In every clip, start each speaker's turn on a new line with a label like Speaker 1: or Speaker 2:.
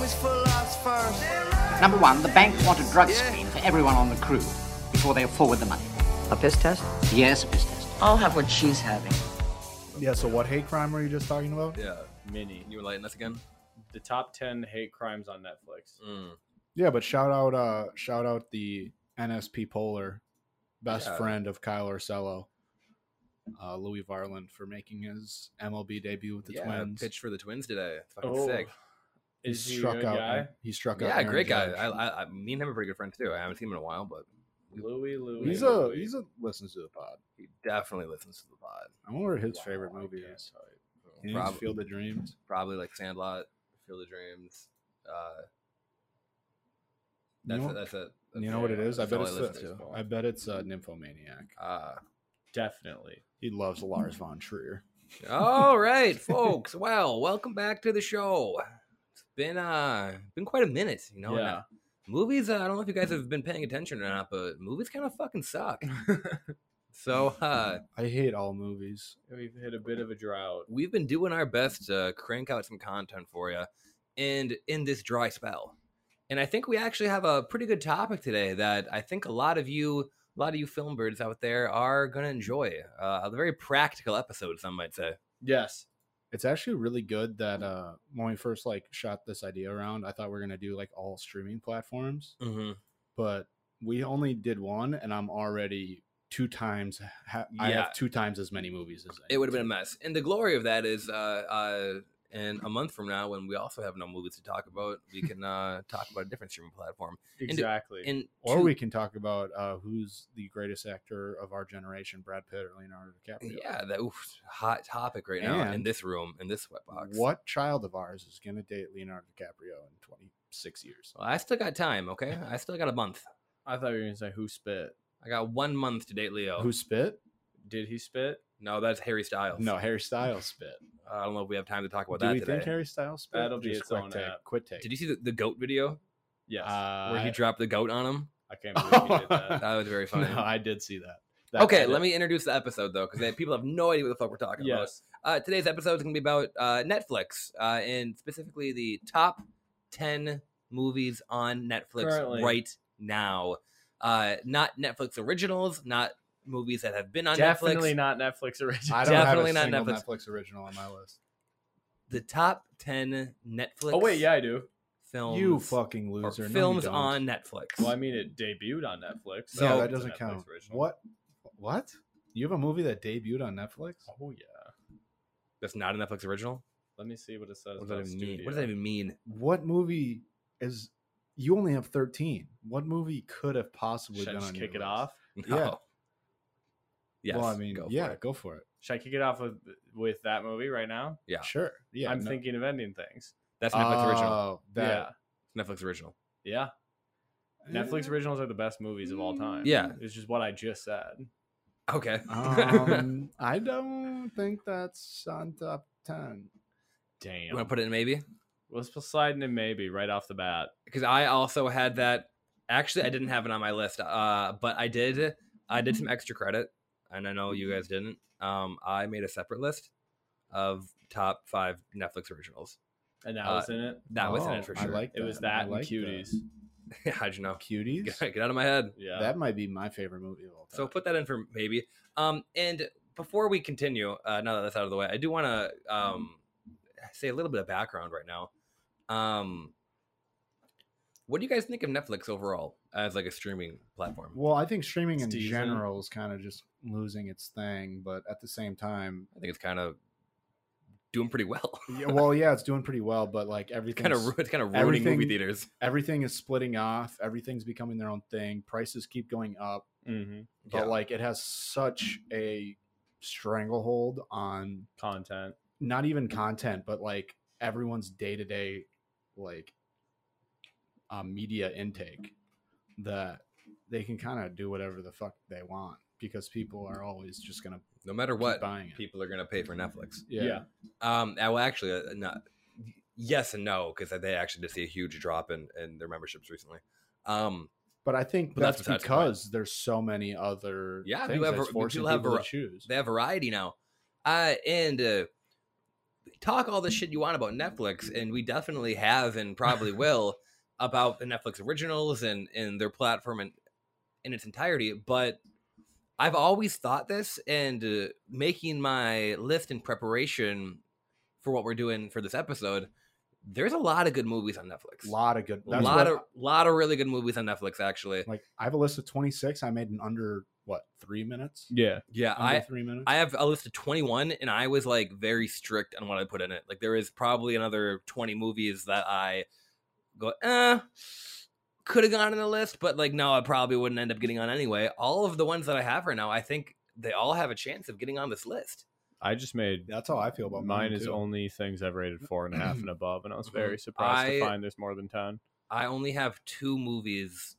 Speaker 1: these philosophers.
Speaker 2: Number one, the bank want a drug screen for everyone on the crew before they forward the money.
Speaker 3: A piss test?
Speaker 2: Yes, a piss test.
Speaker 3: I'll have what she's having.
Speaker 4: Yeah, so what hate crime were you just talking about?
Speaker 5: Yeah, mini. You were lighting us again?
Speaker 6: The top ten hate crimes on Netflix.
Speaker 5: Mm.
Speaker 4: Yeah, but shout out uh shout out the NSP Polar, best
Speaker 5: Yeah.
Speaker 4: friend of Kyle Orsello, uh Louis Varland for making his MLB debut with the
Speaker 5: yeah,
Speaker 4: Twins.
Speaker 5: pitched for the Twins today. Fucking
Speaker 4: Oh,
Speaker 5: sick.
Speaker 4: he
Speaker 6: Is he
Speaker 4: struck
Speaker 6: a
Speaker 4: out.
Speaker 6: guy?
Speaker 4: He struck out.
Speaker 5: Yeah,
Speaker 4: Aaron
Speaker 5: great guy.
Speaker 4: Judge.
Speaker 5: I, I, I, me and him are pretty good friends too. I haven't seen him in a while, but
Speaker 6: Louis Louis.
Speaker 4: he's a
Speaker 6: Louis.
Speaker 4: he's a listens to the pod.
Speaker 5: he definitely listens to the pod.
Speaker 4: I wonder what his
Speaker 6: Wow,
Speaker 4: favorite
Speaker 6: I
Speaker 4: movie
Speaker 6: can't
Speaker 4: is.
Speaker 6: tell you.
Speaker 4: He
Speaker 5: Prob-
Speaker 4: Prob- Field of Dreams.
Speaker 5: probably like Sandlot, Field of Dreams. Uh,
Speaker 4: You
Speaker 5: that's
Speaker 4: know-
Speaker 5: it, that's it. That's
Speaker 4: You know what it is? I
Speaker 5: That's
Speaker 4: bet
Speaker 5: all
Speaker 4: it's
Speaker 5: listen
Speaker 4: the, I bet it's uh, Nymphomaniac.
Speaker 5: to. Uh,
Speaker 6: Definitely.
Speaker 4: He loves Lars von Trier.
Speaker 5: all right, folks. Well, welcome back to the show. It's been uh been quite a minute, you know. and, uh,
Speaker 6: Yeah.
Speaker 5: movies. Uh, I don't know if you guys have been paying attention or not, but movies kind of fucking suck. so uh,
Speaker 4: I hate all movies.
Speaker 6: We've hit a bit of a drought.
Speaker 5: we've been doing our best to crank out some content for you and in this dry spell and i think we actually have a pretty good topic today that i think a lot of you a lot of you film birds out there are going to enjoy uh, a very practical episode some might say
Speaker 6: Yes.
Speaker 4: It's actually really
Speaker 5: Mm.
Speaker 4: good that uh when we first like shot this idea around, I thought we were gonna do like all streaming platforms,
Speaker 5: mm-hmm.
Speaker 4: but we only did one, and I'm already two times. Ha- I
Speaker 5: Yeah.
Speaker 4: have two times as many movies as I
Speaker 5: it would have
Speaker 4: need
Speaker 5: been a mess and the glory of that is uh, uh, and a month from now when we also have no movies to talk about we can uh, talk about a different streaming platform
Speaker 6: Exactly.
Speaker 5: and
Speaker 4: Or
Speaker 5: to-
Speaker 4: we can talk about uh, who's the greatest actor of our generation, Brad Pitt or Leonardo DiCaprio.
Speaker 5: yeah that oof, hot topic right now in
Speaker 4: And-
Speaker 5: this room in this sweatbox
Speaker 4: What child of ours is going to date Leonardo DiCaprio in 26 years?
Speaker 5: Well, I still got time, okay? I still got a month.
Speaker 6: I thought you were gonna say who spit.
Speaker 5: I got one month to date Leo.
Speaker 4: Who spit?
Speaker 6: Did he spit?
Speaker 5: no, that's Harry Styles. Uh,
Speaker 4: No, Harry Styles spit.
Speaker 5: I don't know if we have time to talk about
Speaker 4: Do
Speaker 5: Oh. that
Speaker 4: we
Speaker 5: today.
Speaker 4: think Harry Styles spit?
Speaker 6: That'll be
Speaker 4: Just
Speaker 6: its
Speaker 4: quick
Speaker 6: own
Speaker 4: take.
Speaker 6: app.
Speaker 4: Quick take.
Speaker 5: Did you see the, the goat video
Speaker 6: Yes.
Speaker 4: Uh,
Speaker 5: where he dropped the goat on him?
Speaker 6: I can't believe he did that.
Speaker 5: That was very funny.
Speaker 4: no, I did see that. That-
Speaker 5: okay,
Speaker 4: that-
Speaker 5: let me introduce the episode though, because people have no idea what the fuck we're talking about.
Speaker 6: yes.
Speaker 5: Uh, today's episode is going to be about uh, Netflix uh, and specifically the top 10 movies on Netflix
Speaker 6: Currently.
Speaker 5: right now. Uh, not Netflix originals, not movies that have been on Netflix.
Speaker 6: Definitely not Netflix original.
Speaker 4: I don't
Speaker 5: Definitely
Speaker 4: definitely have
Speaker 5: not
Speaker 4: a single
Speaker 5: Netflix.
Speaker 4: Netflix. original on my list.
Speaker 5: The top 10 Netflix
Speaker 6: Oh wait, yeah, I do.
Speaker 5: films.
Speaker 4: you fucking
Speaker 5: or
Speaker 4: loser. No, you
Speaker 5: films
Speaker 4: don't.
Speaker 5: on Netflix.
Speaker 6: Well, I mean, it debuted on Netflix.
Speaker 5: So-
Speaker 4: yeah,
Speaker 6: it's
Speaker 4: that
Speaker 6: a
Speaker 4: doesn't
Speaker 6: Netflix
Speaker 4: count.
Speaker 6: original.
Speaker 4: What? What? You have a movie that debuted on Netflix?
Speaker 6: Oh yeah.
Speaker 5: That's not a Netflix original.
Speaker 6: Let me see what it says.
Speaker 5: What does
Speaker 6: about
Speaker 5: that even mean? What does
Speaker 6: studio.
Speaker 5: that even mean?
Speaker 4: What movie is? You only have thirteen. What movie could have possibly
Speaker 6: Should I
Speaker 4: been
Speaker 6: just
Speaker 4: on your
Speaker 6: kick it
Speaker 4: list?
Speaker 6: off?
Speaker 5: No.
Speaker 4: Yeah.
Speaker 5: Yes.
Speaker 4: well, I mean,
Speaker 5: go for
Speaker 4: yeah,
Speaker 5: it.
Speaker 4: go for it.
Speaker 6: Should I kick it off with with that movie right now?
Speaker 5: Yeah.
Speaker 4: Sure. Yeah,
Speaker 6: I'm
Speaker 4: no-
Speaker 6: thinking of ending things.
Speaker 5: That's Netflix original.
Speaker 4: Oh, that-
Speaker 5: Netflix original.
Speaker 6: yeah, yeah. Netflix originals are the best movies of all time.
Speaker 5: Yeah.
Speaker 6: it's just what I just said.
Speaker 5: Okay.
Speaker 4: um, I don't think that's on top ten.
Speaker 5: you
Speaker 6: Damn.
Speaker 5: want to put it in maybe?
Speaker 6: Let's put sliding in maybe right off the bat.
Speaker 5: Because I also had that. Actually, I didn't have it on my list, uh, but I did. I did some extra credit, and I know you guys didn't. Um, I made a separate list of top five Netflix originals.
Speaker 6: And that
Speaker 5: Uh,
Speaker 6: was in it.
Speaker 5: That was in
Speaker 4: Oh,
Speaker 5: it for
Speaker 4: I
Speaker 5: sure.
Speaker 4: like
Speaker 6: It was
Speaker 4: that. I
Speaker 6: that and
Speaker 4: like that. Oh,
Speaker 6: cuties.
Speaker 5: How'd you know?
Speaker 4: Cuties.
Speaker 5: Get out of my head.
Speaker 6: Yeah.
Speaker 4: That might be my favorite movie of all time.
Speaker 5: So put that in for maybe. Um, and before we continue, uh, now that that's out of the way, I do want to um, say a little bit of background right now. Um, what do you guys think of Netflix overall as like a streaming platform?
Speaker 4: Well, I think streaming
Speaker 6: It's
Speaker 4: in
Speaker 6: decent.
Speaker 4: general is kind of just losing its thing, but at the same time,
Speaker 5: I think it's kind of doing pretty well.
Speaker 4: yeah, well, yeah, it's doing pretty well, but like everything,
Speaker 5: kind of ru- it's kind of ruining movie
Speaker 4: everything-
Speaker 5: theaters.
Speaker 4: everything is splitting off. Everything's becoming their own thing. Prices keep going up,
Speaker 6: hmm
Speaker 4: but
Speaker 5: Yeah.
Speaker 4: like it has such a stranglehold on
Speaker 6: Content.
Speaker 4: not even content, but like everyone's day to day, like uh, media intake that they can kind of do whatever the fuck they want because people are always just gonna keep
Speaker 5: No matter what,
Speaker 4: buying it.
Speaker 5: people are gonna pay for Netflix.
Speaker 4: Yeah.
Speaker 6: Yeah.
Speaker 5: Um, I will actually uh, not. Yes and no, because they actually did see a huge drop in, in their memberships recently. Um,
Speaker 4: But I think
Speaker 5: But that's
Speaker 4: that's,
Speaker 5: besides the point.
Speaker 4: because there's so many other
Speaker 5: Yeah,
Speaker 4: things
Speaker 5: people have
Speaker 4: that's
Speaker 5: var-
Speaker 4: forcing
Speaker 5: people have
Speaker 4: people
Speaker 5: var-
Speaker 4: to choose.
Speaker 5: they have variety now. Uh, and uh, talk all the shit you want about Netflix, and we definitely have and probably will about the Netflix originals and and their platform in, in its entirety. But I've always thought this, and uh, making my list in preparation for what we're doing for this episode, there's a lot of good movies on Netflix.
Speaker 4: A lot of good.
Speaker 5: a
Speaker 4: that's
Speaker 5: lot
Speaker 4: what-
Speaker 5: of lot of really good movies on Netflix, actually.
Speaker 4: like I have a list of 26. I made in under what three minutes?
Speaker 6: Yeah.
Speaker 5: Yeah,
Speaker 4: Under
Speaker 5: I
Speaker 4: three minutes.
Speaker 5: I have a list of 21 and I was like very strict on what I put in it. Like there is probably another 20 movies that I go, eh, could have gone on the list, but like no, I probably wouldn't end up getting on anyway. All of the ones that I have right now, I think they all have a chance of getting on this list.
Speaker 6: I just made
Speaker 4: that's how I feel about mine.
Speaker 6: mine is
Speaker 4: too. Mm-hmm.
Speaker 6: only things I've rated four and a half and above, and I was
Speaker 5: Mhm.
Speaker 6: very surprised
Speaker 5: I-
Speaker 6: to find there's more than ten.
Speaker 5: I only have two movies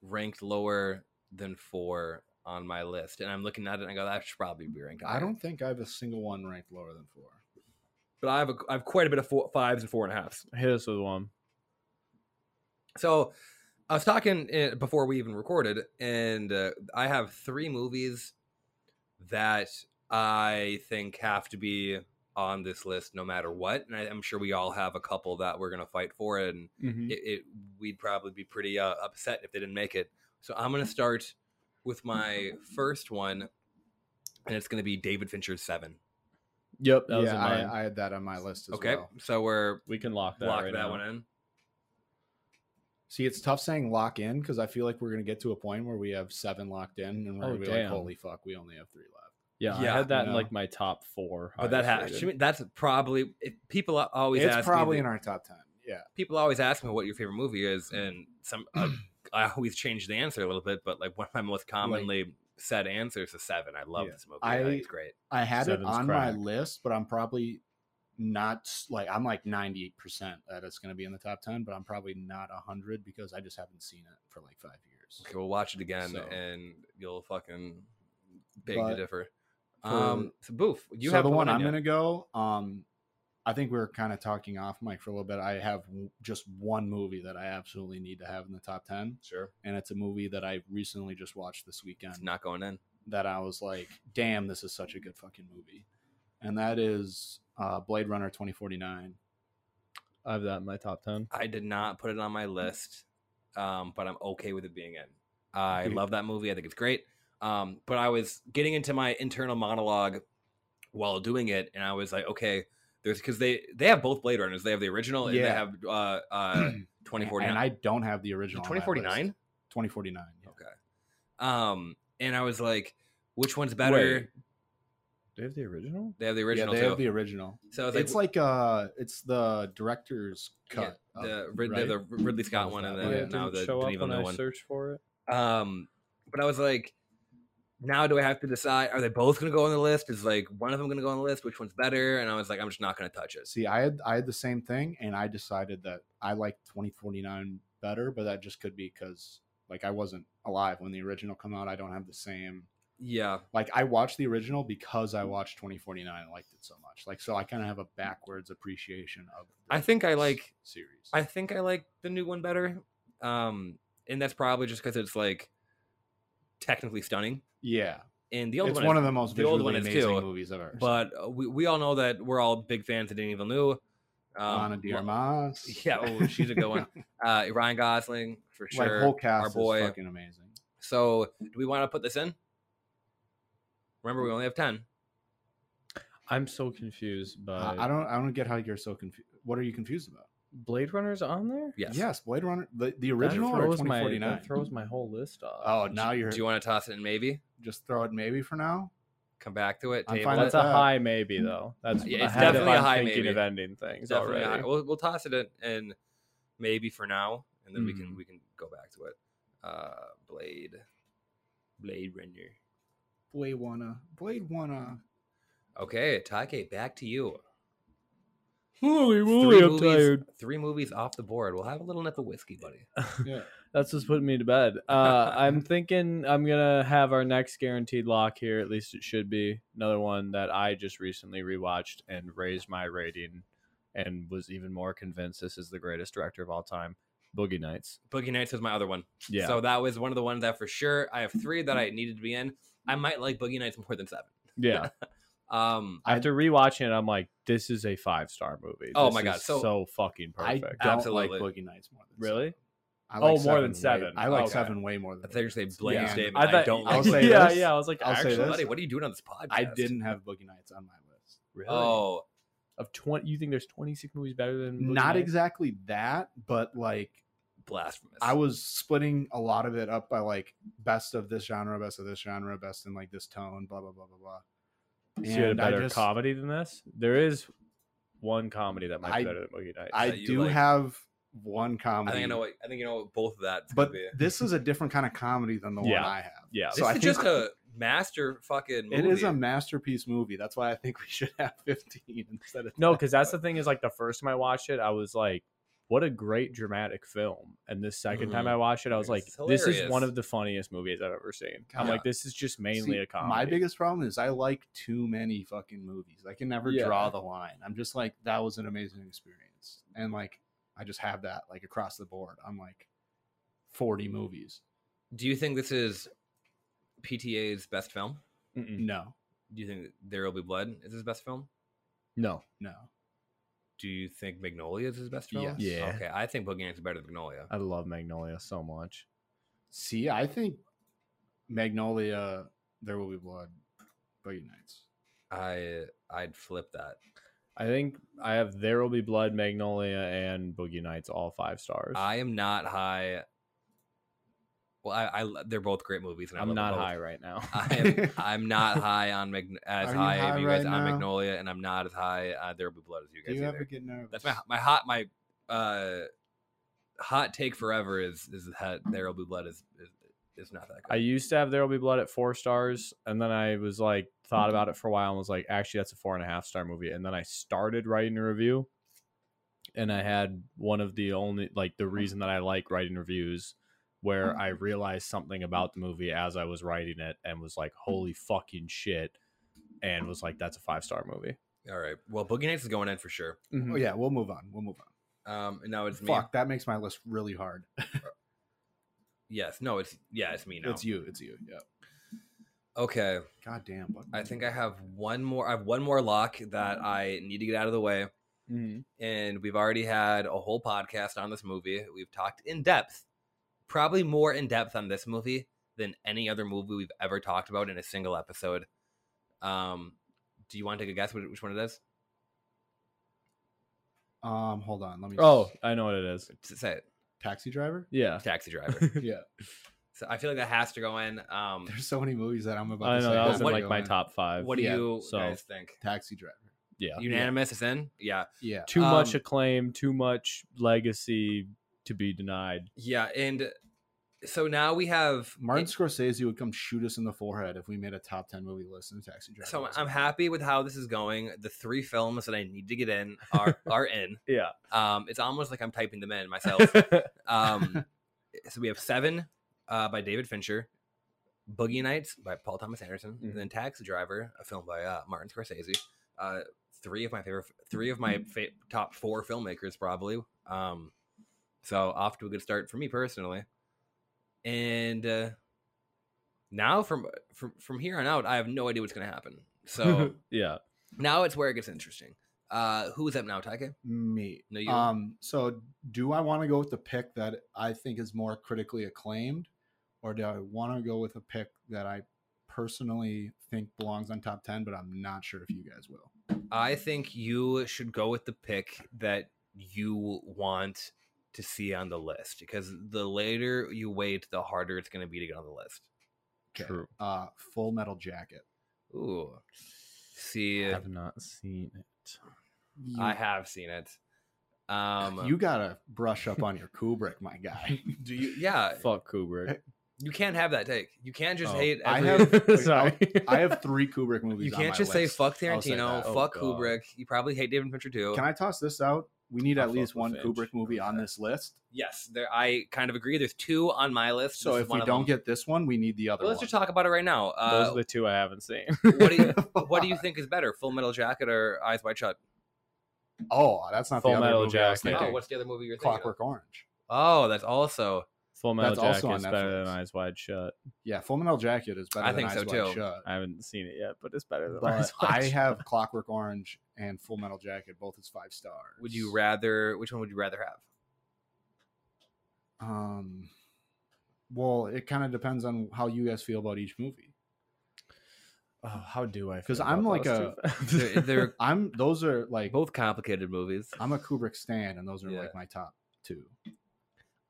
Speaker 5: ranked lower than four on my list. And I'm looking at it and I go, that should probably be ranked
Speaker 4: I
Speaker 5: higher."
Speaker 4: don't think I have a single one ranked lower than four.
Speaker 5: but I have, a, I have quite a bit of four, fives and four and a halves.
Speaker 6: Hit us with one.
Speaker 5: So I was talking uh, before we even recorded, and uh, I have three movies that I think have to be on this list no matter what. And I, I'm sure we all have a couple that we're going to fight for, and
Speaker 4: Mm-hmm.
Speaker 5: it, it, we'd probably be pretty uh, upset if they didn't make it. So I'm going to start with my first one, and it's going to be David Fincher's Seven.
Speaker 6: Yep, that was
Speaker 4: Yeah,
Speaker 6: in mine.
Speaker 4: I, I had that on my list as
Speaker 5: okay,
Speaker 4: well.
Speaker 5: so we're
Speaker 6: we can lock that
Speaker 5: lock
Speaker 6: right
Speaker 5: that
Speaker 6: now.
Speaker 5: one in.
Speaker 4: See, it's tough saying lock in because I feel like we're gonna get to a point where we have seven locked in, and we're
Speaker 6: Oh,
Speaker 4: gonna be like,
Speaker 6: damn.
Speaker 4: "Holy fuck, we only have three left."
Speaker 6: Yeah,
Speaker 5: Yeah,
Speaker 6: I had that
Speaker 4: no.
Speaker 6: in like my top four.
Speaker 5: But that
Speaker 6: highest
Speaker 5: has
Speaker 6: rated.
Speaker 5: that's probably if people always
Speaker 4: it's
Speaker 5: ask me
Speaker 4: probably
Speaker 5: the-
Speaker 4: in our top ten. Yeah,
Speaker 5: people always ask me what your favorite movie is, and some uh, I always change the answer a little bit, but like one of my most commonly said answers is seven. I love
Speaker 4: Yeah.
Speaker 5: this movie. I, think it's
Speaker 4: I-
Speaker 5: great.
Speaker 4: I had it
Speaker 6: Seven's
Speaker 4: on my
Speaker 6: crack.
Speaker 4: list, but I'm probably not s- like I'm like 98 percent that it's gonna be in the top ten, but I'm probably not hundred because I just haven't seen it for like five years.
Speaker 5: Okay, we'll watch it again,
Speaker 4: So-
Speaker 5: and you'll fucking beg to
Speaker 4: But
Speaker 5: differ.
Speaker 4: for-
Speaker 5: um, so Boof, you
Speaker 4: so
Speaker 5: have
Speaker 4: the one I'm
Speaker 5: in
Speaker 4: gonna
Speaker 5: ya.
Speaker 4: go. Um, I think we were kind of talking off mic for a little bit. I have w- just one movie that I absolutely need to have in the top ten,
Speaker 5: Sure,
Speaker 4: and it's a movie that I recently just watched this weekend.
Speaker 5: it's not going in.
Speaker 4: that I was like, "Damn, this is such a good fucking movie," and that is uh, Blade Runner 2049.
Speaker 6: I have that in my top ten.
Speaker 5: I did not put it on my list, um, but I'm okay with it being in. I
Speaker 4: Dude.
Speaker 5: love that movie. I think it's great. Um, but I was getting into my internal monologue while doing it, and I was like, okay, there's because they they have both Blade Runners. They have the original and they
Speaker 4: Yeah.
Speaker 5: have uh, uh, 2049.
Speaker 4: And I don't have the original. on my list.
Speaker 5: 2049.
Speaker 4: 2049. yeah.
Speaker 5: Um, and I was like, which one's better?
Speaker 6: Wait. Do you have the original?
Speaker 5: They have the
Speaker 4: Yeah,
Speaker 5: original
Speaker 4: they
Speaker 5: too.
Speaker 4: have the original.
Speaker 5: so I was like,
Speaker 4: It's like uh, it's the director's
Speaker 5: yeah,
Speaker 4: cut. of
Speaker 5: the,
Speaker 4: it,
Speaker 5: Rid-
Speaker 4: oh, right?
Speaker 5: the Ridley Scott
Speaker 4: was
Speaker 5: one, and
Speaker 4: that
Speaker 5: then
Speaker 4: one? Yeah,
Speaker 6: it
Speaker 4: it
Speaker 5: now the
Speaker 6: show up
Speaker 5: Denis
Speaker 6: when I
Speaker 5: Villeneuve one.
Speaker 6: searched for it.
Speaker 5: Um, but I was like, now do I have to decide? Are they both going to go on the list? Is like one of them going to go on the list? Which one's better? And I was like, I'm just not going to touch it.
Speaker 4: See, I had I had the same thing, and I decided that I like 2049 better, but that just could be because like I wasn't alive when the original come out. I don't have the same
Speaker 5: Yeah,
Speaker 4: like I watched the original because I watched 2049 and liked it so much. Like so I kind of have a backwards appreciation of the
Speaker 5: I think I like-
Speaker 4: series.
Speaker 5: I think I like the new one better. Um, and that's probably just because it's like technically stunning,
Speaker 4: yeah.
Speaker 5: and the old
Speaker 4: It's
Speaker 5: one,
Speaker 4: one
Speaker 5: is-
Speaker 4: of the most
Speaker 5: the old
Speaker 4: visually
Speaker 5: one is too,
Speaker 4: amazing movies I've ever
Speaker 5: But uh, we, we all know that we're all big fans of Denis Villeneuve.
Speaker 4: seen. Ana
Speaker 5: Um,
Speaker 4: de
Speaker 5: lo-
Speaker 4: Armas.
Speaker 5: yeah, oh, she's a good one. Uh, Ryan Gosling for
Speaker 4: like
Speaker 5: sure.
Speaker 4: whole cast
Speaker 5: our
Speaker 4: is
Speaker 5: boy.
Speaker 4: fucking amazing.
Speaker 5: so, do we want to put this in? Remember, we only have ten.
Speaker 6: I'm so confused by
Speaker 4: I I don't I don't get how you're so confused. What are you confused about?
Speaker 6: Blade Runner's on there.
Speaker 5: Yes.
Speaker 4: Blade Runner the, the
Speaker 6: That
Speaker 4: original or
Speaker 6: throws my-
Speaker 4: 2049?
Speaker 6: that throws my whole list off.
Speaker 4: oh, now you're
Speaker 5: Do you want to toss it in? Maybe
Speaker 4: just throw it maybe for now.
Speaker 5: come back to it.
Speaker 4: I'm
Speaker 5: Table
Speaker 4: fine
Speaker 5: it.
Speaker 6: That's
Speaker 4: with
Speaker 6: a
Speaker 4: that.
Speaker 6: high maybe though. That's
Speaker 5: Yeah, it's
Speaker 6: ahead if
Speaker 5: definitely a
Speaker 6: I'm
Speaker 5: high
Speaker 6: thinking
Speaker 5: maybe.
Speaker 6: of ending things
Speaker 5: Definitely.
Speaker 6: already.
Speaker 5: high. We'll, we'll toss it in, in maybe for now, and then we can
Speaker 4: Mhm.
Speaker 5: we can go back to it. Uh, Blade, Blade Runner.
Speaker 4: Blade wanna Blade wanna
Speaker 5: Okay, Take, back to you.
Speaker 6: Holy
Speaker 5: Three movies, Three movies off the board. We'll have a little nip of whiskey, buddy.
Speaker 4: yeah.
Speaker 6: That's what's putting me to bed. Uh, I'm thinking I'm gonna have our next guaranteed lock here. At least it should be another one that I just recently rewatched and raised my rating, and was even more convinced this is the greatest director of all time. Boogie Nights.
Speaker 5: Boogie Nights was my other one.
Speaker 6: Yeah.
Speaker 5: So that was one of the ones that for sure I have three that I needed to be in. I might like Boogie Nights more than seven.
Speaker 6: yeah.
Speaker 5: Um,
Speaker 6: After rewatching it, I'm like, this is a five star movie.
Speaker 5: Oh
Speaker 6: This
Speaker 5: my God,
Speaker 6: is
Speaker 5: so-
Speaker 6: so, fucking
Speaker 4: I
Speaker 6: perfect.
Speaker 4: don't
Speaker 5: Absolutely.
Speaker 4: like Boogie Nights more than
Speaker 6: really?
Speaker 4: Seven. I
Speaker 6: Oh, more than
Speaker 4: way-
Speaker 6: seven.
Speaker 4: I like
Speaker 6: Okay.
Speaker 4: seven way more than.
Speaker 5: I thought you were
Speaker 4: Boogie
Speaker 5: saying
Speaker 4: Nights.
Speaker 5: Blaine
Speaker 4: And
Speaker 5: Stamen.
Speaker 6: I, thought,
Speaker 5: don't
Speaker 4: I'll
Speaker 5: like
Speaker 4: say
Speaker 6: yeah,
Speaker 4: this.
Speaker 6: yeah. I was like,
Speaker 4: I'll say
Speaker 6: actually,
Speaker 4: this.
Speaker 5: Buddy, what are you doing on this podcast?
Speaker 4: I didn't have Boogie Nights on my list.
Speaker 6: really?
Speaker 5: Oh,
Speaker 6: Of twenty, you think there's 26 movies better than Boogie
Speaker 4: Not
Speaker 6: Nights?
Speaker 4: exactly that, but like
Speaker 5: blasphemous!
Speaker 4: I was splitting a lot of it up by like best of this genre, best of this genre, best in like this tone, blah blah blah blah blah.
Speaker 6: So you had a
Speaker 4: And I
Speaker 6: better
Speaker 4: just-
Speaker 6: comedy than this. There is one comedy that might be
Speaker 4: I-
Speaker 6: better than Boogie Nights.
Speaker 4: I
Speaker 5: that you
Speaker 4: do
Speaker 5: like.
Speaker 4: have one
Speaker 5: I
Speaker 4: comedy.
Speaker 5: think I know. What, I think you know what both of that's
Speaker 4: but
Speaker 5: gonna be.
Speaker 4: this is a different kind of comedy than the
Speaker 6: Yeah.
Speaker 4: one I have.
Speaker 6: yeah,
Speaker 5: This
Speaker 4: so
Speaker 5: is
Speaker 4: I think-
Speaker 5: just a master fucking. Movie.
Speaker 4: It is a masterpiece movie. That's why I think we should have 15 instead of
Speaker 6: No,
Speaker 4: 10.
Speaker 6: because that's the thing is like the first time I watched it, I was like, what a great dramatic film. And the 2nd time
Speaker 5: Mhm.
Speaker 6: I watched it, I was like,
Speaker 5: It's
Speaker 6: this is one
Speaker 5: hilarious.
Speaker 6: of the funniest movies I've ever seen. I'm
Speaker 5: Yeah.
Speaker 6: like, this is just mainly
Speaker 4: See,
Speaker 6: a comedy.
Speaker 4: My biggest problem is I like too many fucking movies. I can never
Speaker 6: Yeah.
Speaker 4: draw the line. I'm just like that was an amazing experience, and like I just have that like across the board. I'm like 40 movies.
Speaker 5: Do you think this is PTA's best film?
Speaker 6: Mm-mm.
Speaker 4: No,
Speaker 5: Do you think There Will Be Blood is his best film?
Speaker 6: No.
Speaker 4: no.
Speaker 5: Do you think Magnolia is his best film?
Speaker 4: Yes.
Speaker 6: Yeah.
Speaker 5: Okay, I think Boogie Nights is better than Magnolia.
Speaker 6: I love Magnolia so much.
Speaker 4: See, I think Magnolia, There Will Be Blood, Boogie Nights.
Speaker 5: I I'd flip that.
Speaker 6: I think I have There Will Be Blood, Magnolia, and Boogie Nights all five stars. I,
Speaker 5: I am not high. Well, I, I they're both great movies, and I
Speaker 6: am
Speaker 5: love them
Speaker 6: not
Speaker 5: both.
Speaker 6: high right now.
Speaker 5: I am, I'm not high on Mag- as
Speaker 4: Are you
Speaker 5: high,
Speaker 4: high
Speaker 5: of you guys
Speaker 4: right
Speaker 5: on
Speaker 4: now?
Speaker 5: Magnolia, and I'm not as high uh, There Will Be Blood as you
Speaker 4: Do
Speaker 5: guys
Speaker 4: you
Speaker 5: either.
Speaker 4: ever get nervous?
Speaker 5: That's my my hot my uh hot take forever is is that There Will Be Blood is is, is not that
Speaker 6: I
Speaker 5: good.
Speaker 6: used to have There Will Be Blood at four stars, and then I was like thought about it for a while and was like, actually, that's a four and a half star movie. And then I started writing a review, and I had one of the only like the reason that I like writing reviews where I realized something about the movie as I was writing it and was like, holy fucking shit, and was like, that's a five star movie.
Speaker 5: All right, well Boogie Nights is going in for sure.
Speaker 4: Oh yeah, we'll move on. We'll move on.
Speaker 5: Um, and now it's me.
Speaker 4: Fuck, that makes my list really hard.
Speaker 5: Yes, no, it's yeah, it's me now.
Speaker 4: It's you. It's you. Yeah.
Speaker 5: Okay,
Speaker 4: God damn. Boogie
Speaker 5: I
Speaker 4: Nights.
Speaker 5: think I have one more. I have one more lock that I need to get out of the way. Mm-hmm.
Speaker 6: Mhm.
Speaker 5: and we've already had a whole podcast on this movie. We've talked in depth, probably more in depth on this movie than any other movie we've ever talked about in a single episode. Um, do you want to take a guess what, which one it is?
Speaker 4: Um, hold on. Let me.
Speaker 6: Oh, I know what it is.
Speaker 5: S- Say it.
Speaker 4: Taxi Driver.
Speaker 6: Yeah.
Speaker 5: Taxi Driver.
Speaker 4: Yeah.
Speaker 5: so I feel like that has to go in. Um,
Speaker 4: There's so many movies that I'm about
Speaker 6: I
Speaker 4: to
Speaker 6: know
Speaker 4: say.
Speaker 6: that was
Speaker 4: has
Speaker 6: in
Speaker 4: to
Speaker 5: what-
Speaker 6: like
Speaker 4: go
Speaker 6: my
Speaker 4: in.
Speaker 6: top five.
Speaker 5: what do
Speaker 4: yeah,
Speaker 5: you
Speaker 6: so-
Speaker 5: guys think?
Speaker 4: Taxi Driver.
Speaker 6: Yeah.
Speaker 5: Unanimous is in. Yeah,
Speaker 4: Yeah.
Speaker 6: Too much
Speaker 5: Um,
Speaker 6: acclaim, too much legacy to be denied.
Speaker 5: yeah, and so now we have
Speaker 4: Martin
Speaker 5: it-
Speaker 4: Scorsese would come shoot us in the forehead if we made a top 10 movie list and Taxi Driver.
Speaker 5: So
Speaker 4: was
Speaker 5: I'm
Speaker 4: on it.
Speaker 5: happy with how this is going. The three films that I need to get in are are in.
Speaker 6: Yeah.
Speaker 5: Um, it's almost like I'm typing them in myself. Um, so we have Seven uh, by David Fincher, Boogie Nights by Paul Thomas Anderson, and then Taxi Driver, a film by uh, Martin Scorsese. Uh, three of my favorite, three of my fa- top four filmmakers probably. Um, so off to a good start for me personally. And uh, now from from from here on out, I have no idea what's going to happen. So
Speaker 6: yeah.
Speaker 5: now it's where it gets interesting. Uh, who's up now, Taike?
Speaker 4: me.
Speaker 5: No, you.
Speaker 4: Um, so do I want to go with the pick that I think is more critically acclaimed, or do I want to go with a pick that I personally think belongs on top 10, but I'm not sure if you guys will?
Speaker 5: I think you should go with the pick that you want to see on the list because the later you wait, the harder it's going to be to get on the list.
Speaker 4: Okay.
Speaker 6: True.
Speaker 4: Uh, Full Metal Jacket.
Speaker 5: Ooh, see,
Speaker 6: I've not seen it.
Speaker 5: I have seen it. Um,
Speaker 4: you gotta brush up on your Kubrick, my guy.
Speaker 5: do you? Yeah,
Speaker 6: Fuck Kubrick.
Speaker 5: you can't have that take. You can't just
Speaker 4: Oh,
Speaker 5: hate.
Speaker 4: I
Speaker 5: every-
Speaker 4: have-
Speaker 6: Sorry.
Speaker 4: I have three Kubrick movies.
Speaker 5: You
Speaker 4: on
Speaker 5: can't
Speaker 4: my
Speaker 5: just say
Speaker 4: list.
Speaker 5: fuck
Speaker 4: I'll say
Speaker 5: Tarantino,
Speaker 4: that.
Speaker 6: Oh,
Speaker 5: fuck
Speaker 6: God.
Speaker 5: Kubrick. You probably hate David Fincher too.
Speaker 4: Can I toss this out? We need
Speaker 6: I
Speaker 4: at
Speaker 6: fuck
Speaker 4: least
Speaker 6: with
Speaker 4: one
Speaker 6: Finch.
Speaker 4: Kubrick movie on this list.
Speaker 5: yes, there. I kind of agree. There's two on my list.
Speaker 4: So
Speaker 5: This is
Speaker 4: if
Speaker 5: one
Speaker 4: we
Speaker 5: of
Speaker 4: don't
Speaker 5: them.
Speaker 4: get this one, we need the other
Speaker 5: Well, let's
Speaker 4: one.
Speaker 5: just talk about it right now.
Speaker 6: Those
Speaker 5: Uh,
Speaker 6: are the two I haven't seen.
Speaker 5: what do you? What
Speaker 6: Uh,
Speaker 5: do you think is better, Full Metal Jacket or Eyes Wide Shut?
Speaker 4: Oh, that's not
Speaker 6: Full
Speaker 4: the other
Speaker 6: Metal
Speaker 4: movie I was
Speaker 6: Jacket.
Speaker 5: Oh,
Speaker 4: thinking.
Speaker 5: what's the other movie you're thinking?
Speaker 4: Clockwork Orange.
Speaker 5: Of? Oh, that's also
Speaker 6: Full Metal
Speaker 4: That's also
Speaker 6: Jacket is
Speaker 4: on
Speaker 6: better than
Speaker 4: Netflix.
Speaker 6: Eyes Wide Shut.
Speaker 4: Yeah, Full Metal Jacket is better.
Speaker 5: I
Speaker 4: than
Speaker 5: think
Speaker 4: Eyes
Speaker 5: so, too.
Speaker 4: Wide Shut.
Speaker 6: I haven't seen it yet, but it's better than
Speaker 4: But
Speaker 6: Eyes Wide
Speaker 4: I
Speaker 6: Shut.
Speaker 4: have Clockwork Orange and Full Metal Jacket, both as five stars.
Speaker 5: Would you rather? Which one would you rather have?
Speaker 4: Um, well, it kind of depends on how you guys feel about each movie.
Speaker 6: Oh, how do I?
Speaker 4: 'Cause
Speaker 6: feel
Speaker 4: I'm
Speaker 6: about
Speaker 4: like
Speaker 6: those two
Speaker 5: They're,
Speaker 6: films?
Speaker 5: they're
Speaker 4: I'm those are like
Speaker 5: both complicated movies.
Speaker 4: I'm a Kubrick stan, and those are
Speaker 5: Yeah.
Speaker 4: like my top two.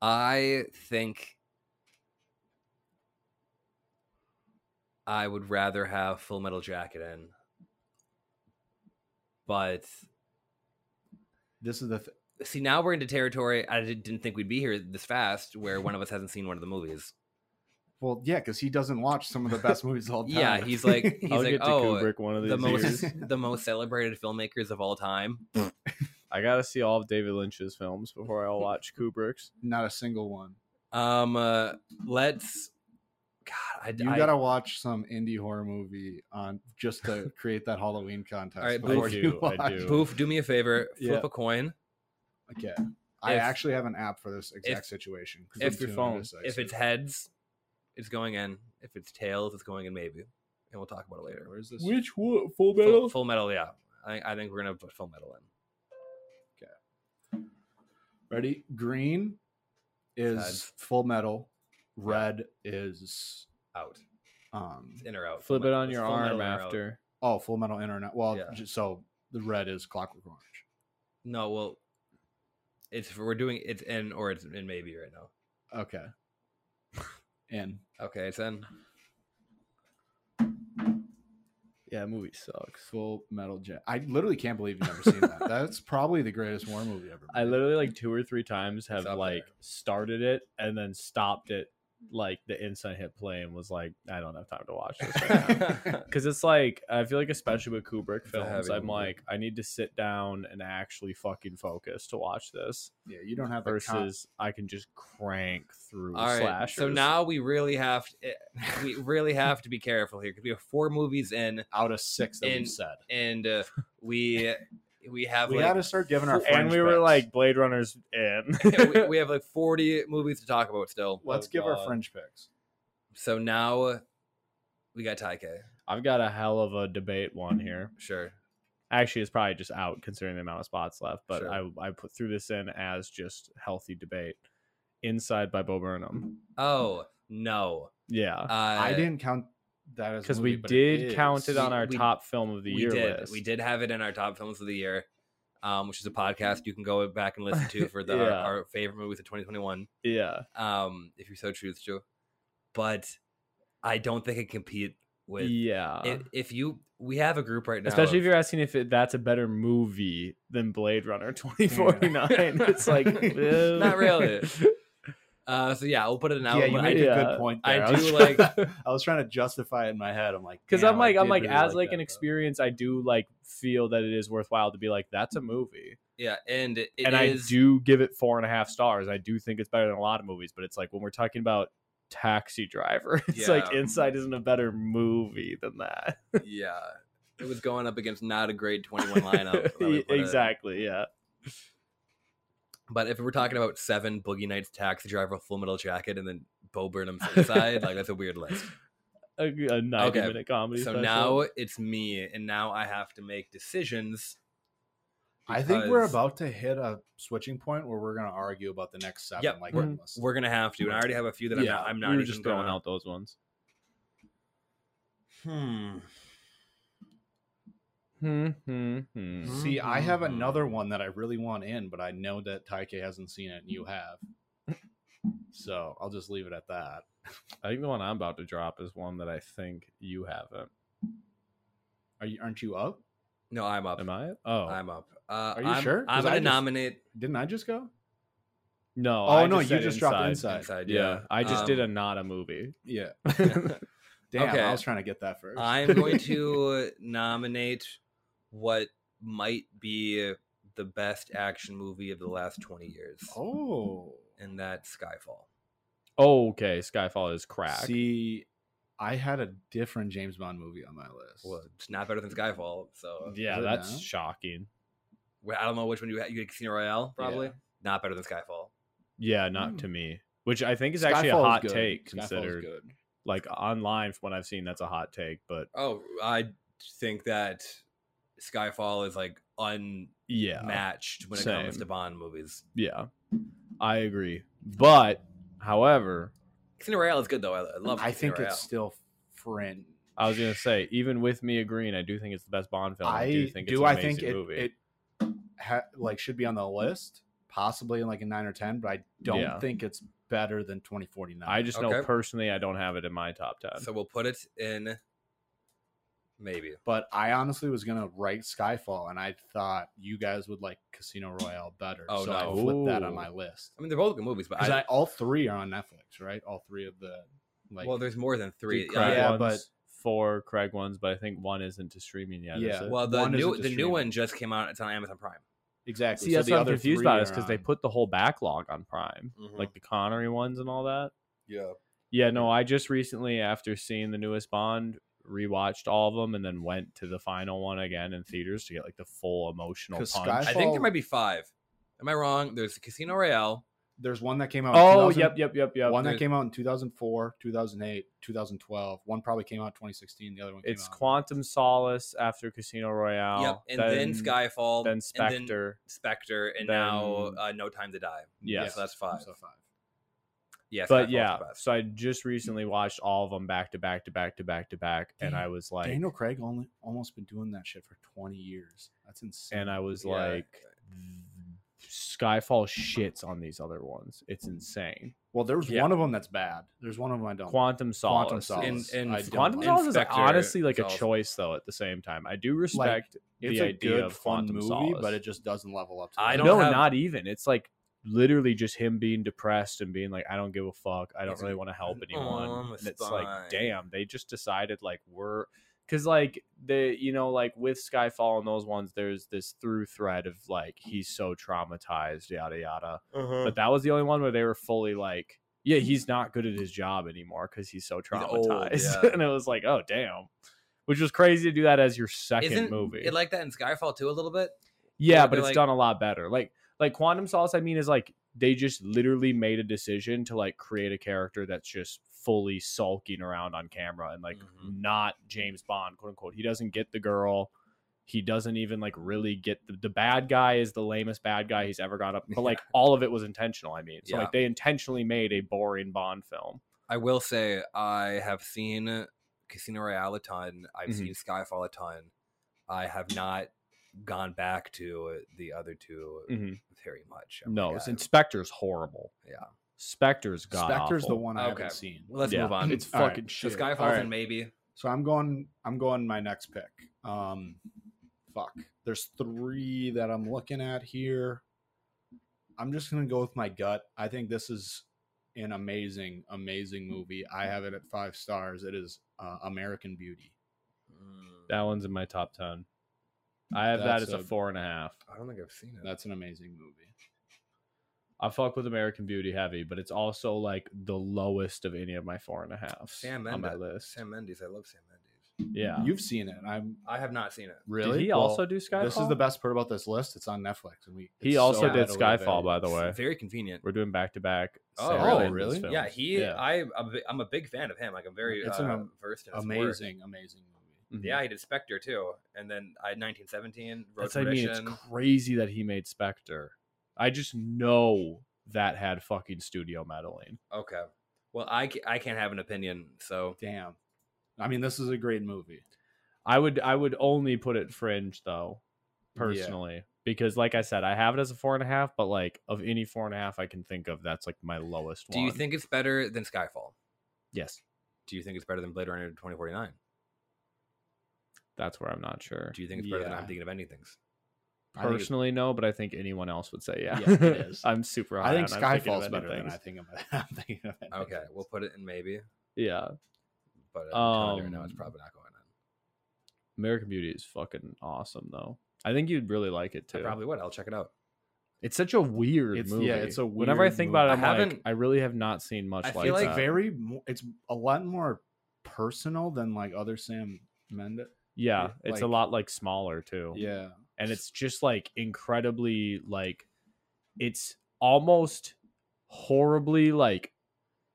Speaker 5: I think I would rather have Full Metal Jacket in, but
Speaker 4: This is the th-
Speaker 5: see now we're into territory I did- didn't think we'd be here this fast, where one of us hasn't seen one of the movies.
Speaker 4: well, yeah, because he doesn't watch some of the best movies all the time.
Speaker 5: Yeah, he's like he's
Speaker 6: I'll
Speaker 5: like
Speaker 6: get to
Speaker 5: oh
Speaker 6: Kubrick one of these
Speaker 5: the most
Speaker 6: years.
Speaker 5: the most celebrated filmmakers of all time.
Speaker 6: I gotta see all of David Lynch's films before I'll watch Kubrick's.
Speaker 4: not a single one.
Speaker 5: Um, uh, let's. God, I,
Speaker 4: You
Speaker 5: I-
Speaker 4: gotta watch some indie horror movie on just to create that Halloween contest.
Speaker 5: All right,
Speaker 4: before
Speaker 5: I
Speaker 4: you
Speaker 6: do, I
Speaker 4: watch.
Speaker 6: do.
Speaker 5: poof. Do me a favor, flip
Speaker 6: Yeah.
Speaker 5: a coin.
Speaker 4: Okay. I
Speaker 5: If-
Speaker 4: actually have an app for this exact
Speaker 5: if-
Speaker 4: situation. 'cause
Speaker 5: if
Speaker 4: I'm
Speaker 6: your
Speaker 4: too
Speaker 6: phone-
Speaker 4: nervous, I
Speaker 5: If
Speaker 4: said.
Speaker 5: it's heads, it's going in. If it's tails, it's going in maybe, and we'll talk about it later.
Speaker 4: where is this?
Speaker 6: Which one? Full
Speaker 5: Full, full metal, yeah. I, I think we're gonna put full metal in.
Speaker 4: Ready? Green is
Speaker 5: Heads.
Speaker 4: Full Metal. Red is
Speaker 5: Out,
Speaker 4: um
Speaker 5: It's in or out.
Speaker 6: Flip
Speaker 5: Full
Speaker 6: it
Speaker 5: Metal-
Speaker 6: on your
Speaker 5: Full Metal in
Speaker 6: arm
Speaker 5: or out.
Speaker 6: after.
Speaker 4: oh Full Metal Internet. Well,
Speaker 5: Yeah.
Speaker 4: ju- so the red is Clockwork Orange.
Speaker 5: No, well, it's we're doing it's in or it's in maybe right now.
Speaker 4: Okay. And
Speaker 5: Okay, it's in.
Speaker 6: Yeah, that movie sucks.
Speaker 4: Full Metal Jacket. I literally can't believe you've never seen that. That's probably the greatest war movie ever.
Speaker 6: I
Speaker 4: made.
Speaker 6: literally like two or three times have
Speaker 5: up there.
Speaker 6: like started it and then stopped it like the instant hit play and was like, I don't have time to watch this right now. Cause it's like I feel like especially with Kubrick
Speaker 5: a heavy
Speaker 6: films, I'm
Speaker 5: movie.
Speaker 6: like, I need to sit down and actually fucking focus to watch this.
Speaker 4: Yeah, you don't have the con-
Speaker 6: Versus I can just crank through
Speaker 5: All right.
Speaker 6: slashers.
Speaker 5: So now we really have to, we really have to be careful here because we have four movies in,
Speaker 4: out of six that
Speaker 5: In-
Speaker 4: we've said.
Speaker 5: and uh, we we have
Speaker 4: We
Speaker 5: like,
Speaker 4: got to start giving our
Speaker 6: and
Speaker 4: French
Speaker 6: we were
Speaker 4: picks.
Speaker 6: like Blade Runners in.
Speaker 5: we, we have like forty movies to talk about still.
Speaker 4: let's
Speaker 6: Oh,
Speaker 4: give our
Speaker 6: God.
Speaker 4: French picks.
Speaker 5: So now uh, we got Taika.
Speaker 6: I've got a hell of a debate one here.
Speaker 5: Sure.
Speaker 6: Actually, it's probably just out considering the amount of spots left. But
Speaker 5: Sure.
Speaker 6: I I put threw this in as just healthy debate. Inside by Bo Burnham.
Speaker 5: Oh no, uh,
Speaker 6: Yeah,
Speaker 4: I didn't count that as a
Speaker 6: because we
Speaker 4: movie, but it
Speaker 6: did count
Speaker 4: is.
Speaker 6: it on
Speaker 5: We-
Speaker 6: our
Speaker 5: we-
Speaker 6: top film of the
Speaker 5: we
Speaker 6: year
Speaker 5: did.
Speaker 6: list.
Speaker 5: We did have it in our top films of the year, um, which is a podcast you can go back and listen to for the our-
Speaker 6: Yeah.
Speaker 5: our, favorite movies of 2021,
Speaker 6: Yeah.
Speaker 5: um, if you so choose to. But I don't think it compete with.
Speaker 6: yeah.
Speaker 5: i- if you, we have a group right now.
Speaker 6: Especially if
Speaker 5: of-
Speaker 6: you're asking if it, that's a better movie than Blade Runner 2049. it's like eh.
Speaker 5: Not really. Uh, so yeah, we'll put it in.
Speaker 4: yeah,
Speaker 5: out,
Speaker 4: you
Speaker 5: but
Speaker 4: made
Speaker 5: I,
Speaker 6: did- uh,
Speaker 4: a
Speaker 6: yeah,
Speaker 4: good point.
Speaker 5: I
Speaker 4: there.
Speaker 5: do
Speaker 4: was
Speaker 5: like-
Speaker 4: trying- I was trying to justify it in my head. I'm like,
Speaker 6: because
Speaker 4: damn,
Speaker 6: I'm like
Speaker 4: I
Speaker 6: I'm
Speaker 4: did
Speaker 6: like
Speaker 4: really
Speaker 6: as like,
Speaker 4: that,
Speaker 6: an
Speaker 4: though.
Speaker 6: experience, I do like feel that it is worthwhile to be like that's a movie,
Speaker 5: yeah, and it is
Speaker 6: and I do give it four and a half stars. I do think it's better than a lot of movies, but it's like when we're talking about Taxi Driver, it's like
Speaker 5: Yeah.
Speaker 6: Inside isn't a better movie than that.
Speaker 5: yeah. It was going up against not a grade 21 lineup. that we put it in.
Speaker 6: exactly, yeah.
Speaker 5: But if we're talking about seven Boogie Nights, Taxi Driver, Full Metal Jacket, and then Bo Burnham's inside, like that's a weird list.
Speaker 6: A, a ninety minute comedy.
Speaker 5: So
Speaker 6: special.
Speaker 5: now it's me, and now I have to make decisions.
Speaker 4: I think we're
Speaker 5: because-
Speaker 4: about to hit a switching point where we're going to argue about the next seven.
Speaker 5: Yep,
Speaker 4: like
Speaker 6: we're-
Speaker 4: it was.
Speaker 5: We're gonna have to, and I already have a few that I'm
Speaker 4: Yeah,
Speaker 5: not. I'm
Speaker 6: we
Speaker 5: not
Speaker 6: were
Speaker 5: even
Speaker 6: just throwing
Speaker 5: gonna-
Speaker 6: out those ones.
Speaker 5: Hmm.
Speaker 6: Hmm, hmm, hmm.
Speaker 4: See, I have another one that I really want in, but I know that Taike hasn't seen it and you have. So I'll just leave it at that.
Speaker 6: I think the one I'm about to drop is one that I think you haven't.
Speaker 4: Are you, aren't you up?
Speaker 5: No, I'm up.
Speaker 6: Am I? Oh,
Speaker 5: I'm up. Uh,
Speaker 4: Are you
Speaker 5: I'm,
Speaker 4: sure? 'Cause
Speaker 5: I'm
Speaker 4: I
Speaker 5: gonna
Speaker 4: just-
Speaker 5: nominate
Speaker 4: Didn't I just go?
Speaker 6: no.
Speaker 4: Oh,
Speaker 6: I
Speaker 4: no, you
Speaker 6: said
Speaker 4: just dropped inside.
Speaker 6: Inside.
Speaker 5: inside.
Speaker 6: Yeah, I just did a
Speaker 5: Um,
Speaker 6: not a movie.
Speaker 4: Yeah. Damn,
Speaker 5: Damn, I Okay.
Speaker 4: I
Speaker 5: was
Speaker 4: was trying to get that first.
Speaker 5: I'm going to nominate what might be the best action movie of the last 20 years,
Speaker 4: Oh.
Speaker 5: and that's Skyfall.
Speaker 6: oh, okay, Skyfall is crack.
Speaker 4: See, I had a different James Bond movie on my list.
Speaker 5: Well, it's not better than Skyfall, so
Speaker 6: yeah,
Speaker 4: Is it
Speaker 6: that's
Speaker 4: now?
Speaker 6: shocking.
Speaker 5: Well, I don't know which one you had. You had Casino Royale, probably. Not better than Skyfall.
Speaker 6: Yeah, not
Speaker 4: Hmm.
Speaker 6: to me. which I think is actually
Speaker 4: Skyfall
Speaker 6: a
Speaker 4: is
Speaker 6: hot
Speaker 4: good.
Speaker 6: take
Speaker 4: Skyfall is
Speaker 6: considered
Speaker 4: good.
Speaker 6: like online from what I've seen. That's a hot take, but
Speaker 5: Oh, I think that Skyfall is like unmatched
Speaker 6: yeah,
Speaker 5: when it comes
Speaker 6: Same.
Speaker 5: to Bond movies.
Speaker 6: yeah, I agree. But however,
Speaker 5: Casino Royale is good though. I, I love.
Speaker 4: I
Speaker 5: Casino
Speaker 4: think
Speaker 5: Royale.
Speaker 4: it's still fringe.
Speaker 6: I was gonna say, even with me agreeing, I do think it's the best Bond film. I, do think it's an
Speaker 4: I
Speaker 6: amazing
Speaker 4: think it,
Speaker 6: movie.
Speaker 4: it ha- like should be on the list, possibly in like a nine or ten, but I don't
Speaker 6: Yeah.
Speaker 4: think it's better than twenty forty nine.
Speaker 6: I just know
Speaker 5: Okay.
Speaker 6: personally, I don't have it in my top ten.
Speaker 5: So we'll put it in. Maybe
Speaker 4: but I honestly was gonna write Skyfall, and I thought you guys would like Casino Royale better.
Speaker 5: Oh,
Speaker 4: so
Speaker 5: no.
Speaker 4: I flipped that on
Speaker 6: Ooh.
Speaker 4: my list.
Speaker 5: I mean they're both good movies, but
Speaker 4: Because
Speaker 5: I,
Speaker 4: I, all three are on Netflix, right? All three of the like.
Speaker 5: well, there's more than three.
Speaker 6: Three
Speaker 5: I-
Speaker 6: Craig
Speaker 4: Yeah,
Speaker 6: ones,
Speaker 4: but-
Speaker 6: four Craig ones, but I think one isn't to streaming yet.
Speaker 4: Yeah,
Speaker 6: is it?
Speaker 5: Well, the
Speaker 4: One is
Speaker 5: new
Speaker 4: a
Speaker 5: the new
Speaker 4: streaming.
Speaker 5: one just came out. It's on Amazon Prime.
Speaker 4: exactly.
Speaker 6: see,
Speaker 4: so
Speaker 6: that's
Speaker 4: the
Speaker 6: what I'm
Speaker 4: other
Speaker 6: confused
Speaker 4: three
Speaker 6: about is
Speaker 4: are
Speaker 6: because they
Speaker 4: on- Mm-hmm.
Speaker 6: put the whole backlog on Prime, like the Connery ones and all that.
Speaker 5: yeah,
Speaker 6: Yeah, no, I just recently, after seeing the newest Bond, rewatched all of them and then went to the final one again in theaters to get like the full emotional
Speaker 4: 'Cause
Speaker 6: punch.
Speaker 5: I
Speaker 4: Skyfall-
Speaker 5: think there might be five. Am I wrong? There's Casino Royale.
Speaker 4: There's one that came out. in
Speaker 6: oh,
Speaker 4: 2000
Speaker 6: yep, yep, yep, yep.
Speaker 4: One
Speaker 5: There's-
Speaker 4: that came out in 2004, 2008, 2012. One probably came out in 2016. The other one came
Speaker 6: it's
Speaker 4: out.
Speaker 6: Quantum Solace after Casino Royale.
Speaker 5: yep, and then, Skyfall,
Speaker 6: Oh, Then
Speaker 5: and then
Speaker 6: Spectre.
Speaker 5: Spectre, and
Speaker 6: then-
Speaker 5: now uh, No Time to Die.
Speaker 6: Yes.
Speaker 5: so that's five.
Speaker 4: So five.
Speaker 5: Yeah,
Speaker 6: but
Speaker 5: Skyfall's
Speaker 6: yeah,
Speaker 5: the best.
Speaker 6: so I just recently watched all of them back to back to back to back to back, and
Speaker 4: Dang-
Speaker 6: I was like,
Speaker 4: Daniel Craig only almost been doing that shit for 20 years. That's insane.
Speaker 6: and I was
Speaker 5: Yeah.
Speaker 6: like, Skyfall shits on these other ones. It's insane.
Speaker 4: well, there's
Speaker 5: Yeah.
Speaker 4: one of them that's bad. There's one of them I don't.
Speaker 6: Quantum Solace.
Speaker 4: Quantum Solace.
Speaker 5: And- and
Speaker 4: I don't
Speaker 6: Quantum
Speaker 4: like.
Speaker 5: Solace-
Speaker 6: Solace is like,
Speaker 5: Inspector
Speaker 6: honestly like
Speaker 5: Solace.
Speaker 6: a choice though. At the same time, I do respect
Speaker 4: It's
Speaker 6: the
Speaker 4: a
Speaker 6: idea
Speaker 4: good,
Speaker 6: of
Speaker 4: fun
Speaker 6: Quantum
Speaker 4: movie,
Speaker 6: Solace.
Speaker 4: but it just doesn't level up. To
Speaker 5: I
Speaker 4: that.
Speaker 5: don't
Speaker 6: no,
Speaker 5: have-
Speaker 6: not even. It's like literally just him being depressed and being like, I don't give a fuck. I don't
Speaker 5: It's
Speaker 6: really
Speaker 5: an-
Speaker 6: want to help
Speaker 5: an
Speaker 6: anyone.
Speaker 5: arm, a
Speaker 6: And it's
Speaker 5: spine.
Speaker 6: like, damn, they just decided like we're because like the you know like with Skyfall and those ones, there's this through thread of like he's so traumatized, yada yada.
Speaker 5: Mm-hmm. Uh-huh.
Speaker 6: But that was the only one where they were fully like. Yeah, he's not good at his job anymore because he's so
Speaker 5: old,
Speaker 6: traumatized.
Speaker 5: yeah.
Speaker 6: and it was like, oh damn, which was crazy to do that as your 2nd
Speaker 5: Isn't
Speaker 6: movie.
Speaker 5: it like that in Skyfall too a little bit?
Speaker 6: Yeah,
Speaker 5: Or
Speaker 6: but
Speaker 5: they're
Speaker 6: it's
Speaker 5: like-
Speaker 6: done a lot better. Like like Quantum Solace, I mean, is like they just literally made a decision to like create a character that's just fully sulking around on camera and like
Speaker 5: Mhm.
Speaker 6: not James Bond, quote unquote. He doesn't get the girl. He doesn't even like really get the, the bad guy is the lamest bad guy he's ever got up. But like all of it was intentional. I mean, so
Speaker 5: Yeah.
Speaker 6: like they intentionally made a boring Bond film.
Speaker 5: I will say I have seen Casino Royale a ton. I've
Speaker 6: Mhm.
Speaker 5: seen Skyfall a ton. I have not gone back to the other 2
Speaker 6: Mhm.
Speaker 5: very much. Oh I'm
Speaker 6: No,
Speaker 5: like,
Speaker 6: it's
Speaker 5: I-
Speaker 6: Inspector's horrible.
Speaker 5: Yeah.
Speaker 6: Spectre's god.
Speaker 4: Spectre's the one I
Speaker 5: Okay.
Speaker 4: haven't seen.
Speaker 5: Well, let's
Speaker 6: Yeah.
Speaker 5: move on.
Speaker 4: It's
Speaker 5: All
Speaker 4: fucking
Speaker 5: right. So
Speaker 4: shit.
Speaker 5: Skyfall's
Speaker 4: All right.
Speaker 5: and maybe.
Speaker 4: So I'm going. I'm going my next pick. Um, fuck. There's three that I'm looking at here. I'm just gonna go with my gut. I think this is an amazing, amazing movie. I have it at five stars. It is uh, American Beauty.
Speaker 5: Mm,
Speaker 6: That one's in my top ten. I have
Speaker 4: That's
Speaker 6: that as a
Speaker 4: a-
Speaker 6: four and a half.
Speaker 5: I don't think I've seen it.
Speaker 4: That's an amazing movie.
Speaker 6: I fuck with American Beauty heavy, but it's also like the lowest of any of my four and a half
Speaker 5: Sam
Speaker 6: on my
Speaker 5: Mendes.
Speaker 6: list.
Speaker 5: Sam Mendes. I love Sam Mendes.
Speaker 6: yeah,
Speaker 4: You've seen it. I'm
Speaker 5: I have not seen it.
Speaker 4: really.
Speaker 6: did he
Speaker 4: Well,
Speaker 6: also do Skyfall?
Speaker 4: This is the best part about this list. It's on Netflix, and we.
Speaker 6: He
Speaker 4: it's
Speaker 6: also
Speaker 4: so
Speaker 6: did
Speaker 4: readily available.
Speaker 6: Skyfall, by the
Speaker 5: It's
Speaker 6: way.
Speaker 5: very convenient.
Speaker 6: We're doing back to back.
Speaker 5: Oh,
Speaker 4: really? Really?
Speaker 5: Yeah, he.
Speaker 6: Yeah.
Speaker 5: I. I'm a bi- I'm a big fan of him. Like I'm very
Speaker 4: It's
Speaker 5: uh,
Speaker 4: an am-
Speaker 5: versed in his work.
Speaker 4: Amazing, amazing movie.
Speaker 5: Yeah, he did Spectre too, and then I 1917. Road
Speaker 6: Mm-hmm. that's I mean, it's
Speaker 5: Perdition.
Speaker 6: crazy that he made Spectre. I just know that had fucking studio meddling.
Speaker 5: Okay. Well, I, ca- I can't have an opinion, so
Speaker 6: Hmm.
Speaker 4: Damn. I mean, this is a great movie.
Speaker 6: I would I would only put it fringe though,
Speaker 4: Yeah.
Speaker 6: personally. Because like I said, I have it as a four and a half, but like of any four and a half I can think of, that's like my lowest
Speaker 5: do
Speaker 6: one.
Speaker 5: you think it's better than Skyfall?
Speaker 6: Yes.
Speaker 5: Do you think it's better than Blade Runner 2049?
Speaker 6: That's where I'm not sure.
Speaker 5: Do you think it's better than I'm
Speaker 4: Yeah.
Speaker 5: thinking of anything's?
Speaker 4: I think it's-
Speaker 6: Personally, no, but I think anyone else would say yeah.
Speaker 4: Yeah, it is.
Speaker 6: I'm super high.
Speaker 4: I think
Speaker 6: on I'm thinking of
Speaker 4: Skyfall's better than
Speaker 6: anything.
Speaker 4: I think of it. I'm thinking of it.
Speaker 5: Okay, we'll put it in maybe,
Speaker 6: Yeah,
Speaker 5: but um, right now it's
Speaker 6: Um,
Speaker 5: probably not going in.
Speaker 6: American Beauty is fucking awesome though. I think you'd really like it too.
Speaker 5: I probably would. I'll check it out.
Speaker 6: It's such a weird
Speaker 4: It's-
Speaker 6: movie.
Speaker 4: yeah, it's a
Speaker 6: Whenever I
Speaker 4: weird
Speaker 6: think
Speaker 4: movie.
Speaker 6: about it,
Speaker 5: I
Speaker 6: I'm I like,
Speaker 5: haven't-
Speaker 6: I really have not seen much
Speaker 5: I feel
Speaker 6: like,
Speaker 5: like
Speaker 6: that.
Speaker 4: very. mo- It's a lot more personal than like other Sam Mendes.
Speaker 6: yeah, it's a
Speaker 4: like-
Speaker 6: lot like smaller too.
Speaker 4: Yeah,
Speaker 6: and it's just like incredibly like it's almost horribly like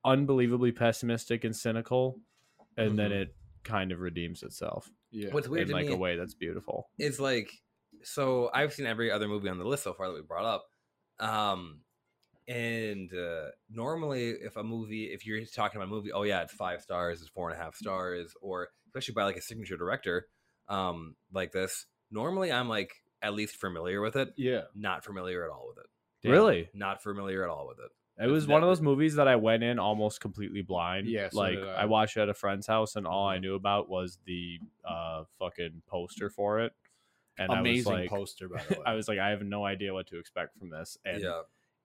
Speaker 6: unbelievably pessimistic and cynical and then
Speaker 5: Mhm.
Speaker 6: it kind of redeems itself
Speaker 4: Yeah.
Speaker 5: What's weird
Speaker 6: in
Speaker 5: to
Speaker 6: like
Speaker 5: me
Speaker 6: a way that's beautiful
Speaker 5: is like, so I've seen every other movie on the list so far that we brought up, um, and uh, normally if a movie, if you're talking about a movie, oh yeah, it's five stars, it's four and a
Speaker 6: Mm-hmm.
Speaker 5: half stars, or especially by like a signature director, um, like this. Normally, I'm like at least familiar with it.
Speaker 4: Yeah.
Speaker 5: Not familiar at all with it.
Speaker 6: really
Speaker 5: Not familiar at all with it.
Speaker 6: it was
Speaker 5: that-
Speaker 6: one of those movies that i went in almost completely blind
Speaker 4: Yeah, so
Speaker 6: like
Speaker 4: did
Speaker 6: I.
Speaker 4: I.
Speaker 6: watched it at a friend's house and all i knew about was the uh fucking poster for it and
Speaker 4: Amazing
Speaker 6: i was like
Speaker 4: poster by the way.
Speaker 6: i was like i have no idea what to expect from this and
Speaker 5: yeah.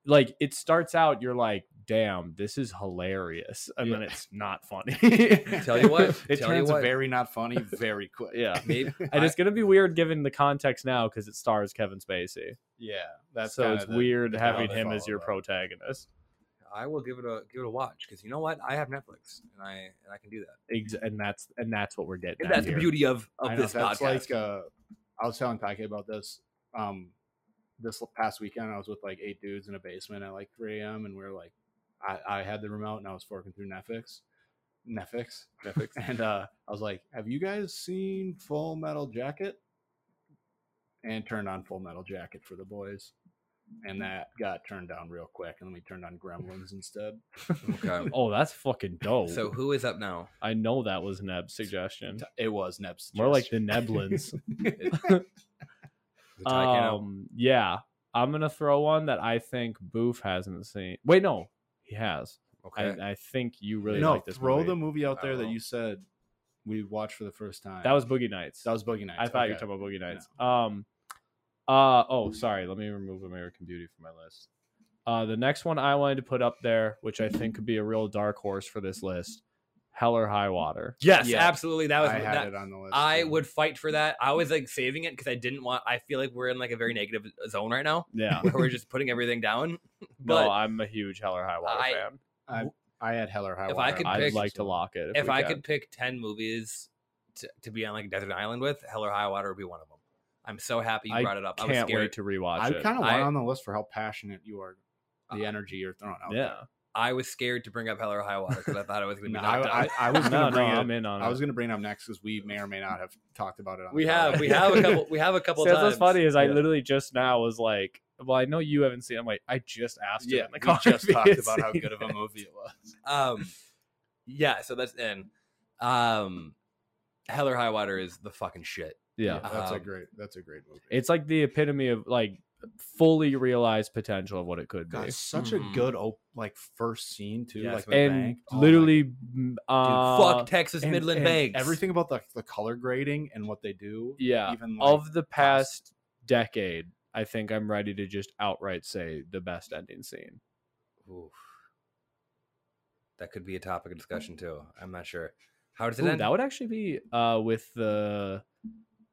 Speaker 6: like it starts out you're like damn this is hilarious and then
Speaker 4: Yeah.
Speaker 6: it's not funny
Speaker 5: Tell you what,
Speaker 4: it
Speaker 5: tell you
Speaker 4: turns
Speaker 5: what.
Speaker 4: very not funny very quick.
Speaker 6: Yeah.
Speaker 5: Maybe
Speaker 6: and
Speaker 5: I-
Speaker 6: it's gonna be weird given the context now because it stars kevin spacey
Speaker 4: Yeah. That's
Speaker 6: so
Speaker 4: kinda
Speaker 6: it's
Speaker 4: the-
Speaker 6: weird
Speaker 4: the
Speaker 6: having
Speaker 4: down they
Speaker 6: him as
Speaker 4: follow,
Speaker 6: your
Speaker 4: though.
Speaker 6: protagonist
Speaker 5: I will give it a give it a watch because you know what? I have Netflix and I and I can do that.
Speaker 6: Ex- and that's and that's what we're getting
Speaker 5: And
Speaker 6: at
Speaker 5: that's the
Speaker 6: here.
Speaker 5: beauty of of
Speaker 4: I know,
Speaker 5: this
Speaker 4: that's
Speaker 5: podcast.
Speaker 4: like uh, I was telling Taki about this. Um, this l- past weekend, I was with like eight dudes in a basement at like 3 a.m. and we were like, I, I had the remote and I was forking through Netflix, Netflix, Netflix, and uh, I was like, Have you guys seen Full Metal Jacket? And turned on Full Metal Jacket for the boys, and that got turned down real quick. And then we turned on Gremlins instead.
Speaker 5: Okay.
Speaker 6: oh that's fucking dope
Speaker 5: So who is up now?
Speaker 6: i know that was neb's suggestion
Speaker 4: It was Nep's.
Speaker 6: Hmm. More like the
Speaker 4: suggestion.
Speaker 5: The tie can out.
Speaker 6: um yeah i'm gonna throw one that i think boof hasn't seen wait no he has
Speaker 5: Oh, okay.
Speaker 6: I, I think you really
Speaker 4: no,
Speaker 6: like this
Speaker 4: throw
Speaker 6: movie.
Speaker 4: the movie out there
Speaker 5: Oh.
Speaker 4: that you said we watched for the first time.
Speaker 6: That was Boogie Nights.
Speaker 4: that was Boogie Nights.
Speaker 6: I thought you were
Speaker 4: okay.
Speaker 6: talking about Boogie Nights. Um, uh, oh, sorry. Let me remove American Beauty from my list. Uh, the next one I wanted to put up there, which I think could be a real dark horse for this list, Hell or High Water.
Speaker 5: yes,
Speaker 4: yeah.
Speaker 5: absolutely. That was
Speaker 4: I had
Speaker 5: that,
Speaker 4: it on the list.
Speaker 5: I
Speaker 4: too.
Speaker 5: would fight for that. I was like saving it because I didn't want. I feel like we're in like a very negative zone right now
Speaker 6: Yeah.
Speaker 5: where we're just putting everything down. But
Speaker 6: no, I'm a huge Hell or High Water
Speaker 5: I-
Speaker 6: fan.
Speaker 4: I had Hell or High
Speaker 5: If
Speaker 4: Water.
Speaker 5: I could
Speaker 4: on
Speaker 6: I'd
Speaker 5: pick-
Speaker 4: my list
Speaker 6: like
Speaker 4: as
Speaker 6: to
Speaker 4: well.
Speaker 6: lock it.
Speaker 5: if
Speaker 6: we
Speaker 5: I
Speaker 6: can.
Speaker 5: could pick ten movies to, to be on like a desert island with, Hell or High Water would be one of them. I'm so happy you
Speaker 6: I
Speaker 5: brought it up. I was
Speaker 6: can't
Speaker 5: scared.
Speaker 6: wait to rewatch
Speaker 4: I
Speaker 6: it.
Speaker 4: kind of
Speaker 5: I-
Speaker 4: went on the list for how passionate you are, the
Speaker 5: Uh,
Speaker 4: energy you're throwing out.
Speaker 6: yeah.
Speaker 5: I was scared to bring up Hell or High Water because I thought it was
Speaker 4: there.
Speaker 5: going to
Speaker 4: No,
Speaker 5: be knocked
Speaker 4: I,
Speaker 5: out.
Speaker 4: I, I was
Speaker 6: no,
Speaker 4: gonna
Speaker 6: no,
Speaker 4: bring
Speaker 6: I'm
Speaker 4: it.
Speaker 6: in on it.
Speaker 4: I was gonna bring it up next because we may or may not have talked about it. On
Speaker 5: we
Speaker 4: the
Speaker 5: have
Speaker 4: pod.
Speaker 5: we have a couple we have a couple
Speaker 6: See, that's
Speaker 5: times.
Speaker 6: what's funny is I
Speaker 4: Yeah.
Speaker 6: literally just now was like, well, I know you haven't seen. It. I'm like, I just asked you.
Speaker 4: yeah,
Speaker 6: in the
Speaker 4: we
Speaker 6: car
Speaker 4: just
Speaker 6: if you
Speaker 4: talked
Speaker 6: had
Speaker 4: about how
Speaker 6: seen
Speaker 4: good of
Speaker 6: it.
Speaker 4: a movie it was.
Speaker 5: um yeah so that's in um hell or high water is the fucking shit
Speaker 6: Yeah.
Speaker 4: that's a
Speaker 5: Um,
Speaker 4: great. That's a great movie.
Speaker 6: It's like the epitome of like fully realized potential of what it could
Speaker 4: God,
Speaker 6: be.
Speaker 4: such
Speaker 5: Mhm.
Speaker 4: a good op- like first scene too.
Speaker 5: Yes, with
Speaker 4: like the
Speaker 6: And
Speaker 4: bank. Oh my
Speaker 6: literally, m-
Speaker 5: Dude,
Speaker 6: uh,
Speaker 5: fuck texas
Speaker 4: and-
Speaker 5: midland
Speaker 4: and
Speaker 5: banks
Speaker 4: Everything about the, the color grading and what they do.
Speaker 6: yeah,
Speaker 4: even like,
Speaker 6: of the past decade, I think I'm ready to just outright say the best ending scene.
Speaker 5: Oof. that could be a topic of discussion too i'm not sure how does it
Speaker 6: Ooh,
Speaker 5: end
Speaker 6: that would actually be uh, with the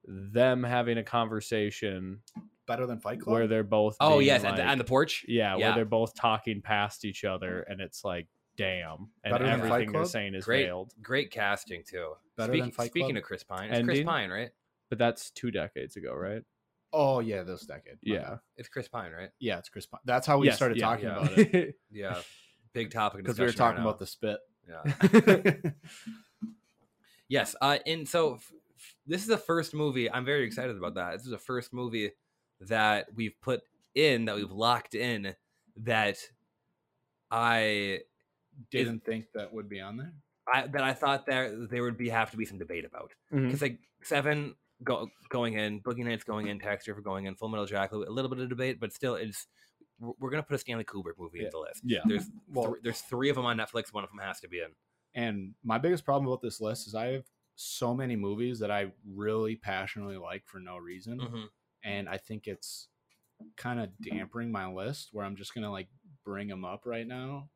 Speaker 6: them having a conversation
Speaker 4: better than Fight Club.
Speaker 6: where they're both.
Speaker 5: oh
Speaker 6: being
Speaker 5: yes at the,
Speaker 6: like-
Speaker 5: on the porch
Speaker 6: yeah,
Speaker 5: Yeah.
Speaker 6: where they're both talking past each other, and it's like, damn, and
Speaker 4: Better
Speaker 5: than Fight
Speaker 6: everything they're
Speaker 4: Club?
Speaker 6: saying is
Speaker 5: Great.
Speaker 6: veiled.
Speaker 5: great casting too
Speaker 4: Better
Speaker 5: speaking,
Speaker 4: than Fight
Speaker 5: speaking
Speaker 4: Club?
Speaker 5: of chris pine it's chris
Speaker 6: Ending?
Speaker 5: pine right
Speaker 6: But that's two decades ago, right?
Speaker 4: oh yeah, this decade. My
Speaker 6: Yeah.
Speaker 4: bad.
Speaker 5: it's chris pine right
Speaker 4: yeah, it's Chris. Pine. That's how we
Speaker 6: Yes,
Speaker 4: started
Speaker 6: yeah,
Speaker 4: talking
Speaker 5: yeah.
Speaker 4: about it
Speaker 5: yeah big topic of
Speaker 4: because we were
Speaker 5: discussion right
Speaker 4: talking about
Speaker 5: now.
Speaker 4: the spit.
Speaker 5: yeah Yes, uh, and so f- f- this is the first movie. I'm very excited about that. This is the first movie that we've put in that we've locked in that I,
Speaker 4: Didn't think that would be on there.
Speaker 5: I that I thought there there would be have to be some debate about
Speaker 4: Mm-hmm.
Speaker 6: Mhm.
Speaker 5: because like seven go, going in, Boogie Nights going in, Tax Driver going in, Full Metal Jacket, a little bit of debate, but still it's we're we're gonna put a Stanley Kubrick movie in
Speaker 4: Yeah.
Speaker 5: the list.
Speaker 6: Yeah.
Speaker 5: There's
Speaker 4: Well,
Speaker 5: thr- there's three of them on Netflix. One of them has to be in.
Speaker 4: and my biggest problem about this list is I have so many movies that I really passionately like for no reason, and I think it's kind of dampering my list where I'm just gonna like bring them up right now,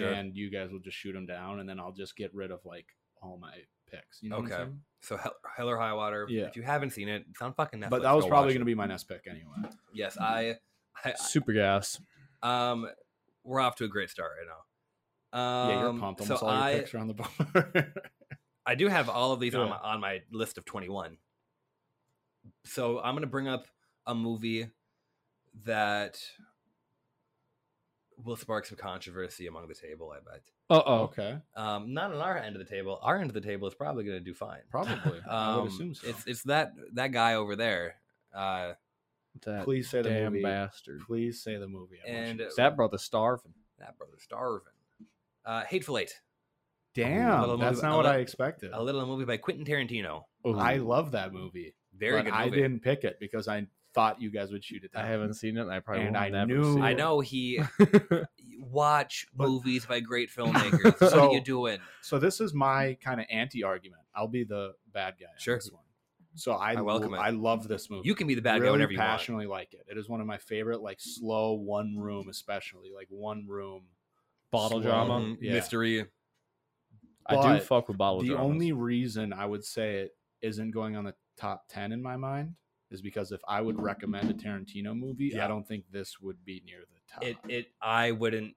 Speaker 4: and you guys will just shoot them down, and then I'll just get rid of like all my picks. You know what I'm
Speaker 5: Okay.
Speaker 4: saying?
Speaker 5: So Hell, Hell or High Water.
Speaker 4: Yeah.
Speaker 5: If you haven't seen it, it's on fucking Netflix.
Speaker 4: but that was
Speaker 5: Go
Speaker 4: probably
Speaker 5: watch
Speaker 4: going
Speaker 5: it.
Speaker 4: to be my next pick anyway.
Speaker 5: Yes, I, I,
Speaker 6: Super gas.
Speaker 5: I- um, we're off to a great start right now. Um,
Speaker 4: yeah, you're pumped. Almost
Speaker 5: so
Speaker 4: all your
Speaker 5: I,
Speaker 4: picks are on the board.
Speaker 5: I do have all of these on
Speaker 4: Good.
Speaker 5: my, on my list of 21. So I'm gonna bring up a movie that will spark some controversy among the table. I bet.
Speaker 6: Uh oh.
Speaker 4: Okay,
Speaker 5: Um, not on our end of the table. Our end of the table is probably going to do fine.
Speaker 4: probably. I
Speaker 5: Um,
Speaker 4: would assume so.
Speaker 5: It's it's that that guy over there. Uh,
Speaker 6: That
Speaker 4: Please say the
Speaker 6: damn
Speaker 4: movie.
Speaker 6: bastard.
Speaker 4: Please say the movie. I want
Speaker 5: and
Speaker 4: you to-
Speaker 6: That brother starving.
Speaker 5: that brother starving. Uh, Hateful Eight,
Speaker 4: damn,
Speaker 5: Little
Speaker 4: that's
Speaker 5: movie-
Speaker 4: not
Speaker 5: a
Speaker 4: what I
Speaker 5: li-
Speaker 4: expected.
Speaker 5: a little movie by Quentin Tarantino.
Speaker 4: I love that movie,
Speaker 5: Very
Speaker 4: but
Speaker 5: good
Speaker 4: I
Speaker 5: movie.
Speaker 4: didn't pick it because I thought you guys would shoot it.
Speaker 6: I
Speaker 4: down.
Speaker 6: haven't seen it. And I probably
Speaker 4: And
Speaker 6: will
Speaker 4: I
Speaker 6: never
Speaker 4: knew-
Speaker 6: see
Speaker 5: I
Speaker 6: it.
Speaker 5: know he watch
Speaker 4: But-
Speaker 5: movies by great filmmakers. what
Speaker 4: So-
Speaker 5: are you doing?
Speaker 4: So this is my kind of anti-argument. I'll be the bad guy. in
Speaker 5: Sure.
Speaker 4: This one. So I,
Speaker 5: I welcome it.
Speaker 4: I love this movie.
Speaker 5: You can be the bad guy
Speaker 4: really
Speaker 5: whenever you want.
Speaker 4: passionately like it. It is one of my favorite, like slow one room, especially like one room
Speaker 6: Bottle
Speaker 4: slow-
Speaker 6: drama?
Speaker 5: Mhm,
Speaker 4: Yeah.
Speaker 5: mystery.
Speaker 6: I do
Speaker 4: but
Speaker 6: fuck with bottle
Speaker 4: the
Speaker 6: dramas.
Speaker 4: only reason I would say it isn't going on the top ten in my mind is because if I would recommend a Tarantino movie,
Speaker 5: Yeah.
Speaker 4: I don't think this would be near the top.
Speaker 5: It it I wouldn't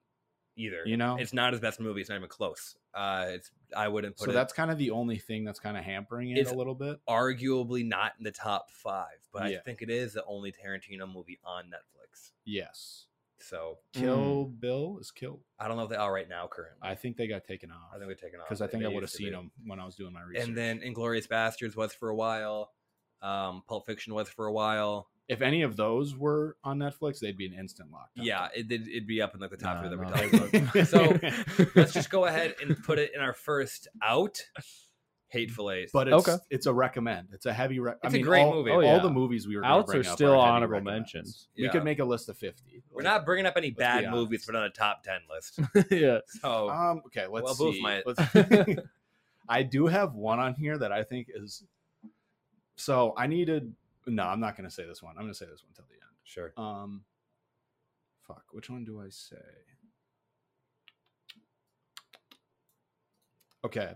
Speaker 5: either.
Speaker 4: you know,
Speaker 5: it's not his best movie. It's not even close. Uh, it's I wouldn't put
Speaker 4: so
Speaker 5: it.
Speaker 4: that's kind of the only thing that's kind of hampering it
Speaker 5: It's-
Speaker 4: a little bit.
Speaker 5: arguably not in the top five, but I
Speaker 4: Yeah.
Speaker 5: think it is the only Tarantino movie on Netflix.
Speaker 4: Yes,
Speaker 5: So
Speaker 4: Kill Bill is Kill.
Speaker 5: I don't know if they are right now currently.
Speaker 4: I think they got taken off.
Speaker 5: I think they're taken off
Speaker 4: because I
Speaker 5: They-
Speaker 4: think I
Speaker 5: they
Speaker 4: would have
Speaker 5: used to
Speaker 4: seen
Speaker 5: be.
Speaker 4: them when I was doing my research.
Speaker 5: And then Inglorious Bastards was for a while. Um, Pulp Fiction was for a while.
Speaker 4: if any of those were on Netflix, they'd be an instant lockdown.
Speaker 5: Yeah, it, it'd, it'd be up in like the top
Speaker 6: Nah,
Speaker 5: three that we
Speaker 6: nah.
Speaker 5: talked about. So, let's just go ahead and put it in our first out. Hateful Eight.
Speaker 4: But it's
Speaker 6: Okay.
Speaker 4: it's a recommend. It's a heavy. Re- I
Speaker 5: It's a
Speaker 4: mean,
Speaker 5: great
Speaker 4: all,
Speaker 5: movie.
Speaker 4: All
Speaker 6: Oh, yeah.
Speaker 4: the movies we were
Speaker 6: Outs
Speaker 4: outs
Speaker 6: are still honorable mentions.
Speaker 5: Yeah.
Speaker 4: We could make a list of fifty.
Speaker 5: we're
Speaker 4: Like,
Speaker 5: not bringing up any
Speaker 4: let's be
Speaker 5: bad movies,
Speaker 4: honest.
Speaker 5: but on a top ten list.
Speaker 6: yeah.
Speaker 5: So
Speaker 4: Um. Okay. Let's
Speaker 5: Well, both
Speaker 4: see.
Speaker 5: might.
Speaker 4: Let's- I do have one on here that I think is. So I needed. No, I'm not going to say this one. I'm going to say this one till the end.
Speaker 5: sure.
Speaker 4: Um, fuck. Which one do I say? Okay.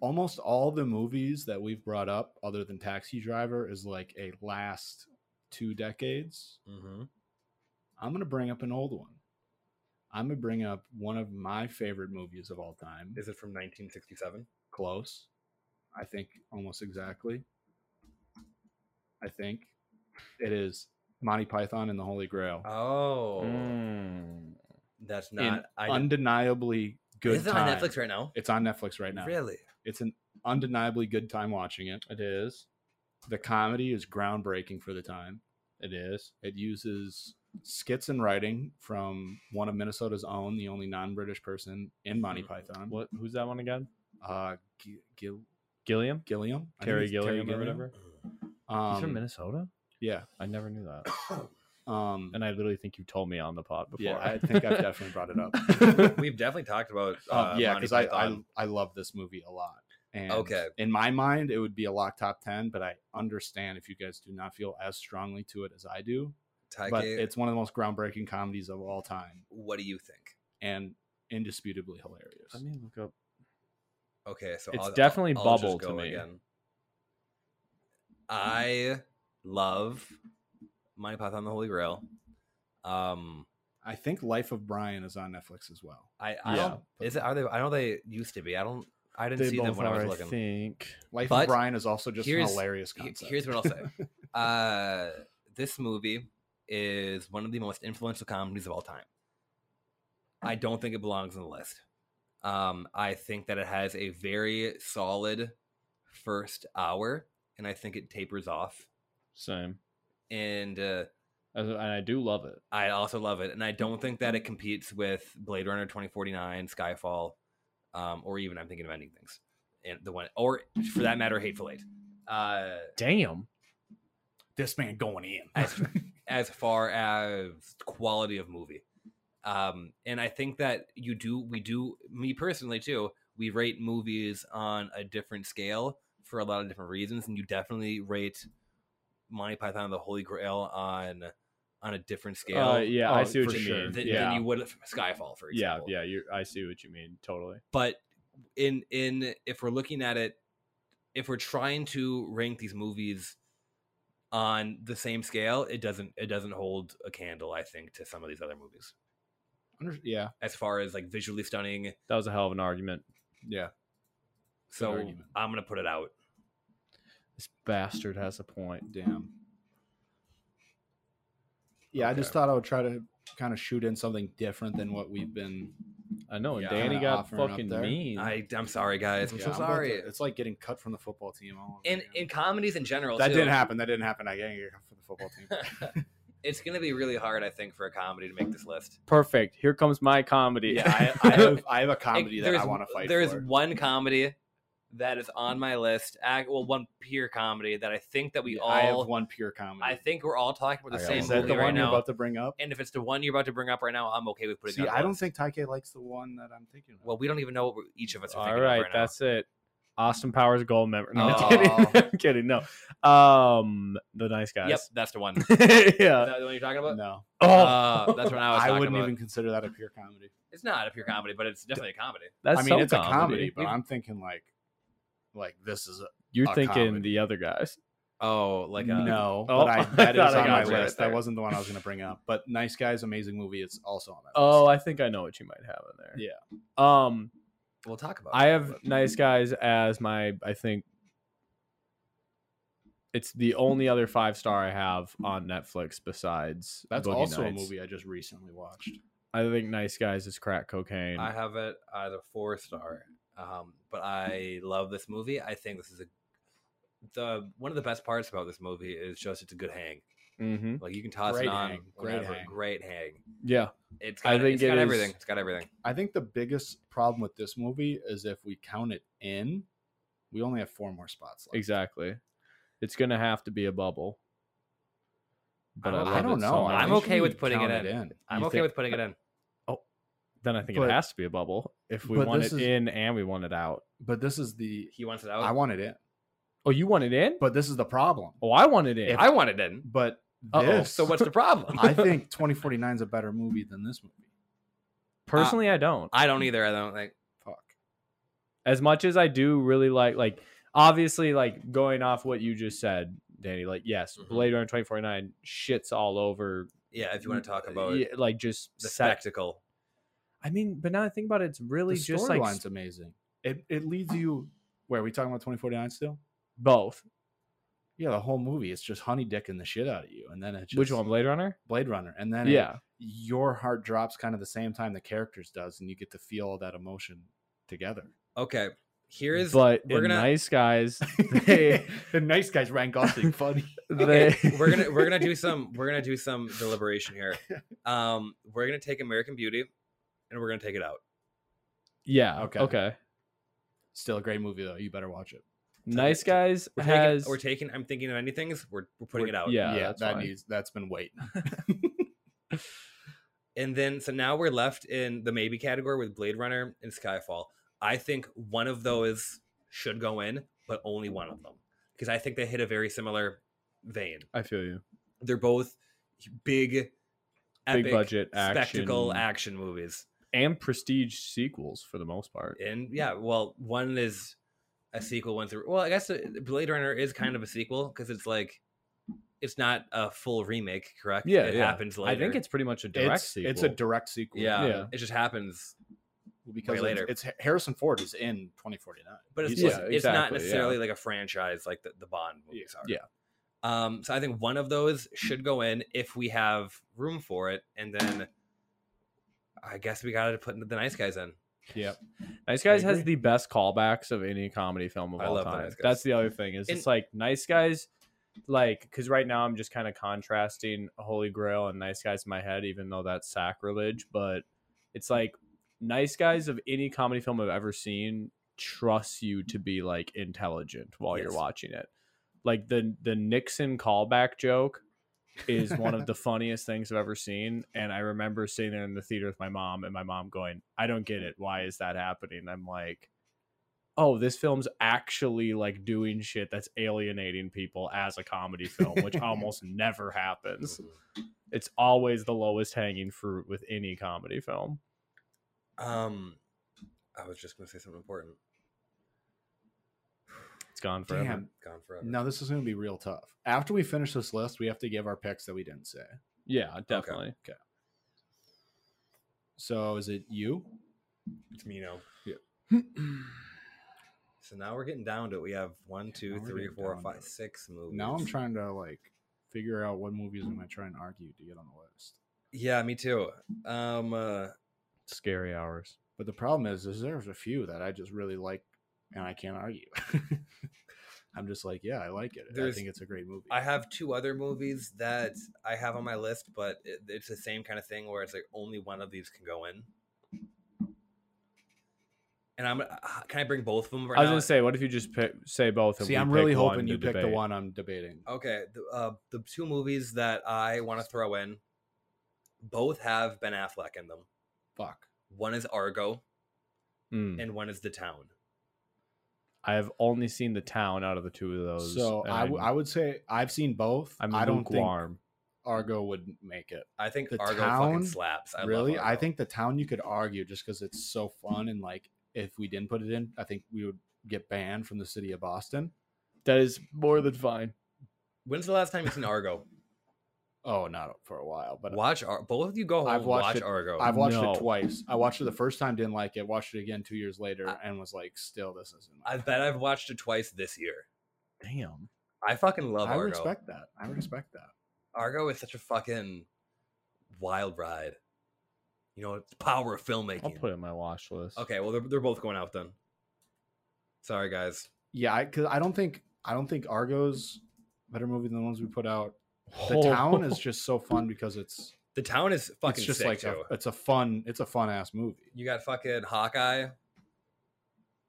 Speaker 4: Almost all the movies that we've brought up, other than Taxi Driver, is like a last two decades.
Speaker 5: Mm-hmm.
Speaker 4: I'm gonna bring up an old one. I'm gonna bring up one of my favorite movies of all time.
Speaker 5: Is it from 1967?
Speaker 4: Close. I think almost exactly. I think it is Monty Python and the Holy Grail.
Speaker 5: Oh, that's
Speaker 4: Mm. In
Speaker 5: not. I,
Speaker 4: undeniably good
Speaker 5: is it
Speaker 4: time.
Speaker 5: on Netflix right now?
Speaker 4: It's on Netflix right now.
Speaker 5: Really?
Speaker 4: It's an undeniably good time watching it.
Speaker 6: It is.
Speaker 4: The comedy is groundbreaking for the time.
Speaker 6: It is.
Speaker 4: It uses skits and writing from one of Minnesota's own, the only non-British person in Monty
Speaker 5: Mhm.
Speaker 4: Python.
Speaker 6: Mm. What? Who's that one again?
Speaker 4: Uh, G- Gil-
Speaker 6: Gilliam.
Speaker 4: Gilliam, I think
Speaker 6: Terry
Speaker 4: it's
Speaker 6: Gilliam or whatever.
Speaker 4: Um,
Speaker 6: He's from Minnesota.
Speaker 4: Yeah.
Speaker 6: I never knew that.
Speaker 4: Um,
Speaker 6: And I literally think you told me on the pod before.
Speaker 4: yeah, I think I've definitely brought it up.
Speaker 5: We've definitely talked about. Uh,
Speaker 4: um, yeah,
Speaker 5: Monty
Speaker 4: because I, I
Speaker 5: Python.
Speaker 4: I love this movie a lot. And
Speaker 5: Okay.
Speaker 4: In my mind, it would be a lock top ten, but I understand if you guys do not feel as strongly to it as I do.
Speaker 5: Taika,
Speaker 4: But it's one of the most groundbreaking comedies of all time,
Speaker 5: what do you think?
Speaker 4: and indisputably hilarious.
Speaker 6: Let me look up.
Speaker 5: Okay, so
Speaker 6: It's
Speaker 5: I'll-
Speaker 6: definitely
Speaker 5: I'll just
Speaker 6: bubble to
Speaker 5: go
Speaker 6: me.
Speaker 5: I love Monty Python and the Holy Grail. Um,
Speaker 4: I think Life of Brian is on Netflix as well.
Speaker 5: I, I
Speaker 6: Yeah,
Speaker 5: don't,
Speaker 4: but-
Speaker 5: is it, are they? I know they used to be. I don't. I didn't see them when I was looking.
Speaker 6: think.
Speaker 4: Life
Speaker 5: But
Speaker 4: of Brian is also just an
Speaker 5: here's-
Speaker 4: hilarious
Speaker 5: he-
Speaker 4: concept.
Speaker 5: here's what I'll say. Uh, this movie is one of the most influential comedies of all time. I don't think it belongs on the list. Um, I think that it has a very solid first hour, and I think it tapers off.
Speaker 6: Same.
Speaker 5: And uh,
Speaker 6: As- And I do love it.
Speaker 5: I also love it, and I don't think that it competes with Blade Runner twenty forty nine, Skyfall, um, or even I'm thinking of ending things, and the one, or for that matter, Hateful Eight. Uh,
Speaker 6: Damn.
Speaker 4: this man going in.
Speaker 5: as as far as quality of movie. Um, and I think that you do, we do, me personally too, we rate movies on a different scale for a lot of different reasons, and you definitely rate Monty Python and the Holy Grail on on a different scale.
Speaker 6: Uh, yeah, I
Speaker 4: Oh,
Speaker 6: see what
Speaker 4: for
Speaker 6: you
Speaker 4: sure.
Speaker 6: mean.
Speaker 5: Than,
Speaker 6: yeah.
Speaker 5: than you would from Skyfall, for
Speaker 6: yeah,
Speaker 5: example.
Speaker 6: yeah. You. I see what you mean. Totally.
Speaker 5: But in in if we're looking at it, if we're trying to rank these movies on the same scale, it doesn't it doesn't hold a candle, I think, to some of these other movies.
Speaker 4: Under- yeah,
Speaker 5: As far as like visually stunning.
Speaker 6: That was a hell of an argument.
Speaker 4: yeah.
Speaker 5: So
Speaker 4: argument.
Speaker 5: I'm gonna put it out.
Speaker 6: This bastard has a point.
Speaker 4: Damn. Yeah, I just
Speaker 5: Okay.
Speaker 4: thought I would try to kind of shoot in something different than what we've been.
Speaker 6: I know. and
Speaker 5: Yeah,
Speaker 6: Danny
Speaker 4: kinda
Speaker 6: got
Speaker 4: offering up
Speaker 6: fucking
Speaker 4: there.
Speaker 6: mean.
Speaker 5: I I'm sorry, guys. I'm
Speaker 4: Yeah,
Speaker 5: so
Speaker 4: about
Speaker 5: sorry.
Speaker 4: to- it's like getting cut from the football team. All over
Speaker 5: in
Speaker 4: again.
Speaker 5: in comedies in general,
Speaker 4: that
Speaker 5: too,
Speaker 4: didn't happen. That didn't happen. I getting cut from the football team.
Speaker 5: it's gonna be really hard, I think, for a comedy to make this list.
Speaker 6: Perfect. Here comes my comedy.
Speaker 4: yeah, I, I have I have a comedy
Speaker 5: Like,
Speaker 4: that I
Speaker 5: there's-
Speaker 4: want to fight.
Speaker 5: There's
Speaker 4: for.
Speaker 5: one comedy that is on my list. ac- Well, one peer comedy that I think that we
Speaker 4: Yeah,
Speaker 5: all.
Speaker 4: I have one pure comedy.
Speaker 5: I think we're all talking about the
Speaker 4: I got
Speaker 5: same
Speaker 4: one. Is that
Speaker 5: movie
Speaker 4: the
Speaker 5: right
Speaker 4: one you're
Speaker 5: now.
Speaker 4: about to bring up?
Speaker 5: and if it's the one you're about to bring up right now, I'm okay with putting.
Speaker 4: See,
Speaker 5: it on the
Speaker 4: I don't
Speaker 5: list.
Speaker 4: think Taike likes the one that I'm thinking of.
Speaker 5: Well, we don't even know what we're- each of us are
Speaker 6: All
Speaker 5: thinking
Speaker 6: right,
Speaker 5: of right
Speaker 6: that's it. Austin Powers gold member. No,
Speaker 5: Oh.
Speaker 6: I'm kidding. I'm kidding. No, um, the nice
Speaker 5: now.
Speaker 6: guys.
Speaker 5: Yep, that's the one. Is
Speaker 6: yeah.
Speaker 5: that the one you're talking about?
Speaker 4: no,
Speaker 6: Oh,
Speaker 5: Uh, that's when I was
Speaker 4: I
Speaker 5: talking
Speaker 4: wouldn't
Speaker 5: about.
Speaker 4: even consider that a pure comedy.
Speaker 5: It's not a pure comedy, but it's definitely a comedy.
Speaker 6: that's
Speaker 4: I mean,
Speaker 6: some
Speaker 4: it's a comedy, but
Speaker 6: We've-
Speaker 4: I'm thinking like, like this is a,
Speaker 6: You're
Speaker 4: a
Speaker 6: thinking
Speaker 4: comedy.
Speaker 6: the other guys.
Speaker 5: Oh, like
Speaker 4: uh,
Speaker 5: a
Speaker 4: no,
Speaker 6: Oh,
Speaker 4: but I,
Speaker 6: I
Speaker 4: that is
Speaker 6: thought I
Speaker 4: on my
Speaker 6: got you right
Speaker 4: list.
Speaker 6: there.
Speaker 4: that wasn't the one I was going to bring up. But Nice Guys, amazing movie. It's also on that.
Speaker 6: Oh,
Speaker 4: list.
Speaker 6: I think I know what you might have in there. Yeah. Um,
Speaker 5: We'll talk about.
Speaker 6: I
Speaker 5: it.
Speaker 6: have nice guys as my. I think it's the only other five star I have on Netflix besides
Speaker 4: that's
Speaker 6: Boogie
Speaker 4: also
Speaker 6: Nights.
Speaker 4: a movie I just recently watched.
Speaker 6: I think Nice Guys is crack cocaine.
Speaker 5: I have it as a four star. Um, but I love this movie. I think this is a the one of the best parts about this movie is just it's a good hang.
Speaker 6: mm-hmm.
Speaker 5: Like you can toss
Speaker 4: Great
Speaker 5: it on
Speaker 4: hang, great
Speaker 5: whenever.
Speaker 4: hang.
Speaker 5: Great hang.
Speaker 6: Yeah,
Speaker 5: It's got,
Speaker 6: I think
Speaker 5: it's
Speaker 6: it
Speaker 5: got
Speaker 6: is-
Speaker 5: everything. It's got everything.
Speaker 4: I think the biggest problem with this movie is if we count it in, we only have four more spots left.
Speaker 6: exactly. It's gonna have to be a bubble. But I,
Speaker 4: I,
Speaker 6: love
Speaker 4: don't
Speaker 6: it
Speaker 4: know.
Speaker 6: so much.
Speaker 5: I'm
Speaker 4: think
Speaker 5: okay
Speaker 4: we
Speaker 5: with putting it
Speaker 4: count
Speaker 5: in. I'm
Speaker 6: You
Speaker 5: okay
Speaker 6: think-
Speaker 5: with putting it in.
Speaker 6: Then I think
Speaker 4: But-
Speaker 6: it has to be a bubble if we
Speaker 4: but
Speaker 6: want
Speaker 4: this
Speaker 6: it
Speaker 4: is-
Speaker 6: in and we want it out.
Speaker 4: But this is the
Speaker 5: He wants it
Speaker 4: I
Speaker 5: out.
Speaker 4: want it in.
Speaker 6: Oh, you want it in?
Speaker 4: But this is the problem.
Speaker 6: oh, I want it in.
Speaker 5: I want it in.
Speaker 4: But
Speaker 6: Uh-oh,
Speaker 4: this,
Speaker 5: So what's the problem?
Speaker 4: I think 2049 is a better movie than this movie.
Speaker 6: Personally, I don't.
Speaker 5: I don't either. I don't think.
Speaker 4: Fuck.
Speaker 6: as much as I do really like like obviously like going off what you just said, Danny, like yes,
Speaker 4: Mm-hmm.
Speaker 5: Mhm.
Speaker 6: Blade Runner twenty forty nine shits all over
Speaker 5: Yeah, if you want to talk about
Speaker 6: yeah, like just
Speaker 5: the
Speaker 6: sex.
Speaker 5: spectacle,
Speaker 6: I mean, but now I think about it, it's really
Speaker 4: the
Speaker 6: just like
Speaker 4: storyline's amazing. It it leads you where are we talking about 2049 still?
Speaker 6: both.
Speaker 4: Yeah, the whole movie it's just honey dicking the shit out of you, and then it just
Speaker 6: Which one, Blade Runner?
Speaker 4: Blade Runner, and then it-
Speaker 6: Yeah.
Speaker 4: your heart drops kind of the same time the characters does, and you get to feel all that emotion together.
Speaker 5: okay, here is
Speaker 6: but
Speaker 5: we're
Speaker 6: in
Speaker 5: gonna-
Speaker 6: nice guys,
Speaker 4: Hey, the nice guys Ryan Gosling, funny.
Speaker 6: they,
Speaker 5: okay, we're gonna we're gonna do some we're gonna do some deliberation here. Um, we're gonna take American Beauty, and we're gonna take it out.
Speaker 6: yeah
Speaker 4: Okay.
Speaker 6: okay okay.
Speaker 4: Still a great movie though. You better watch it.
Speaker 6: Nice guys
Speaker 5: We're taking,
Speaker 6: has
Speaker 5: we're taking. I'm thinking of anything's. We're we're putting
Speaker 4: We're-
Speaker 5: it out.
Speaker 6: yeah, that's
Speaker 4: that
Speaker 6: fine.
Speaker 4: needs that's been waiting.
Speaker 5: And then so now we're left in the maybe category with Blade Runner and Skyfall. I think one of those should go in, but only one of them because I think they hit a very similar vein.
Speaker 6: I feel you.
Speaker 5: They're both big, epic,
Speaker 6: Big budget action
Speaker 5: spectacle action movies.
Speaker 6: and prestige sequels for the most part.
Speaker 5: and yeah, well, one is a sequel. One's a, well, I guess uh, Blade Runner is kind of a sequel because it's like it's not a full remake, correct?
Speaker 6: Yeah,
Speaker 5: it
Speaker 6: yeah.
Speaker 5: happens later.
Speaker 6: I think it's pretty much a direct
Speaker 4: it's,
Speaker 6: sequel.
Speaker 4: it's a direct sequel.
Speaker 5: yeah,
Speaker 6: yeah.
Speaker 5: it just happens,
Speaker 4: because
Speaker 5: Way
Speaker 4: it's-
Speaker 5: later.
Speaker 4: It's, Harrison Ford is in 2049.
Speaker 5: but it's
Speaker 4: He's-
Speaker 5: it's,
Speaker 6: Yeah,
Speaker 5: it's not
Speaker 6: exactly,
Speaker 5: necessarily like a franchise like the, the Bond movies are.
Speaker 6: Yeah.
Speaker 5: Um, so I think one of those should go in if we have room for it, and then I guess we got to put the nice guys in.
Speaker 6: Nice Guys
Speaker 4: I
Speaker 6: has
Speaker 4: agree.
Speaker 6: the best callbacks of any comedy film of
Speaker 5: I
Speaker 6: all
Speaker 5: love The
Speaker 6: time.
Speaker 5: Nice Guys.
Speaker 6: That's the other thing is
Speaker 5: And-
Speaker 6: it's like Nice Guys, like because right now I'm just kind of contrasting Holy Grail and Nice Guys in my head, even though that's sacrilege. But it's like Nice Guys of any comedy film I've ever seen trusts you to be like intelligent while
Speaker 5: Yes.
Speaker 6: you're watching it. Like the the Nixon callback joke is one of the funniest things I've ever seen. And I remember sitting there in the theater with my mom and my mom going, I don't get it. Why is that happening? I'm like, oh, this film's actually like doing shit that's alienating people as a comedy film, which almost never happens. It's always the lowest hanging fruit with any comedy film.
Speaker 5: Um, I was just gonna say something important.
Speaker 6: It's gone forever.
Speaker 4: Damn.
Speaker 5: Gone forever.
Speaker 4: Now this is going to be real tough. After we finish this list, we have to give our picks that we didn't say.
Speaker 6: Yeah, definitely.
Speaker 4: So is it you?
Speaker 5: It's me now.
Speaker 4: All
Speaker 5: So now we're getting down to it. We have one, two,
Speaker 4: now we're
Speaker 5: three,
Speaker 4: getting
Speaker 5: four,
Speaker 4: down to
Speaker 5: five,
Speaker 4: it.
Speaker 5: six movies.
Speaker 4: Now I'm trying to like figure out what movies am I trying to argue to get on the list.
Speaker 5: Yeah, me too. Um, uh,
Speaker 6: Scary hours.
Speaker 4: But the problem is, is there's a few that I just really like, and I can't argue. I'm just like, yeah, I like it. I
Speaker 5: There's-
Speaker 4: think it's a great movie.
Speaker 5: I have two other movies that I have on my list, but it, it's the same kind of thing where it's like only one of these can go in. And I'm uh, can I bring both of them? Right
Speaker 6: I was
Speaker 5: now?
Speaker 6: gonna say, what if you just pick, say both? and
Speaker 4: See,
Speaker 6: we
Speaker 4: I'm
Speaker 6: pick
Speaker 4: really
Speaker 6: one
Speaker 4: hoping
Speaker 6: to
Speaker 4: you pick the
Speaker 6: debate?
Speaker 4: one I'm debating.
Speaker 5: Okay, the, uh, the two movies that I want to throw in both have Ben Affleck in them.
Speaker 4: Fuck.
Speaker 5: One is Argo,
Speaker 4: Hmm.
Speaker 6: Mm.
Speaker 5: and one is The Town.
Speaker 6: I have only seen the town out of the two of those.
Speaker 4: So
Speaker 6: and
Speaker 4: I, w-
Speaker 6: I'm-
Speaker 4: I would say I've seen both.
Speaker 6: I'm
Speaker 4: I don't think
Speaker 6: lukewarm.
Speaker 4: Argo would make it.
Speaker 5: I think
Speaker 4: The
Speaker 5: Argo
Speaker 4: Town?
Speaker 5: fucking slaps. I love
Speaker 4: really, I
Speaker 5: Argo.
Speaker 4: think the town you could argue just because it's so fun and like if we didn't put it in, I think we would get banned from the city of Boston.
Speaker 6: that is more than fine.
Speaker 5: When's the last time you seen Argo?
Speaker 4: Oh, not for a while, but uh,
Speaker 5: watch Ar- both of you go home.
Speaker 4: I've watched
Speaker 5: watch
Speaker 4: it-
Speaker 5: Argo.
Speaker 4: I've watched
Speaker 6: No.
Speaker 4: it twice. I watched it the first time, didn't like it. Watched it again two years later,
Speaker 5: I-
Speaker 4: and was like, still, this isn't.
Speaker 5: I bet I've watched it twice this year.
Speaker 6: Damn.
Speaker 5: I fucking love
Speaker 4: I
Speaker 5: Argo.
Speaker 4: respect that. I respect that.
Speaker 5: Argo is such a fucking wild ride. You know, it's the power of filmmaking.
Speaker 6: I'll put it in my watch list.
Speaker 5: okay, well they're, they're both going out then. Sorry guys.
Speaker 4: Yeah, I, cause I don't think I don't think Argo's better movie than the ones we put out. The
Speaker 6: Oh.
Speaker 4: town is just so fun because it's
Speaker 5: The town is fucking
Speaker 4: it's just
Speaker 5: sick
Speaker 4: like a,
Speaker 5: too.
Speaker 4: it's a fun it's a fun ass movie.
Speaker 5: you got fucking Hawkeye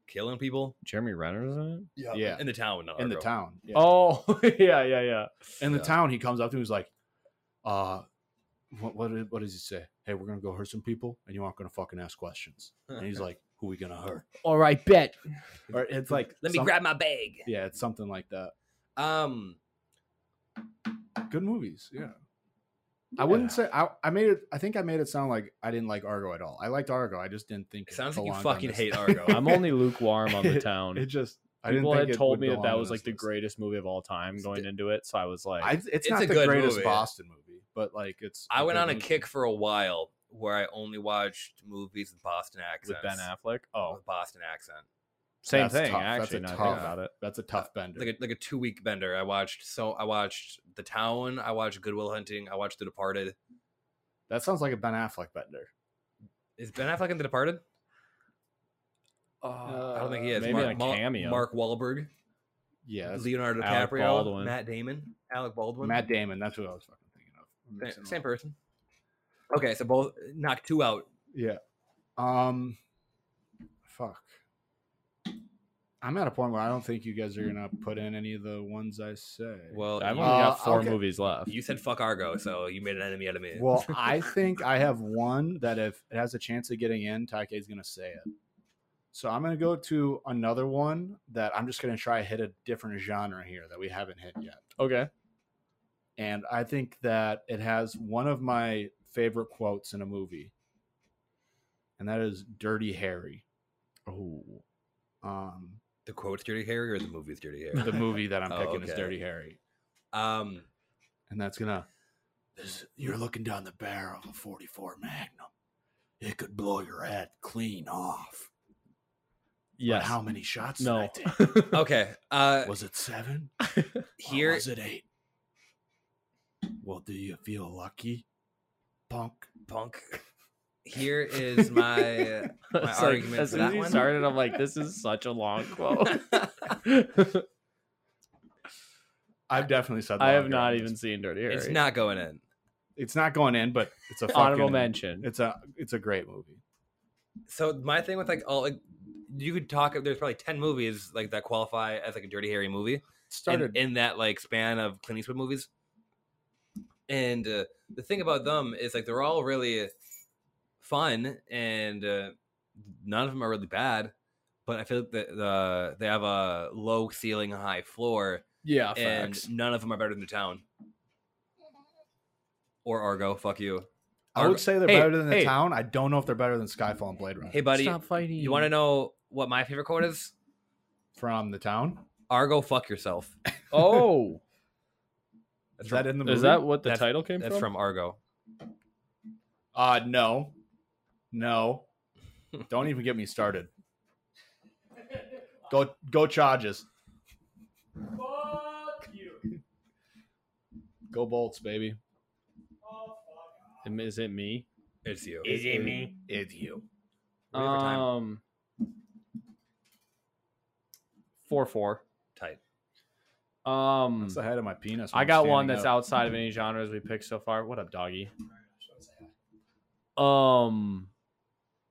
Speaker 5: killing people.
Speaker 6: Jeremy Renner's in it.
Speaker 4: Yeah.
Speaker 5: in the town. Not
Speaker 4: In the
Speaker 5: Argo.
Speaker 4: town, yeah.
Speaker 6: Oh yeah, yeah, yeah.
Speaker 4: in the
Speaker 5: Yeah.
Speaker 4: town, he comes up to me, he's like, "Uh, what what did- what does he say? Hey, we're gonna go hurt some people, and you aren't gonna fucking ask questions." And he's like, "Who we gonna hurt?"
Speaker 6: All right, bet.
Speaker 4: Or it's like,
Speaker 5: Let me
Speaker 4: some-
Speaker 5: grab my bag.
Speaker 4: Yeah, it's something like that.
Speaker 5: Um,
Speaker 4: Good movies, yeah. I wouldn't
Speaker 6: Yeah.
Speaker 4: say I, I made it. I think I made it sound like I didn't like Argo at all. I liked Argo. I just didn't think
Speaker 5: it sounds like you
Speaker 4: belonged on
Speaker 5: fucking
Speaker 4: this-
Speaker 5: hate Argo.
Speaker 6: I'm only lukewarm on the town.
Speaker 4: It just I didn't
Speaker 6: People
Speaker 4: think
Speaker 6: had
Speaker 4: it
Speaker 6: told
Speaker 4: would
Speaker 6: me that
Speaker 4: belong
Speaker 6: that
Speaker 4: on
Speaker 6: was
Speaker 4: this
Speaker 6: like the
Speaker 4: list.
Speaker 6: greatest movie of all time
Speaker 5: It's
Speaker 6: going
Speaker 5: the-
Speaker 6: into it. So I was like,
Speaker 4: I, it's,
Speaker 5: It's
Speaker 4: not
Speaker 5: a
Speaker 4: the
Speaker 5: good
Speaker 4: greatest
Speaker 5: movie.
Speaker 4: Boston movie, but like it's.
Speaker 5: I
Speaker 4: a
Speaker 5: went
Speaker 4: good
Speaker 5: on a
Speaker 4: movie.
Speaker 5: kick for a while where I only watched movies with Boston
Speaker 6: with
Speaker 5: accents.
Speaker 6: Ben Affleck. Oh,
Speaker 5: With Boston accent.
Speaker 6: same
Speaker 4: That's
Speaker 6: thing.
Speaker 4: tough. That's
Speaker 6: Actually,
Speaker 4: a
Speaker 6: now I
Speaker 4: tough-
Speaker 6: think about it.
Speaker 4: That's a tough bender.
Speaker 5: like a, like a two week bender. I watched so I watched The Town, I watched Goodwill Hunting, I watched The Departed.
Speaker 4: that sounds like a Ben Affleck bender.
Speaker 5: Is Ben Affleck in The Departed? I don't think he is.
Speaker 6: Maybe
Speaker 5: Mark,
Speaker 6: in a
Speaker 5: Ma-
Speaker 6: cameo.
Speaker 5: Mark Wahlberg,
Speaker 4: Yeah, that's-
Speaker 5: Leonardo
Speaker 6: Alec
Speaker 5: DiCaprio,
Speaker 6: Baldwin.
Speaker 5: Matt Damon, Alec Baldwin,
Speaker 4: Matt Damon. That's what I was fucking thinking of. I'm
Speaker 5: Sa-
Speaker 4: mixing
Speaker 5: same,
Speaker 4: them up.
Speaker 5: person. Okay, so both knock two out.
Speaker 4: Yeah. Um. Fuck. I'm at a point where I don't think you guys are gonna put in any of the ones I say.
Speaker 5: Well,
Speaker 6: I've
Speaker 5: you,
Speaker 6: only
Speaker 4: Uh,
Speaker 6: got four
Speaker 4: okay.
Speaker 6: movies left.
Speaker 5: you said fuck Argo, so you made an enemy out of me.
Speaker 4: Well, I think I have one that if it has a chance of getting in, Taike's going to say it. So I'm going to go to another one that I'm just going to try hit a different genre here that we haven't hit yet.
Speaker 6: okay.
Speaker 4: And I think that it has one of my favorite quotes in a movie, and that is "Dirty Harry."
Speaker 6: Oh,
Speaker 4: Um,
Speaker 5: the quote's Dirty Harry or the movie's Dirty Harry?
Speaker 4: the movie that I'm
Speaker 5: Oh,
Speaker 4: picking is
Speaker 5: okay.
Speaker 4: "Dirty Harry,"
Speaker 5: um,
Speaker 4: and that's gonna. This, you're looking down the barrel of a 44 Magnum. It could blow your head clean off.
Speaker 6: yes.
Speaker 4: But how many shots
Speaker 6: no.
Speaker 4: did I take?
Speaker 5: okay. Uh,
Speaker 4: Was it seven? Or
Speaker 5: here
Speaker 4: was it eight? Well, do you feel lucky, punk?
Speaker 5: punk. Here is my.
Speaker 4: Oh,
Speaker 6: It's like,
Speaker 5: argument
Speaker 6: as
Speaker 5: for
Speaker 6: soon as
Speaker 5: that
Speaker 6: you
Speaker 5: one-
Speaker 6: started, I'm like, this is such a long quote.
Speaker 4: Oh I've definitely said.
Speaker 6: I have
Speaker 4: longer
Speaker 6: not
Speaker 4: on
Speaker 6: even
Speaker 4: this.
Speaker 6: seen Dirty Harry.
Speaker 5: it's not going in.
Speaker 4: It's not going in, but it's a
Speaker 6: honorable
Speaker 4: fucking-
Speaker 6: mention.
Speaker 4: It's a it's a great movie.
Speaker 5: So my thing with like all like you could talk. There's probably ten movies like that qualify as like a Dirty Harry movie in,
Speaker 4: Started.
Speaker 5: in that like span of Clint Eastwood movies. And uh, the thing about them is like they're all really fun, and uh, none of them are really bad. But I feel like the, the they have a low ceiling, high floor,
Speaker 6: yeah,
Speaker 5: and none of them are better than the town or Argo. Fuck you.
Speaker 4: I
Speaker 5: Argo-
Speaker 4: would say they're
Speaker 5: Hey,
Speaker 4: better than the
Speaker 5: hey.
Speaker 4: town. I don't know if they're better than Skyfall and Blade Runner.
Speaker 5: Hey, buddy,
Speaker 6: Stop fighting.
Speaker 5: you want to know what my favorite quote is?
Speaker 4: From the town,
Speaker 5: Argo, fuck yourself.
Speaker 6: Oh,
Speaker 4: is that in the movie?
Speaker 6: is that what the
Speaker 5: That's-
Speaker 6: title came
Speaker 5: That's
Speaker 6: from?
Speaker 5: from Argo.
Speaker 4: Uh no, no. Don't even get me started. Go go charges. Fuck you. Go bolts, baby.
Speaker 6: Am- Is it me?
Speaker 5: It's you.
Speaker 1: Is it me?
Speaker 4: It's you.
Speaker 5: We have our time.
Speaker 6: Um, four four.
Speaker 5: Tight.
Speaker 6: Um,
Speaker 4: That's the head of my penis. when
Speaker 6: I
Speaker 4: I'm
Speaker 6: got one
Speaker 4: standing
Speaker 6: that's
Speaker 4: up.
Speaker 6: outside of any genres we picked so far. What up, doggy? Um,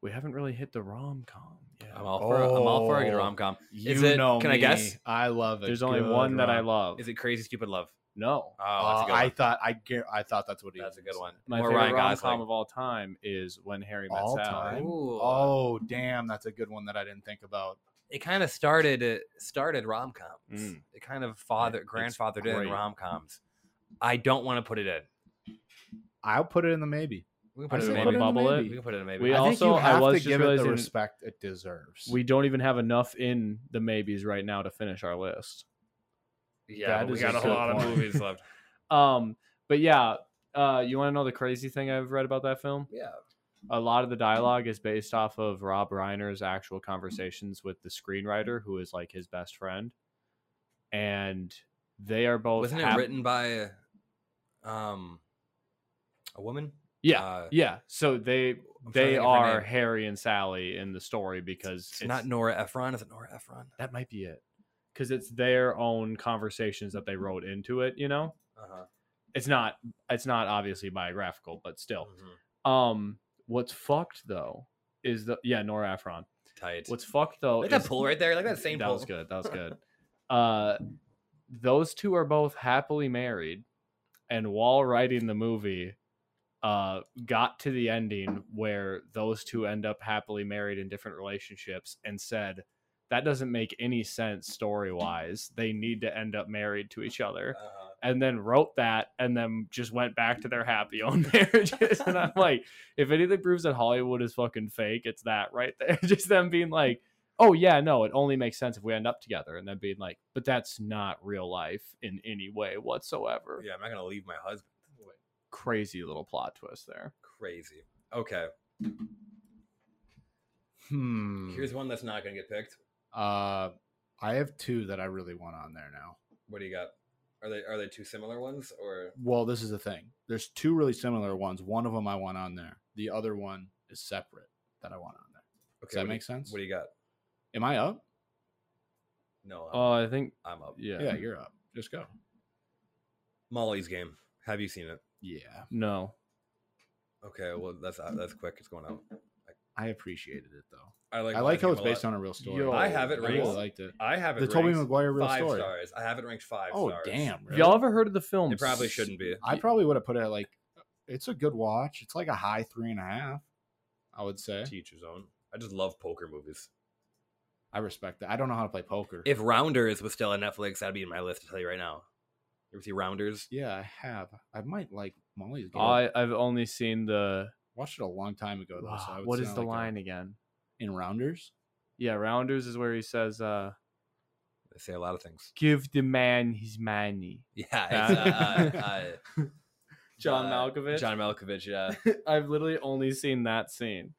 Speaker 6: we haven't really hit the rom com yet.
Speaker 5: I'm all for. A, I'm all for a good
Speaker 4: Oh.
Speaker 5: rom com.
Speaker 4: You
Speaker 5: Is it-
Speaker 4: know
Speaker 5: can I
Speaker 4: me.
Speaker 5: guess?
Speaker 4: I love it.
Speaker 6: There's only one that I love.
Speaker 5: Is it Crazy Stupid Love?
Speaker 6: no?
Speaker 5: Oh, that's a good
Speaker 4: Uh, I
Speaker 5: one.
Speaker 4: thought I gar- I thought that's what he.
Speaker 5: That's a
Speaker 4: was
Speaker 5: good
Speaker 4: gonna
Speaker 5: one.
Speaker 6: My
Speaker 5: Or
Speaker 6: favorite
Speaker 5: Ryan
Speaker 6: rom
Speaker 5: Gosling.
Speaker 6: com of all time is When Harry Met
Speaker 4: All
Speaker 6: Sally.
Speaker 4: time?
Speaker 5: Ooh.
Speaker 4: say. Oh damn, that's a good one that I didn't think about.
Speaker 5: it kind of started it started rom coms.
Speaker 6: Mm.
Speaker 5: It kind of father
Speaker 6: it's
Speaker 5: grandfathered in
Speaker 6: great.
Speaker 5: rom coms. I don't want to put it in.
Speaker 4: I'll put it in the maybe.
Speaker 5: We can
Speaker 6: I
Speaker 5: put it
Speaker 6: say
Speaker 5: in.
Speaker 6: put
Speaker 5: Maybe.
Speaker 6: it in the
Speaker 5: Bubble it.
Speaker 6: maybe.
Speaker 5: We can put it in. Maybe.
Speaker 6: We
Speaker 5: I
Speaker 4: I
Speaker 5: think
Speaker 4: think you
Speaker 6: also- I
Speaker 4: have
Speaker 6: was
Speaker 4: to
Speaker 6: just
Speaker 4: give it the
Speaker 6: realizing-
Speaker 4: respect it deserves.
Speaker 6: We don't even have enough in the maybes right now to finish our list.
Speaker 5: yeah,
Speaker 4: that
Speaker 5: but we
Speaker 4: is
Speaker 5: got
Speaker 4: a
Speaker 5: a whole
Speaker 4: good
Speaker 5: lot
Speaker 4: point.
Speaker 5: of movies left.
Speaker 6: Um, but yeah, uh, you want to know the crazy thing I've read about that film?
Speaker 5: Yeah.
Speaker 6: a lot of the dialogue is based off of Rob Reiner's actual conversations with the screenwriter, who is like his best friend, and they are both.
Speaker 5: Wasn't it
Speaker 6: hap-
Speaker 5: written by um a woman?
Speaker 6: Yeah,
Speaker 5: Uh,
Speaker 6: yeah. So they
Speaker 5: I'm trying to
Speaker 6: they
Speaker 5: think of her
Speaker 6: are
Speaker 5: name.
Speaker 6: Harry and Sally in the story because
Speaker 5: It's, not Nora Ephron. Is it Nora Ephron?
Speaker 6: that might be it because it's their own conversations that they wrote into it. You know,
Speaker 5: Uh-huh.
Speaker 6: it's not it's not obviously biographical, but still.
Speaker 5: Mm-hmm. Mm.
Speaker 6: Um, what's fucked though is the yeah Nora Ephron.
Speaker 5: Tight.
Speaker 6: What's fucked though?
Speaker 5: like that
Speaker 6: is-
Speaker 5: pool right there? Like that same
Speaker 6: that
Speaker 5: pool.
Speaker 6: was good. That was good. uh, those two are both happily married, and while writing the movie, uh, got to the ending where those two end up happily married in different relationships, and said that doesn't make any sense story wise. They need to end up married to each other,
Speaker 5: Uh-huh.
Speaker 6: and then wrote that, and then just went back to their happy own marriages. and I'm like, if anything proves that Hollywood is fucking fake, it's that right there. Just them being like, oh yeah, no, it only makes sense if we end up together, and then being like, but that's not real life in any way whatsoever.
Speaker 5: Yeah, I'm not gonna leave my husband. Wait,
Speaker 6: Crazy little plot twist there.
Speaker 5: crazy. Okay,
Speaker 4: Hmm.
Speaker 5: here's one that's not gonna get picked.
Speaker 4: Uh, I have two that I really want on there now.
Speaker 5: What do you got? Are they are they two similar ones or?
Speaker 4: Well, this is the thing. There's two really similar ones. One of them I want on there. The other one is separate that I want on there.
Speaker 5: Okay,
Speaker 4: that
Speaker 5: what do
Speaker 4: make
Speaker 5: you-
Speaker 4: sense?
Speaker 5: What do you got?
Speaker 4: Am I up?
Speaker 5: No, I'm,
Speaker 6: Oh, I think
Speaker 5: I'm up.
Speaker 6: yeah,
Speaker 4: Yeah, you're up. Just go.
Speaker 5: Molly's game. Have you seen it?
Speaker 4: Yeah,
Speaker 6: no.
Speaker 5: Okay, well that's out- that's quick. It's going out.
Speaker 4: I appreciated it though.
Speaker 5: I like.
Speaker 4: I like
Speaker 5: Molly's
Speaker 4: how
Speaker 5: Game
Speaker 4: it's
Speaker 5: a
Speaker 4: based
Speaker 5: lot.
Speaker 4: on a real story.
Speaker 6: Yo,
Speaker 5: I have it
Speaker 4: I
Speaker 5: ranked-
Speaker 4: really liked it.
Speaker 5: I have it.
Speaker 4: The Toby
Speaker 5: ranked
Speaker 4: Maguire real
Speaker 5: five
Speaker 4: story.
Speaker 5: stars. I have it ranked five.
Speaker 4: Oh
Speaker 5: stars.
Speaker 4: damn! Really?
Speaker 6: Y'all ever heard of the film?
Speaker 5: It probably
Speaker 6: S-
Speaker 5: shouldn't be.
Speaker 4: I probably would have put it at like it's a good watch. It's like a high three and a half. I would say.
Speaker 5: Teacher's own. I just love poker movies.
Speaker 4: I respect that. I don't know how to play poker.
Speaker 5: If Rounders was still on Netflix, that'd be in my list. I tell you right now. You ever see Rounders?
Speaker 4: yeah, I have. I might like Molly's game. I
Speaker 6: I I've only seen the ah,
Speaker 4: watched it a long time ago though. So I would
Speaker 6: what
Speaker 4: say
Speaker 6: is
Speaker 4: I
Speaker 6: the
Speaker 4: like it.
Speaker 6: line again?
Speaker 4: in rounders?
Speaker 6: Yeah, Rounders is where he says, uh,
Speaker 5: They say a lot of things.
Speaker 6: "Give the man his money."
Speaker 5: Yeah. It's, uh, uh, uh, uh,
Speaker 6: John Malkovich.
Speaker 5: John Malkovich. Yeah.
Speaker 6: I've literally only seen that scene.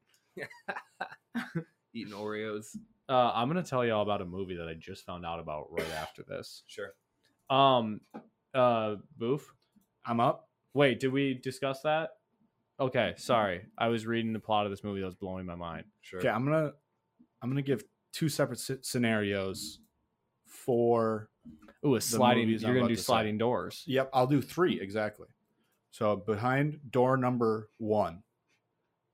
Speaker 5: Eating Oreos.
Speaker 6: Uh, I'm gonna tell y'all about a movie that I just found out about right after this.
Speaker 5: Sure.
Speaker 6: Um, uh, Boof.
Speaker 4: I'm up.
Speaker 6: Wait, did we discuss that? Okay,
Speaker 4: Mm-hmm.
Speaker 6: sorry. I was reading the plot of this movie that was blowing my mind.
Speaker 5: Sure.
Speaker 4: Okay, I'm gonna I'm gonna give two separate sce- scenarios. Four.
Speaker 6: Ooh, a sliding.
Speaker 4: movies I'm
Speaker 6: You're gonna
Speaker 4: about
Speaker 6: do
Speaker 4: to say.
Speaker 6: sliding doors.
Speaker 4: Yep, I'll do three exactly. So behind door number one,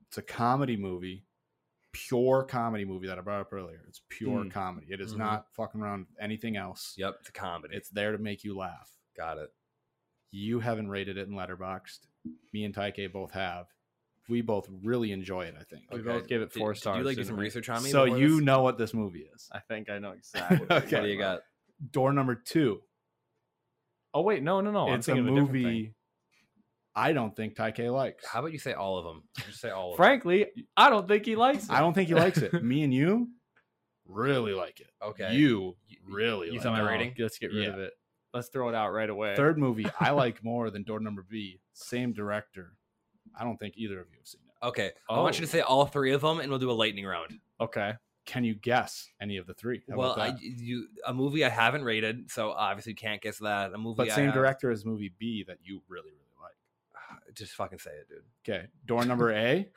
Speaker 4: it's a comedy movie, pure comedy movie that I brought up earlier. It's pure
Speaker 6: Mm.
Speaker 4: comedy. It is
Speaker 5: Mhm.
Speaker 4: not fucking around with anything else.
Speaker 5: Yep. It's a comedy.
Speaker 4: It's there to make you laugh.
Speaker 5: Got it.
Speaker 4: You haven't rated it in Letterboxd. Me and Taike both have. We both really enjoy it. I think.
Speaker 6: We both gave it
Speaker 5: Did-
Speaker 6: four
Speaker 5: did
Speaker 6: stars,
Speaker 5: you like do
Speaker 6: didn't
Speaker 5: some
Speaker 6: we?
Speaker 5: research on me?
Speaker 4: so
Speaker 5: before
Speaker 4: you
Speaker 5: this?
Speaker 4: know what this movie is.
Speaker 6: I think I know exactly.
Speaker 4: Okay.
Speaker 5: What do you got?
Speaker 4: Door number two.
Speaker 6: Oh wait, no, no, no. I'm
Speaker 4: it's a
Speaker 6: thinking of different thing.
Speaker 4: movie. I don't think Taike likes.
Speaker 5: How about you say all of them? Just say all of
Speaker 6: Frankly, I don't think he likes it.
Speaker 4: I don't think he likes it. Me and you really like it.
Speaker 5: them. Okay.
Speaker 4: You
Speaker 5: You-
Speaker 4: really
Speaker 5: you
Speaker 4: like
Speaker 5: saw my
Speaker 4: it.
Speaker 6: No,
Speaker 5: rating?
Speaker 6: Let's get rid
Speaker 4: Yeah.
Speaker 6: of it. Let's throw it out right away.
Speaker 4: Third movie I like more than Door Number B. Same director. I don't think either of you have seen it.
Speaker 5: Okay. I want you
Speaker 6: Oh.
Speaker 5: to say all three of them, and we'll do a lightning round.
Speaker 6: Okay.
Speaker 4: Can you guess any of the three? How
Speaker 5: well,
Speaker 4: about
Speaker 5: I,
Speaker 4: that?
Speaker 5: you a movie I haven't rated, so obviously can't guess that. A movie,
Speaker 4: but
Speaker 5: I
Speaker 4: same
Speaker 5: have-
Speaker 4: director as movie B that you really really like.
Speaker 5: Just fucking say it, dude.
Speaker 4: Okay, door number A,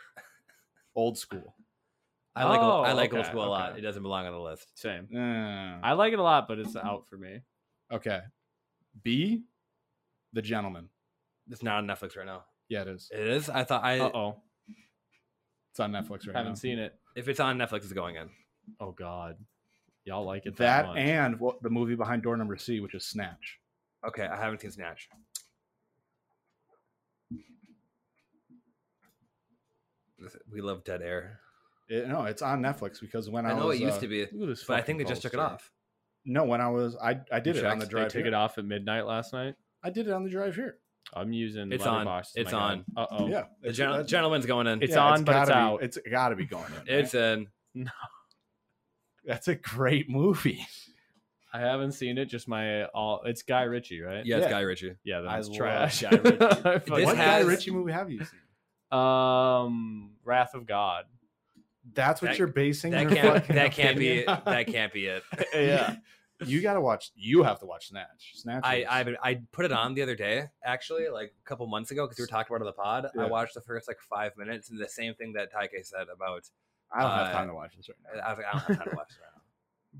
Speaker 4: old school.
Speaker 5: I like
Speaker 6: Oh,
Speaker 5: I like old
Speaker 6: okay,
Speaker 5: school a lot.
Speaker 6: okay.
Speaker 5: It doesn't belong on the list.
Speaker 6: Same.
Speaker 4: Mm,
Speaker 6: I like it a lot, but it's out for me.
Speaker 4: okay, B, the gentleman.
Speaker 5: It's not on Netflix right now.
Speaker 4: Yeah, it is.
Speaker 5: It is. I thought I
Speaker 6: Uh oh,
Speaker 4: It's on Netflix right
Speaker 6: haven't
Speaker 4: now.
Speaker 6: seen it.
Speaker 5: if it's on Netflix, it's going in.
Speaker 6: Oh God, y'all like it that,
Speaker 4: that
Speaker 6: much.
Speaker 4: and what the movie behind door number C, which is Snatch.
Speaker 5: Okay, I haven't seen Snatch. This- We love Dead Air,
Speaker 4: It- no, it's on Netflix because when I,
Speaker 5: I know
Speaker 4: was,
Speaker 5: it used
Speaker 4: uh,
Speaker 5: to be,
Speaker 4: look at this
Speaker 5: but I
Speaker 4: fucking
Speaker 5: think they just
Speaker 4: cold
Speaker 5: took it
Speaker 4: start.
Speaker 5: off.
Speaker 4: No, when I was, I I did
Speaker 6: You
Speaker 4: it on
Speaker 6: checked?
Speaker 4: the drive.
Speaker 6: They took
Speaker 4: here.
Speaker 6: it off at midnight last night.
Speaker 4: I did it on the drive here.
Speaker 6: I'm using
Speaker 5: It's on.
Speaker 6: Letterboxd as
Speaker 5: It's
Speaker 6: my guide.
Speaker 5: on.
Speaker 6: Uh-oh.
Speaker 4: yeah,
Speaker 5: Oh, The
Speaker 4: it's-
Speaker 5: gen-
Speaker 4: that's-
Speaker 5: gentleman's going in.
Speaker 6: It's on, but it's
Speaker 4: gotta be-
Speaker 6: out.
Speaker 4: It's got to be going in.
Speaker 5: It's in.
Speaker 4: that's a great movie.
Speaker 6: I haven't seen it. Just my all. It's Guy Ritchie, right?
Speaker 5: Yeah, it's
Speaker 4: Yeah.
Speaker 5: Guy Ritchie.
Speaker 6: Yeah,
Speaker 4: I
Speaker 6: that's
Speaker 4: love
Speaker 6: trash.
Speaker 4: Guy Ritchie.
Speaker 6: I fucking-
Speaker 5: This
Speaker 4: what
Speaker 5: has-
Speaker 4: Guy Ritchie movie have you seen?
Speaker 6: um, Wrath of God.
Speaker 4: That's what
Speaker 5: That-
Speaker 4: you're basing
Speaker 5: That
Speaker 4: your
Speaker 5: can't.
Speaker 4: fucking
Speaker 5: That can't be.
Speaker 4: opinion on?
Speaker 5: That can't be it.
Speaker 4: yeah, you gotta watch. You have to watch Snatch. Snatch.
Speaker 5: I
Speaker 4: is-
Speaker 5: I I put it on the other day, actually, like a couple months ago, because we were talking about it on the pod. I
Speaker 4: Mm-hmm. Yeah.
Speaker 5: watched the first like five minutes, and the same thing that Taike said about.
Speaker 4: I don't
Speaker 5: uh,
Speaker 4: have time to watch this right now.
Speaker 5: I, was like, I don't have time to watch it right now.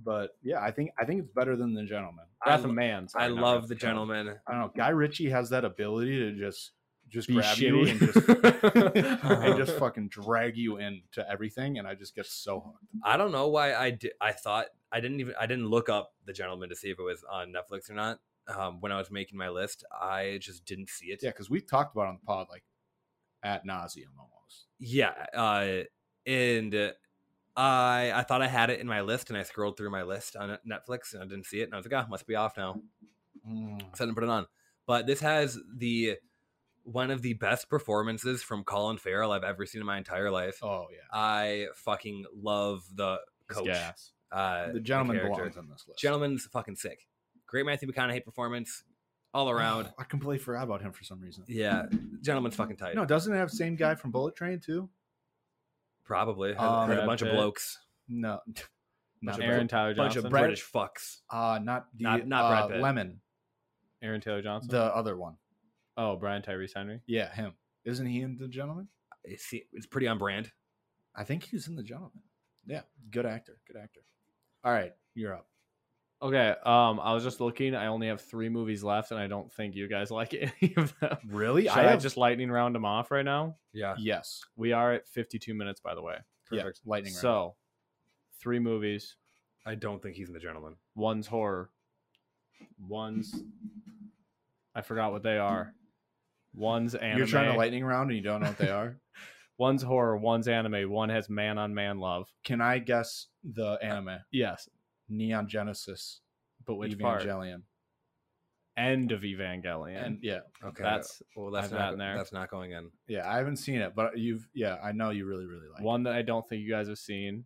Speaker 4: But yeah, I think I think it's better than the gentleman.
Speaker 5: I
Speaker 6: Wrath
Speaker 5: lo-
Speaker 6: of Man. sorry,
Speaker 5: I
Speaker 6: not
Speaker 5: love
Speaker 6: Wrath
Speaker 5: the
Speaker 6: of God.
Speaker 5: gentleman.
Speaker 4: I don't know. Guy Ritchie has that ability to just just
Speaker 6: Be
Speaker 4: grab you
Speaker 6: shitty.
Speaker 4: and just and just fucking drag you into everything, and I just get so hooked.
Speaker 5: I don't know why I di- I thought I didn't even I didn't look up the gentleman to see if it was on Netflix or not. Um, when I was making my list, I just didn't see it.
Speaker 4: Yeah, because we talked about it on the pod like at nauseum almost.
Speaker 5: Yeah, uh, and uh, I I thought I had it in my list, and I scrolled through my list on Netflix, and I didn't see it, and I was like, oh, must be off now. So I didn't put it on. But this has the one of the best performances from Colin Farrell I've ever seen in my entire life.
Speaker 4: Oh yeah,
Speaker 5: I fucking love the
Speaker 6: He's
Speaker 5: coach.
Speaker 6: gas.
Speaker 5: Uh,
Speaker 4: the gentleman
Speaker 5: character.
Speaker 4: belongs on this list.
Speaker 5: Gentleman's fucking sick. Great Matthew McConaughey performance all around.
Speaker 4: Oh, I completely forgot about him for some reason.
Speaker 5: yeah, gentleman's fucking tight.
Speaker 4: No, doesn't it have same guy from Bullet Train too?
Speaker 5: probably has,
Speaker 4: Um,
Speaker 5: has a
Speaker 6: Brad
Speaker 5: bunch of
Speaker 6: Pitt.
Speaker 5: blokes,
Speaker 4: No, not
Speaker 6: Aaron Taylor
Speaker 5: bunch
Speaker 6: Johnson.
Speaker 5: of
Speaker 4: Brad-
Speaker 5: British fucks.
Speaker 4: Uh, not the
Speaker 5: Not- not Brad
Speaker 4: uh,
Speaker 5: Pitt.
Speaker 4: Lemon,
Speaker 6: Aaron Taylor Johnson.
Speaker 4: the other one.
Speaker 6: oh, Brian Tyrese Henry.
Speaker 4: Yeah, him. Isn't he in the gentleman?
Speaker 5: It's, it's pretty on brand.
Speaker 4: I think he's in the gentleman. Yeah, good actor, good actor. All right, you're up.
Speaker 6: Okay. Um, I was just looking. I only have three movies left, and I don't think you guys like any of them.
Speaker 4: Really?
Speaker 6: Should I, just lightning round them off right now?
Speaker 5: Yeah,
Speaker 4: yes.
Speaker 6: We are at 52 minutes, by the way.
Speaker 5: perfect.
Speaker 4: Yeah, lightning round.
Speaker 6: So, three movies.
Speaker 5: I don't think he's in the gentleman.
Speaker 6: One's horror. One's I forgot what they are. One's anime.
Speaker 4: You're trying to lightning round and you don't know what they are.
Speaker 6: One's horror. One's anime. One has man on man love.
Speaker 4: Can I guess the anime?
Speaker 6: Yes,
Speaker 4: Neon Genesis
Speaker 6: but which part?
Speaker 4: Evangelion.
Speaker 6: End of Evangelion.
Speaker 4: And yeah,
Speaker 5: Okay,
Speaker 6: That's
Speaker 5: well, that's
Speaker 6: I've
Speaker 5: not
Speaker 6: gotten
Speaker 5: go-
Speaker 6: there.
Speaker 5: that's not going in.
Speaker 4: yeah, I haven't seen it, but you've yeah, I know you really really like. it.
Speaker 6: one that I don't think you guys have seen.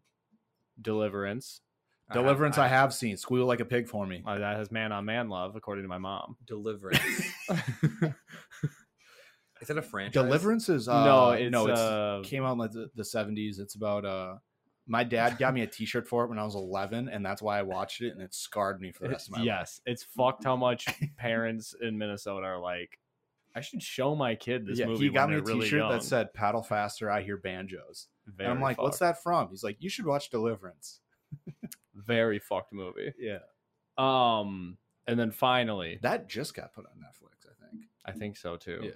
Speaker 6: Deliverance.
Speaker 5: I have-
Speaker 4: Deliverance I have, seen. Squeal like a pig for me.
Speaker 6: Uh, that has man on man love, according to my mom.
Speaker 5: Deliverance. Is that a franchise?
Speaker 4: Deliverance is uh,
Speaker 6: no, it's,
Speaker 4: no, it's
Speaker 6: uh,
Speaker 4: came out in like the- the seventies. It's about uh my dad got me a T-shirt for it when I was eleven, and that's why I watched it, and it scarred me for the rest of my life.
Speaker 6: yes, it's fucked how much parents in Minnesota are like. I should show my kid this
Speaker 4: yeah,
Speaker 6: movie.
Speaker 4: he got
Speaker 6: when
Speaker 4: me a
Speaker 6: they're really
Speaker 4: T-shirt
Speaker 6: young."
Speaker 4: that said "Paddle faster, I hear banjos," and I'm
Speaker 6: Very
Speaker 4: like, "What's
Speaker 6: fucked.
Speaker 4: that from?" He's like, "You should watch Deliverance."
Speaker 6: Very fucked movie.
Speaker 4: Yeah,
Speaker 6: Um, and then finally,
Speaker 4: that just got put on Netflix, I think.
Speaker 6: I think so too.
Speaker 4: Yeah.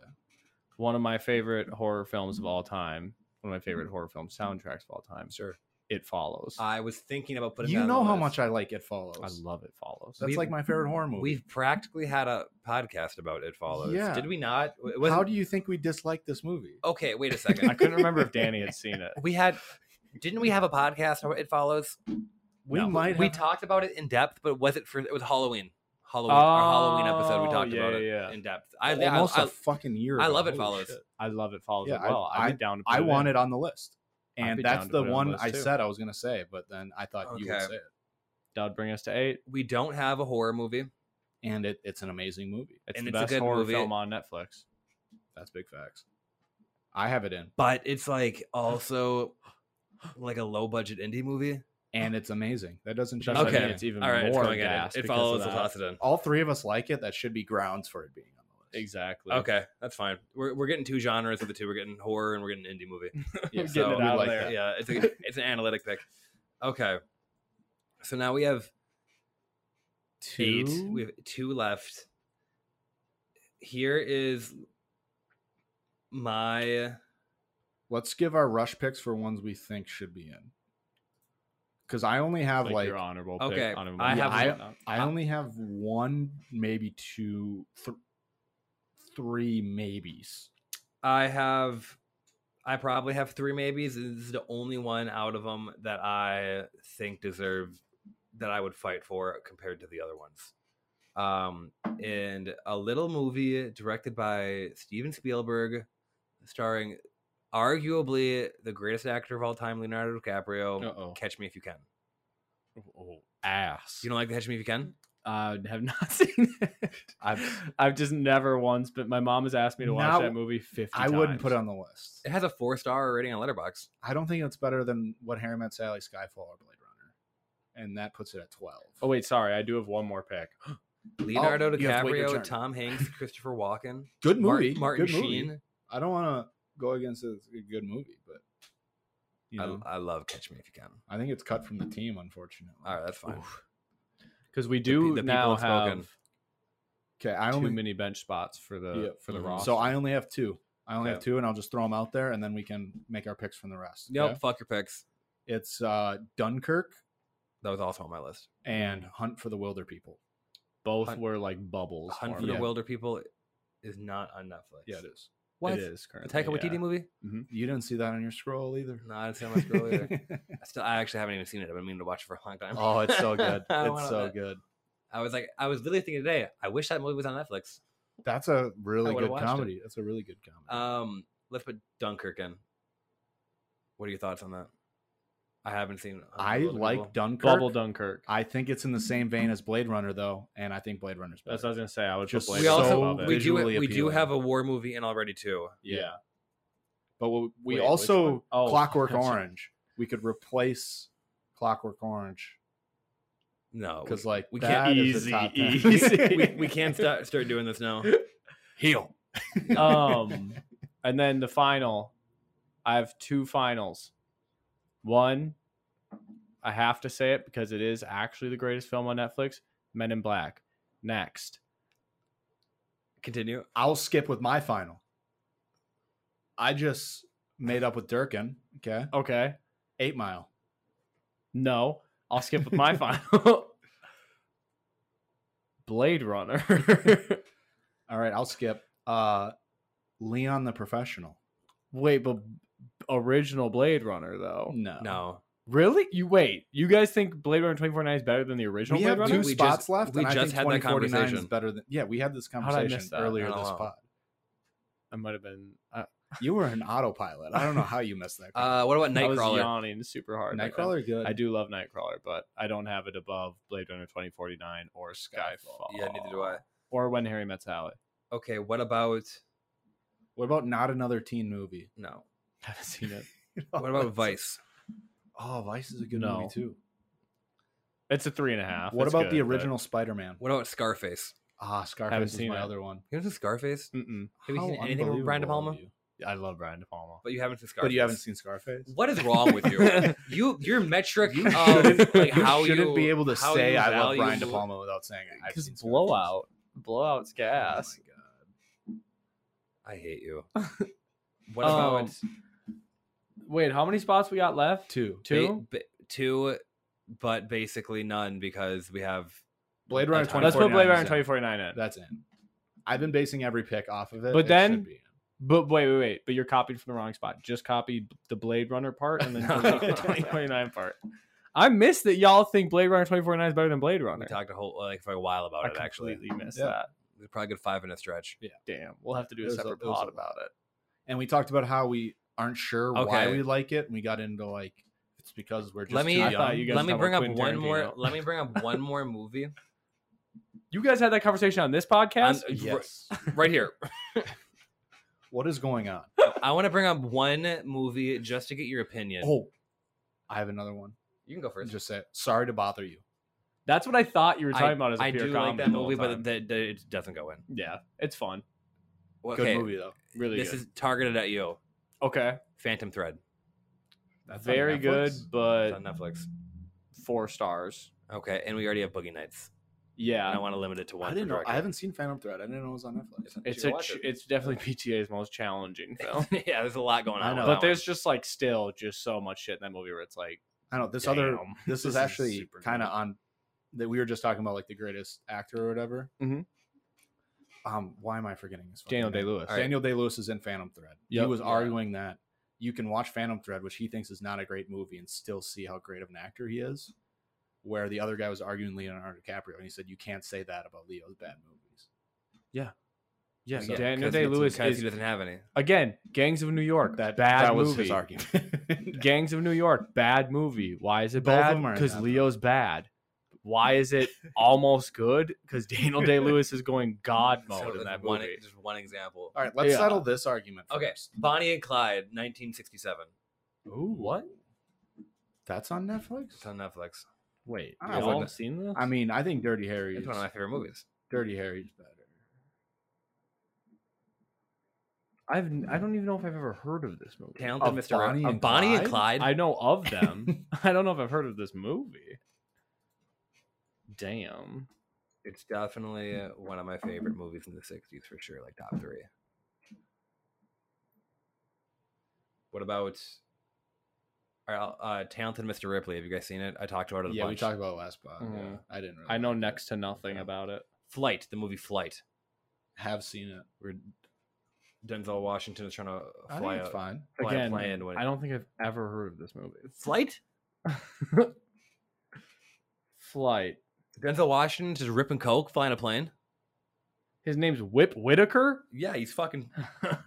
Speaker 6: One of my favorite horror films of all time. One of my favorite horror film soundtracks of all time.
Speaker 5: Sure.
Speaker 6: It follows. I,
Speaker 5: I was thinking about putting.
Speaker 4: you
Speaker 5: that on
Speaker 4: know
Speaker 5: the
Speaker 4: how
Speaker 5: list.
Speaker 4: much I like It Follows.
Speaker 6: love it follows.
Speaker 4: That's
Speaker 5: We've-
Speaker 4: like my favorite horror movie.
Speaker 5: We've practically had a podcast about it. Follows.
Speaker 4: Yeah.
Speaker 5: Did we not? It wasn't-
Speaker 4: How do you think we dislike this movie?
Speaker 5: Okay, wait a
Speaker 6: I
Speaker 5: second.
Speaker 6: couldn't remember if Danny had seen it.
Speaker 5: we had didn't we have a podcast about it follows?
Speaker 4: we
Speaker 6: no.
Speaker 4: might.
Speaker 5: We
Speaker 4: have-
Speaker 5: talked about it in depth, but was it for it was Halloween. Halloween our Halloween episode we
Speaker 6: Oh,
Speaker 5: talked
Speaker 6: yeah,
Speaker 5: about
Speaker 6: yeah, yeah.
Speaker 5: it in depth. I I-
Speaker 4: almost a
Speaker 5: I,
Speaker 4: fucking year.
Speaker 5: I
Speaker 4: ago.
Speaker 5: love It
Speaker 4: Holy
Speaker 5: Follows.
Speaker 4: shit.
Speaker 6: I love it follows
Speaker 4: Yeah,
Speaker 6: as well.
Speaker 4: I-
Speaker 6: I, would down to put
Speaker 4: I
Speaker 6: it in.
Speaker 4: want it on the list,
Speaker 6: I'd
Speaker 4: and
Speaker 6: be down
Speaker 4: that's
Speaker 6: to
Speaker 4: the
Speaker 6: put it on the
Speaker 4: one
Speaker 6: list,
Speaker 4: I
Speaker 6: too.
Speaker 4: said I was gonna say, but then I thought you would
Speaker 5: Okay.
Speaker 4: say it.
Speaker 6: That would bring us to eight.
Speaker 5: we don't have a horror movie.
Speaker 4: And it, it's an amazing movie.
Speaker 6: It's
Speaker 5: And
Speaker 6: the
Speaker 5: it's a
Speaker 6: best
Speaker 5: good
Speaker 6: horror
Speaker 5: movie.
Speaker 6: film on Netflix.
Speaker 4: That's big facts. I have it in,
Speaker 5: But it's like also like a low budget indie movie.
Speaker 4: and it's amazing. That doesn't change.
Speaker 6: That's what I
Speaker 5: okay.
Speaker 6: mean,
Speaker 4: anything.
Speaker 6: it's even
Speaker 5: All right, it's
Speaker 6: more
Speaker 5: going in.
Speaker 6: gas
Speaker 5: It
Speaker 6: because of
Speaker 5: follows
Speaker 6: that.
Speaker 5: We'll toss it in.
Speaker 4: all three of us like it. That should be grounds for it being on the list.
Speaker 6: exactly.
Speaker 5: Okay, that's fine. We're, we're getting two genres of the two. We're getting horror and we're getting an indie movie.
Speaker 6: We're
Speaker 5: so-
Speaker 6: getting it
Speaker 4: we
Speaker 6: out of
Speaker 4: like
Speaker 6: there.
Speaker 4: that.
Speaker 5: Yeah, it's a, it's an analytic pick. Okay, so now we have eight.
Speaker 6: Two?
Speaker 5: We have two left. Here is my
Speaker 4: Let's give our rush picks for ones we think should be in. Because I only have like,
Speaker 6: your honorable.
Speaker 5: Okay,
Speaker 6: pick, honorable
Speaker 5: I
Speaker 6: mention.
Speaker 5: have-
Speaker 4: I only have one, maybe two, th- three maybes.
Speaker 5: I have, I probably have three maybes. and This is the only one out of them that I think deserve that I would fight for compared to the other ones. Um, and a little movie directed by Steven Spielberg, starring arguably the greatest actor of all time, Leonardo DiCaprio.
Speaker 6: Uh-oh.
Speaker 5: Catch Me If You Can.
Speaker 6: Oh, ass.
Speaker 5: You don't like the Catch Me If You
Speaker 4: Mm.
Speaker 5: Can?
Speaker 6: Uh, I have not seen it. I've I've just never once. But my mom has asked me to watch
Speaker 4: Now-
Speaker 6: that movie fifty.
Speaker 4: I wouldn't put it
Speaker 6: times.
Speaker 4: on the list.
Speaker 5: It has a four star rating on Letterboxd.
Speaker 4: I don't think it's better than what Harry Met Sally, Skyfall, or Blade Runner, and that puts it at twelve.
Speaker 6: Oh wait, sorry. I do have one more pick.
Speaker 5: Leonardo
Speaker 4: Oh, you have to wait your
Speaker 5: DiCaprio,
Speaker 4: turn.
Speaker 5: Tom Hanks, Christopher Walken,
Speaker 4: good
Speaker 5: Mar-
Speaker 4: movie,
Speaker 5: Martin
Speaker 4: good
Speaker 5: Sheen.
Speaker 4: Movie. I don't want to go against a a good movie, but you know,
Speaker 5: I, I love Catch Me If You Can.
Speaker 4: I, think it's cut from the team, unfortunately.
Speaker 5: All right, that's fine.
Speaker 6: Because we
Speaker 5: pe-
Speaker 6: do
Speaker 5: the people
Speaker 6: now
Speaker 5: have spoken.
Speaker 6: have
Speaker 4: Okay, I
Speaker 6: too
Speaker 4: only
Speaker 6: many bench spots for the
Speaker 4: Yeah.
Speaker 6: for the
Speaker 5: Mhm.
Speaker 6: roster.
Speaker 4: so I only have two. I only
Speaker 5: Okay.
Speaker 4: have two, and I'll just throw them out there, and then we can make our picks from the rest.
Speaker 5: Nope,
Speaker 4: okay?
Speaker 5: fuck your picks.
Speaker 4: it's uh, Dunkirk
Speaker 5: That was also on my list.
Speaker 4: and Hunt for the Wilder People.
Speaker 6: both
Speaker 5: Hunt-
Speaker 6: were like bubbles.
Speaker 5: Hunt
Speaker 6: for
Speaker 5: for
Speaker 6: me.
Speaker 5: the
Speaker 4: Yeah.
Speaker 5: Wilder People is not on Netflix.
Speaker 4: Yeah, it is.
Speaker 5: What?
Speaker 6: It is
Speaker 5: The
Speaker 6: currently.
Speaker 5: Taika Waititi
Speaker 6: yeah.
Speaker 5: movie?
Speaker 4: You didn't see that on your scroll either.
Speaker 5: No, I didn't see it on my scroll either. I still, I actually haven't even seen it. I've been meaning to watch it for a long time.
Speaker 4: oh, it's so good.
Speaker 5: I
Speaker 4: It's
Speaker 5: wanna-
Speaker 4: so good.
Speaker 5: I was like, I was literally thinking today, I wish that movie was on Netflix.
Speaker 4: That's a
Speaker 5: I
Speaker 4: really
Speaker 5: would've
Speaker 4: good
Speaker 5: watched it.
Speaker 4: comedy. That's a really good comedy.
Speaker 6: Uh,
Speaker 5: Um, let's put Dunkirk in. What are your thoughts on that? I haven't seen. Hunt for the
Speaker 4: I
Speaker 5: Wilder
Speaker 4: like
Speaker 5: People.
Speaker 4: Dunkirk.
Speaker 6: Bubble Dunkirk.
Speaker 4: I think it's in the same vein as Blade Runner, though, and I think Blade Runner's better.
Speaker 6: That's what I was gonna say. I would
Speaker 4: Just
Speaker 6: just
Speaker 5: We
Speaker 4: so
Speaker 5: also we do
Speaker 4: visually
Speaker 5: we do
Speaker 4: appealing.
Speaker 5: have a war movie in already too.
Speaker 6: yeah.
Speaker 4: But we, we
Speaker 6: Wait, which one?
Speaker 4: also
Speaker 6: Oh,
Speaker 4: Clockwork
Speaker 6: that's-
Speaker 4: Orange. We could replace Clockwork Orange
Speaker 5: No,
Speaker 6: Oh,
Speaker 5: we-
Speaker 4: because, like,
Speaker 5: we
Speaker 4: that
Speaker 5: can't
Speaker 4: is a
Speaker 6: easy,
Speaker 4: top 10.
Speaker 6: easy.
Speaker 5: we, we can't start start doing this now.
Speaker 4: heal.
Speaker 6: um, and then the final. I have two finals. One, I have to say it because it is actually the greatest film on Netflix. Men in Black. Next,
Speaker 5: Continue.
Speaker 4: I'll skip with my final. I just made up with Durkin. Okay,
Speaker 6: okay,
Speaker 4: Eight Mile.
Speaker 6: no, I'll skip with my final. Blade Runner.
Speaker 4: All right, I'll skip. Uh, Leon the Professional.
Speaker 6: wait, but original Blade Runner though.
Speaker 4: No,
Speaker 5: No,
Speaker 6: Really? You wait. You guys think Blade Runner 2049 is better than the original
Speaker 4: We
Speaker 6: Blade
Speaker 4: have
Speaker 6: Runner?
Speaker 4: two
Speaker 5: We
Speaker 4: spots
Speaker 5: just-
Speaker 4: left.
Speaker 5: we
Speaker 4: and I
Speaker 5: just
Speaker 4: think
Speaker 5: had that
Speaker 4: 2049 is
Speaker 5: conversation.
Speaker 4: Better than yeah, we had this
Speaker 6: did I miss
Speaker 4: conversation
Speaker 6: that?
Speaker 4: earlier
Speaker 5: I don't
Speaker 4: this
Speaker 5: know.
Speaker 4: pod.
Speaker 6: I might have been. I,
Speaker 4: You were an autopilot. I don't know how you missed that.
Speaker 5: Uh, what about
Speaker 6: I was
Speaker 5: Nightcrawler?
Speaker 6: yawning super hard. right now.
Speaker 4: Nightcrawler, good.
Speaker 6: I do love Nightcrawler, but I don't have it above Blade Runner 2049 or Skyfall.
Speaker 5: Yeah, neither do I.
Speaker 6: Or When Harry Met Sally.
Speaker 5: Okay, what about
Speaker 4: What about not another teen movie?
Speaker 5: no?
Speaker 6: Haven't seen it.
Speaker 5: What about Vice?
Speaker 4: Oh, Vice is a good
Speaker 6: No.
Speaker 4: movie too.
Speaker 6: It's a three and a half.
Speaker 4: What
Speaker 6: It's
Speaker 4: about the
Speaker 6: good, but-
Speaker 4: original Spider-Man?
Speaker 5: What about Scarface?
Speaker 4: Ah,
Speaker 6: Haven't
Speaker 4: Scarface is
Speaker 6: seen
Speaker 4: my
Speaker 6: it.
Speaker 4: other one.
Speaker 5: You haven't seen Scarface,
Speaker 6: Mm-mm.
Speaker 5: Have you seen
Speaker 4: How
Speaker 5: anything with Brian De
Speaker 4: unbelievable
Speaker 5: Palma?
Speaker 4: of you.
Speaker 6: I love Brian De Palma.
Speaker 5: but you haven't seen Scarface.
Speaker 4: But you haven't seen Scarface.
Speaker 5: What is wrong with you? you your metric
Speaker 4: You
Speaker 5: of
Speaker 4: shouldn't,
Speaker 5: like
Speaker 4: you
Speaker 5: how
Speaker 4: shouldn't
Speaker 5: you
Speaker 4: be able to
Speaker 5: how
Speaker 4: say
Speaker 5: you
Speaker 4: I love
Speaker 5: value-
Speaker 4: Brian De Palma without saying I've
Speaker 6: Because
Speaker 4: seen Scarface.
Speaker 6: Blowout. Blowout's
Speaker 4: Oh my
Speaker 6: gas.
Speaker 4: God.
Speaker 5: I hate you. What
Speaker 6: Um,
Speaker 5: about
Speaker 6: Wait, how many spots we got left?
Speaker 4: Two.
Speaker 6: Two?
Speaker 5: ba- ba- two, but basically none because we have
Speaker 4: Blade Runner
Speaker 5: Let's put
Speaker 6: Let's put
Speaker 4: 2049
Speaker 6: Blade Runner
Speaker 4: is in.
Speaker 6: 2049 in.
Speaker 4: That's in. I've been basing every pick off of it.
Speaker 6: But
Speaker 4: It
Speaker 6: then-
Speaker 4: should be in.
Speaker 6: But wait, wait, wait. But you're copied from the wrong spot. Just copy the Blade Runner part and then delete the 2049 part. I missed that y'all think Blade Runner 2049 is better than Blade
Speaker 5: we
Speaker 6: Runner.
Speaker 5: talked a whole like for a while about
Speaker 6: I
Speaker 5: it actually.
Speaker 6: completely missed
Speaker 4: Yeah.
Speaker 6: that.
Speaker 5: We probably good five in a stretch.
Speaker 6: Damn. We'll have to do
Speaker 4: It
Speaker 6: a
Speaker 4: was a-
Speaker 6: separate
Speaker 4: it was a
Speaker 6: pod
Speaker 4: lot.
Speaker 6: about it.
Speaker 4: and we talked about how we aren't sure why
Speaker 5: Okay.
Speaker 4: we like it, and we got into like it's because we're just
Speaker 5: Let me-
Speaker 4: too
Speaker 5: I
Speaker 4: young.
Speaker 6: thought um, you guys
Speaker 5: Let me
Speaker 6: talk about
Speaker 5: bring up
Speaker 6: Quentin
Speaker 5: one more.
Speaker 6: Tarantino.
Speaker 5: Let me bring up one more movie.
Speaker 6: You guys had that conversation on this
Speaker 5: I'm-
Speaker 6: podcast?
Speaker 5: uh,
Speaker 4: yes.
Speaker 5: right here.
Speaker 4: what is going on?
Speaker 5: I want to bring up one movie just to get your opinion.
Speaker 4: Oh, I have another one.
Speaker 5: you can go first.
Speaker 4: Just say it. sorry to bother you.
Speaker 6: That's what I thought you were talking about as a
Speaker 5: I
Speaker 6: pure
Speaker 5: do like
Speaker 6: comedy
Speaker 5: that
Speaker 6: the whole
Speaker 5: movie, but
Speaker 6: time.
Speaker 5: that, that it doesn't go in.
Speaker 6: yeah, it's fun.
Speaker 5: Well,
Speaker 4: Good
Speaker 5: okay,
Speaker 4: movie though.
Speaker 6: Really
Speaker 5: this
Speaker 6: good.
Speaker 5: is targeted at you.
Speaker 6: okay.
Speaker 5: Phantom Thread.
Speaker 4: That's on
Speaker 6: Very
Speaker 4: Netflix?
Speaker 6: good,
Speaker 5: It's
Speaker 6: but
Speaker 5: on Netflix.
Speaker 6: four stars.
Speaker 5: Okay, and we already have Boogie Nights. And I
Speaker 6: Yeah.
Speaker 5: want to limit it to one.
Speaker 4: I
Speaker 5: per
Speaker 4: didn't know.
Speaker 5: director.
Speaker 4: I haven't seen Phantom Thread. I didn't know it was on Netflix.
Speaker 5: You
Speaker 6: It's
Speaker 5: should
Speaker 6: a
Speaker 5: watch
Speaker 6: ch-
Speaker 5: it.
Speaker 6: it's definitely PTA's most challenging film.
Speaker 5: yeah, there's a lot going
Speaker 4: I
Speaker 5: on.
Speaker 4: know.
Speaker 5: with
Speaker 6: but
Speaker 5: that
Speaker 6: there's
Speaker 5: one.
Speaker 6: just like still just so much shit in that movie where it's like
Speaker 4: I know this other.
Speaker 6: Damn.
Speaker 4: This, is
Speaker 6: This is
Speaker 4: actually
Speaker 6: super
Speaker 4: kind of
Speaker 6: good.
Speaker 4: on that we were just talking about, like the greatest actor or whatever.
Speaker 6: Mhm.
Speaker 4: Um, why am I forgetting this?
Speaker 6: Daniel Day Lewis.
Speaker 5: All right.
Speaker 4: Daniel Day Lewis is in Phantom Thread. He
Speaker 6: Yep.
Speaker 4: was
Speaker 6: Yeah.
Speaker 4: arguing that you can watch Phantom Thread, which he thinks is not a great movie, and still see how great of an actor he is. Where the other guy was arguing Leonardo DiCaprio, and he said you can't say that about Leo's bad movies.
Speaker 6: Yeah,
Speaker 4: So-
Speaker 6: Daniel
Speaker 5: 'cause
Speaker 6: Day Lewis
Speaker 5: because
Speaker 6: is
Speaker 5: he doesn't have any.
Speaker 6: again Gangs of New York.
Speaker 4: That
Speaker 6: That bad
Speaker 4: that was
Speaker 6: movie.
Speaker 4: his argument.
Speaker 6: Gangs of New York, bad movie. Why is it
Speaker 4: Both of
Speaker 6: bad?
Speaker 4: them are in
Speaker 6: Because
Speaker 4: that, though.
Speaker 6: Leo's bad. Why is it almost good? Because Daniel Day Lewis is going god
Speaker 5: So
Speaker 6: mode in
Speaker 5: that's
Speaker 6: that
Speaker 5: one,
Speaker 6: movie.
Speaker 5: Just one example.
Speaker 4: All right, let's
Speaker 6: Yeah.
Speaker 4: settle this argument.
Speaker 5: Okay,
Speaker 4: First.
Speaker 5: Bonnie and Clyde, 1967.
Speaker 4: Ooh,
Speaker 6: What?
Speaker 4: That's on Netflix.
Speaker 5: It's on Netflix.
Speaker 6: Wait,
Speaker 4: I
Speaker 6: you all
Speaker 4: wouldn't-
Speaker 6: seen this?
Speaker 4: I mean, I think Dirty Harry.
Speaker 5: It's
Speaker 4: Is,
Speaker 5: one of my favorite movies.
Speaker 4: Dirty Harry's better.
Speaker 6: I've I don't even know if I've ever heard of this movie.
Speaker 5: Talented
Speaker 4: Of
Speaker 5: Mr.
Speaker 4: Bonnie
Speaker 5: Bonnie,
Speaker 4: and
Speaker 5: Bonnie and Clyde.
Speaker 4: Clyde?
Speaker 6: I know of them. I don't know if I've heard of this movie. Damn.
Speaker 5: It's definitely uh, one of my favorite movies in the 60s for sure, like top three. What about all right, I'll- uh, Talented Mr. Ripley? Have you guys seen it? I talked about it a
Speaker 4: yeah, we
Speaker 5: bunch.
Speaker 4: talked about it last spot. Yeah,
Speaker 6: Mhm.
Speaker 4: Mm-hmm. I didn't. Really
Speaker 6: I know
Speaker 4: like it.
Speaker 6: next to nothing about it.
Speaker 5: Flight, the movie Flight,
Speaker 4: Have seen it.
Speaker 5: where Denzel Washington is trying to
Speaker 4: I
Speaker 5: fly
Speaker 4: think it's
Speaker 5: a,
Speaker 4: fine.
Speaker 5: fly a
Speaker 6: Again,
Speaker 5: plane. When
Speaker 6: I don't think I've ever heard of this movie.
Speaker 5: Flight?
Speaker 6: Flight.
Speaker 5: Denzel Washington just ripping coke, flying a plane.
Speaker 6: His name's Whip Whitaker.
Speaker 5: Yeah, he's fucking
Speaker 4: I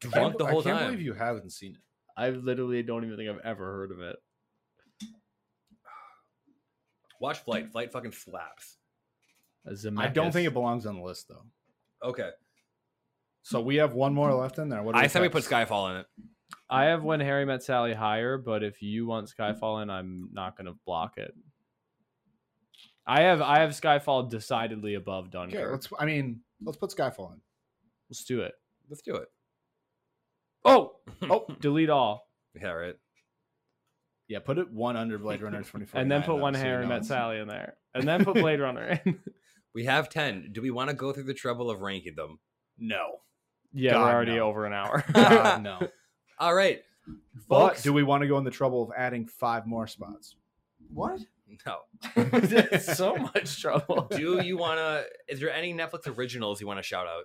Speaker 5: drunk
Speaker 4: can't-
Speaker 5: the whole
Speaker 4: I can't
Speaker 5: time.
Speaker 4: believe you haven't seen it.
Speaker 6: I literally don't even think I've ever heard of it.
Speaker 5: Watch Flight. Flight fucking slaps.
Speaker 4: I don't think it belongs on the list though.
Speaker 5: Okay.
Speaker 4: So we have one more left in there. What do
Speaker 5: I said we put
Speaker 4: text?
Speaker 5: Skyfall in it.
Speaker 6: I have when Harry met Sally higher, but if you want Skyfall in, I'm not gonna block it. I have I have Skyfall decidedly above Dunkirk.
Speaker 4: Okay,
Speaker 6: let's,
Speaker 4: let's. I mean, let's put Skyfall in.
Speaker 6: do it.
Speaker 5: Let's do it.
Speaker 6: Oh, oh, delete all,
Speaker 5: Yeah, right.
Speaker 4: Yeah, put it one under Blade Runner twenty four,
Speaker 6: and then put one Harry met Sally in there, and then put Blade Runner in.
Speaker 5: We have 10. Do we want to go through the trouble of ranking them?
Speaker 4: No,
Speaker 6: yeah,
Speaker 4: God,
Speaker 6: we're already
Speaker 4: no.
Speaker 6: over an hour.
Speaker 4: God, no.
Speaker 5: All right.
Speaker 4: But
Speaker 5: Folks-
Speaker 4: do we want to go in the trouble of adding five more spots?
Speaker 3: What?
Speaker 5: No.
Speaker 6: so much trouble.
Speaker 5: Do you want to? Is there any Netflix originals you want to shout out?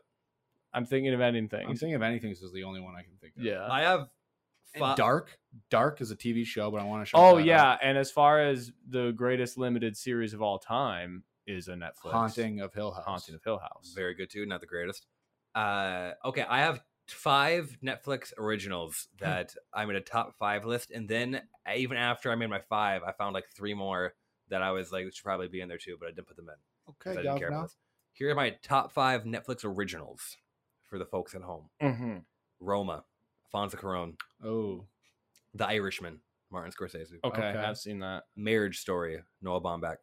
Speaker 6: I'm thinking of ending
Speaker 4: I'm
Speaker 6: things.
Speaker 4: thinking of anything. This is the only one I can think of.
Speaker 6: Yeah.
Speaker 5: I have.
Speaker 4: Uh, And
Speaker 5: fi-
Speaker 4: Dark. Dark is a TV show, but I want to show.
Speaker 6: Oh
Speaker 4: that out.
Speaker 6: yeah, and as far as the greatest limited series of all time is a Netflix
Speaker 4: Haunting of Hill House.
Speaker 6: Haunting of Hill House.
Speaker 5: Very good, too. Not the greatest. Uh, okay. I have five Netflix originals
Speaker 4: Hmm.
Speaker 5: that I'm in a top five list. And then even after I made my five, I found like three more that I was like, should probably be in there, too, but I didn't put them in. 'cause
Speaker 4: Okay,
Speaker 5: I didn't care about
Speaker 4: Governor.
Speaker 5: this. Here are my top five Netflix originals for the folks at home:
Speaker 6: Mm-hmm.
Speaker 5: Roma, Alfonso Cuarón,
Speaker 4: Oh,
Speaker 5: The Irishman, Martin Scorsese,
Speaker 6: Okay,
Speaker 4: Okay.
Speaker 6: I've seen that.
Speaker 5: Marriage Story, Noah Baumbach.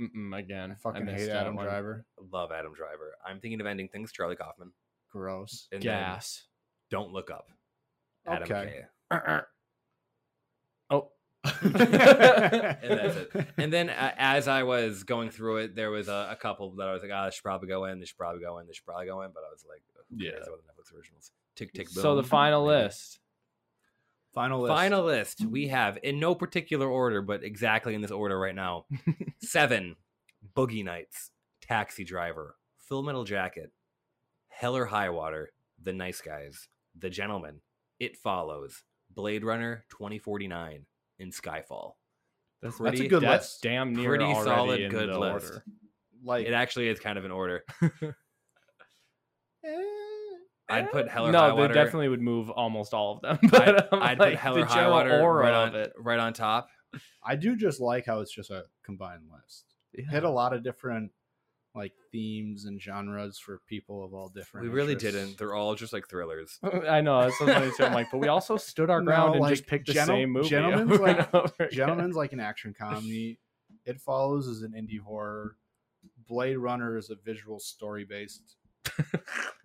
Speaker 6: Mm-mm,
Speaker 4: I
Speaker 6: again, I
Speaker 4: fucking
Speaker 6: missed
Speaker 4: hate
Speaker 6: that
Speaker 4: Adam
Speaker 6: one.
Speaker 4: Driver.
Speaker 5: Love Adam Driver. I'm thinking of ending things. Charlie Kaufman.
Speaker 4: Gross.
Speaker 5: And then
Speaker 6: Gas.
Speaker 5: Don't look up. Adam
Speaker 4: Okay.
Speaker 6: Oh,
Speaker 4: and
Speaker 5: that's it. Kay. And then uh, as I was going through it, there was a, a couple that I was like, "Ah, this should probably go in. This should probably go in. This should probably go in." But I was like, "Who cares
Speaker 6: Yeah.
Speaker 5: about the Netflix originals?" Tick tick. Boom.
Speaker 6: so the final
Speaker 5: Maybe.
Speaker 6: list.
Speaker 4: Final list.
Speaker 5: Final list we have in no particular order, but exactly in this order right now. Seven, Boogie Nights, Taxi Driver, Full Metal Jacket, Hell or High Water, The Nice Guys, The Gentleman, It Follows, Blade Runner 2049, and Skyfall.
Speaker 6: That's,
Speaker 5: Pretty-
Speaker 4: That's a good
Speaker 6: that's
Speaker 4: list.
Speaker 6: damn near
Speaker 5: pretty
Speaker 6: already
Speaker 5: solid
Speaker 6: in
Speaker 5: good
Speaker 6: the
Speaker 5: list.
Speaker 6: order.
Speaker 4: Like
Speaker 5: It actually is kind of in order. I'd put Hell or
Speaker 6: no,
Speaker 5: High
Speaker 6: they
Speaker 5: Water.
Speaker 6: definitely would move almost all of them. But I'm
Speaker 5: I'd
Speaker 6: like,
Speaker 5: put Hell
Speaker 6: the
Speaker 5: or High
Speaker 6: general
Speaker 5: Water
Speaker 6: aura
Speaker 5: right
Speaker 6: of
Speaker 5: on,
Speaker 6: it.
Speaker 5: right on top.
Speaker 4: I do just like how it's just a combined list. It hit a lot of different like themes and genres for people of all different.
Speaker 5: We really
Speaker 4: interests.
Speaker 5: didn't. They're all just like thrillers.
Speaker 6: I know that's so funny too. I'm like, but we also stood our
Speaker 4: No,
Speaker 6: ground and
Speaker 4: like,
Speaker 6: just picked the
Speaker 4: gentle-
Speaker 6: same movie.
Speaker 4: gentlemen's
Speaker 6: over and
Speaker 4: like-
Speaker 6: over again.
Speaker 4: Gentleman's like an action comedy. It follows as an indie horror. Blade Runner is a visual story based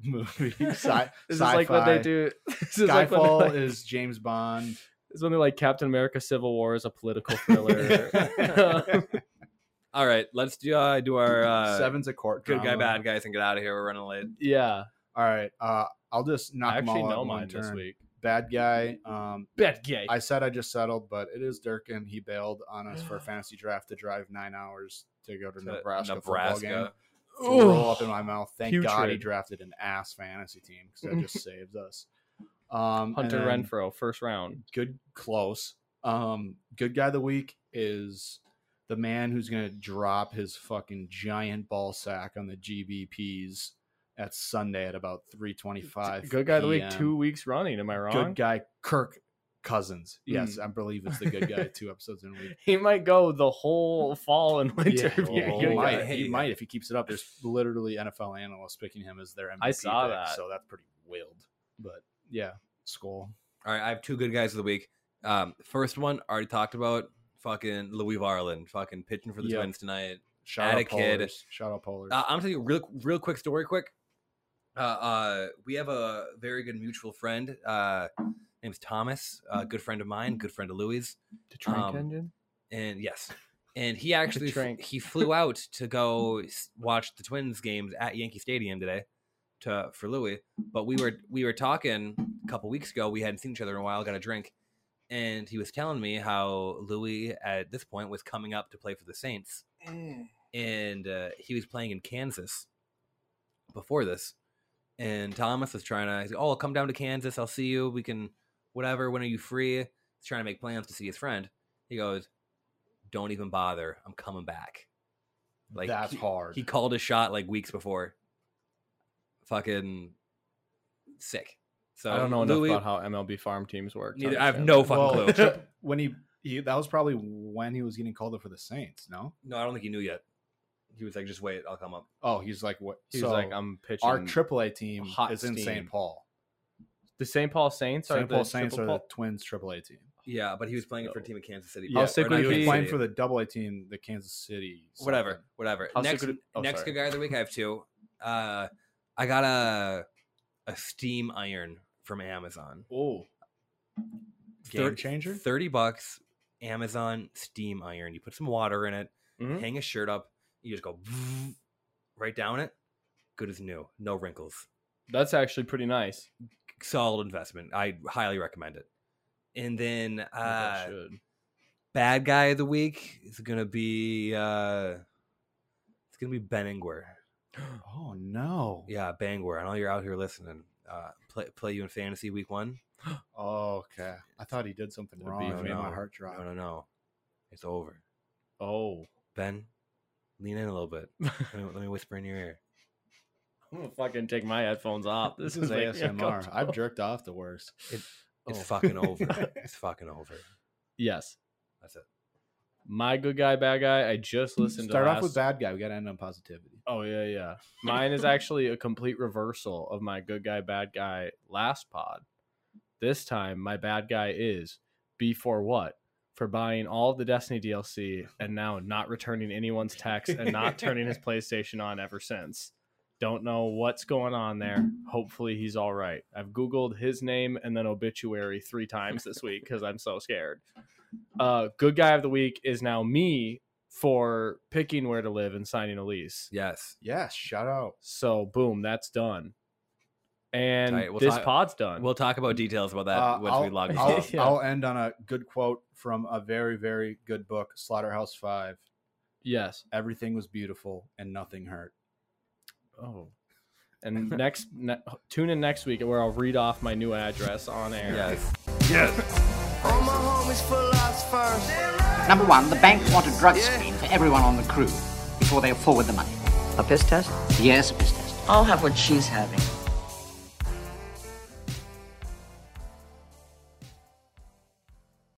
Speaker 4: movie. Sci-
Speaker 6: This is like what they
Speaker 4: sci-fi.
Speaker 6: do. This is like when,
Speaker 4: Skyfall
Speaker 6: they're like-
Speaker 4: is James Bond.
Speaker 6: this is when they're like Captain America: Civil War is a political thriller.
Speaker 5: All right, let's do uh, do our uh,
Speaker 4: Seven's a court.
Speaker 5: good guy,
Speaker 4: drama.
Speaker 5: bad guys, and get out of here. We're running late.
Speaker 6: yeah,
Speaker 4: All right, uh, I'll just knock
Speaker 6: I
Speaker 4: them
Speaker 6: actually
Speaker 4: all out
Speaker 6: know
Speaker 4: in one
Speaker 6: mine this
Speaker 4: turn.
Speaker 6: week.
Speaker 4: Bad guy. Um,
Speaker 6: Bet gay.
Speaker 4: I said I just settled, but it is Durkin. He bailed on us for a fantasy draft to drive nine hours to go to,
Speaker 5: To
Speaker 4: Nebraska,
Speaker 5: Nebraska.
Speaker 4: football game.
Speaker 6: Ugh.
Speaker 4: Roll up in my mouth. Thank God he
Speaker 6: Putrid.
Speaker 4: drafted an ass fantasy team because that just saves us. Um,
Speaker 6: Hunter
Speaker 4: and then-
Speaker 6: Renfro, first round.
Speaker 4: good close. Um, good guy of the week is the man who's gonna drop his fucking giant ball sack on the GBPs at Sunday at about three twenty-five.
Speaker 6: Good guy of the week,
Speaker 4: PM.
Speaker 6: two weeks running. Am I wrong? Hmm.
Speaker 4: Good guy, Kirk Cousins. Yes, I believe it's the good guy. Two episodes in a week.
Speaker 6: He might go the whole fall and winter.
Speaker 4: Yeah, Oh,
Speaker 6: being
Speaker 4: well,
Speaker 6: good
Speaker 4: he,
Speaker 6: guy.
Speaker 4: might, he might if he keeps it up. There's literally NFL analysts picking him as their MVP.
Speaker 6: I saw
Speaker 4: pick,
Speaker 6: that.
Speaker 4: so that's pretty wild. But yeah, school.
Speaker 5: All right, I have two good guys of the week. Um, first one already talked about. Fucking Louis Varland, fucking pitching for the
Speaker 4: Yeah.
Speaker 5: Twins tonight.
Speaker 4: Shout
Speaker 5: Atta
Speaker 4: out
Speaker 5: kid.
Speaker 4: Polars. Shout out Polars.
Speaker 6: Ah,
Speaker 5: Uh, I'm gonna tell you a real, real quick story. Quick, uh, uh, we have a very good mutual friend. Uh, name's Thomas. A good friend of mine. Good friend of Louis.
Speaker 6: The drink
Speaker 5: Um,
Speaker 6: engine.
Speaker 5: And yes, and he actually
Speaker 6: drink.
Speaker 5: he flew out to go s- watch the Twins games at Yankee Stadium today to for Louis. But we were we were talking a couple weeks ago. We hadn't seen each other in a while. Got a drink, and he was telling me how Louis at this point was coming up to play for the Saints, and uh, he was playing in Kansas before this. And Thomas was trying to, he's like, oh, I'll come down to Kansas. I'll see you. We can, whatever. When are you free? He's trying to make plans to see his friend. He goes, don't even bother. I'm coming back. Like
Speaker 4: that's
Speaker 5: he,
Speaker 4: hard.
Speaker 5: he called a shot like weeks before. Fucking sick. So
Speaker 6: I don't know enough
Speaker 5: Louis-
Speaker 6: about how MLB farm teams work. to
Speaker 5: Neither- I have
Speaker 6: understand
Speaker 5: no
Speaker 6: that.
Speaker 5: fucking clue.
Speaker 4: Chip- when he, he that was probably when he was getting called up for the Saints. No,
Speaker 5: No, I don't think he knew yet. He was like, just wait, I'll come up.
Speaker 4: oh, he's like what?
Speaker 6: He was like, I'm pitching.
Speaker 4: our AAA team
Speaker 6: hot
Speaker 4: is in
Speaker 6: steam.
Speaker 4: St. Paul.
Speaker 6: the St. Paul Saints are
Speaker 4: St. Paul
Speaker 6: the
Speaker 4: Saints are
Speaker 6: triple
Speaker 4: the
Speaker 6: Paul-
Speaker 4: Twins AAA team.
Speaker 5: Yeah, but he was playing for a
Speaker 6: No.
Speaker 5: team in Kansas City.
Speaker 4: Yeah,
Speaker 5: or
Speaker 6: sick
Speaker 5: not
Speaker 6: would it
Speaker 4: he
Speaker 5: Kansas
Speaker 6: be-
Speaker 4: was playing
Speaker 5: City.
Speaker 4: for the AA team, the Kansas City. something.
Speaker 5: whatever, whatever.
Speaker 6: How sick
Speaker 5: next
Speaker 6: would it- oh,
Speaker 5: next
Speaker 6: sorry.
Speaker 5: good guy of the week, I have two. Uh, I got a a steam iron from Amazon.
Speaker 4: Oh, game
Speaker 5: Thir-
Speaker 4: changer.
Speaker 5: thirty bucks. Amazon steam iron. You put some water in it,
Speaker 6: Mhm.
Speaker 5: hang a shirt up. You just go right down it. Good as new. No wrinkles.
Speaker 6: That's actually pretty nice.
Speaker 5: Solid investment. I highly recommend it. And then
Speaker 6: I think I
Speaker 5: uh,
Speaker 6: should.
Speaker 5: bad guy of the week is gonna be uh, it's gonna be Ben Ingwer.
Speaker 4: oh no.
Speaker 5: Yeah, Bangor. I know you're out here listening. Uh, play, play you in fantasy week one.
Speaker 4: Oh, okay. I thought he did something
Speaker 6: The
Speaker 4: wrong.
Speaker 6: beef
Speaker 4: It made
Speaker 5: no.
Speaker 4: my heart
Speaker 5: No,
Speaker 4: drop.
Speaker 5: no, no. It's over.
Speaker 6: Oh,
Speaker 5: Ben, lean in a little bit. Let me, let me whisper in your ear.
Speaker 6: I'm gonna fucking take my headphones off.
Speaker 4: This is
Speaker 6: making me
Speaker 4: ASMR. I've
Speaker 6: uncomfortable.
Speaker 4: jerked off the worst.
Speaker 5: It's
Speaker 6: Oh.
Speaker 5: fucking over. it's fucking over.
Speaker 6: Yes,
Speaker 5: That's it.
Speaker 6: my good guy, bad guy. I just listened.
Speaker 4: Start
Speaker 6: to
Speaker 4: off with bad
Speaker 6: last-
Speaker 4: guy. We got to end on positivity.
Speaker 6: Oh yeah, yeah. Mine is actually a complete reversal of my good guy, bad guy last pod. This time, my bad guy is B for what? For buying all the Destiny DLC and now not returning anyone's text and not turning his PlayStation on ever since. Don't know what's going on there. Hopefully, he's all right. I've Googled his name and then obituary three times this week because I'm so scared. Uh, good guy of the week is now me for picking where to live and signing a lease.
Speaker 5: Yes.
Speaker 4: Yes. Shout out.
Speaker 6: So boom, that's done. And
Speaker 5: All right, we'll
Speaker 6: this
Speaker 5: talk-
Speaker 6: pod's done.
Speaker 5: We'll talk about details about that
Speaker 4: Uh,
Speaker 5: once we
Speaker 4: I'll-
Speaker 5: log
Speaker 4: I'll,
Speaker 5: off.
Speaker 6: Yeah.
Speaker 4: I'll end on a good quote from a very, very good book, Slaughterhouse Five.
Speaker 6: yes.
Speaker 4: Everything was beautiful and nothing hurt.
Speaker 6: Oh. And next, ne- tune in next week where I'll read off my new address on air.
Speaker 5: Yes.
Speaker 1: All my homies philosophers.
Speaker 2: Number one, the bank want a drug
Speaker 1: Yeah.
Speaker 2: screen for everyone on the crew before they forward the money.
Speaker 3: A piss test?
Speaker 2: Yes, a piss test.
Speaker 3: I'll have what she's having.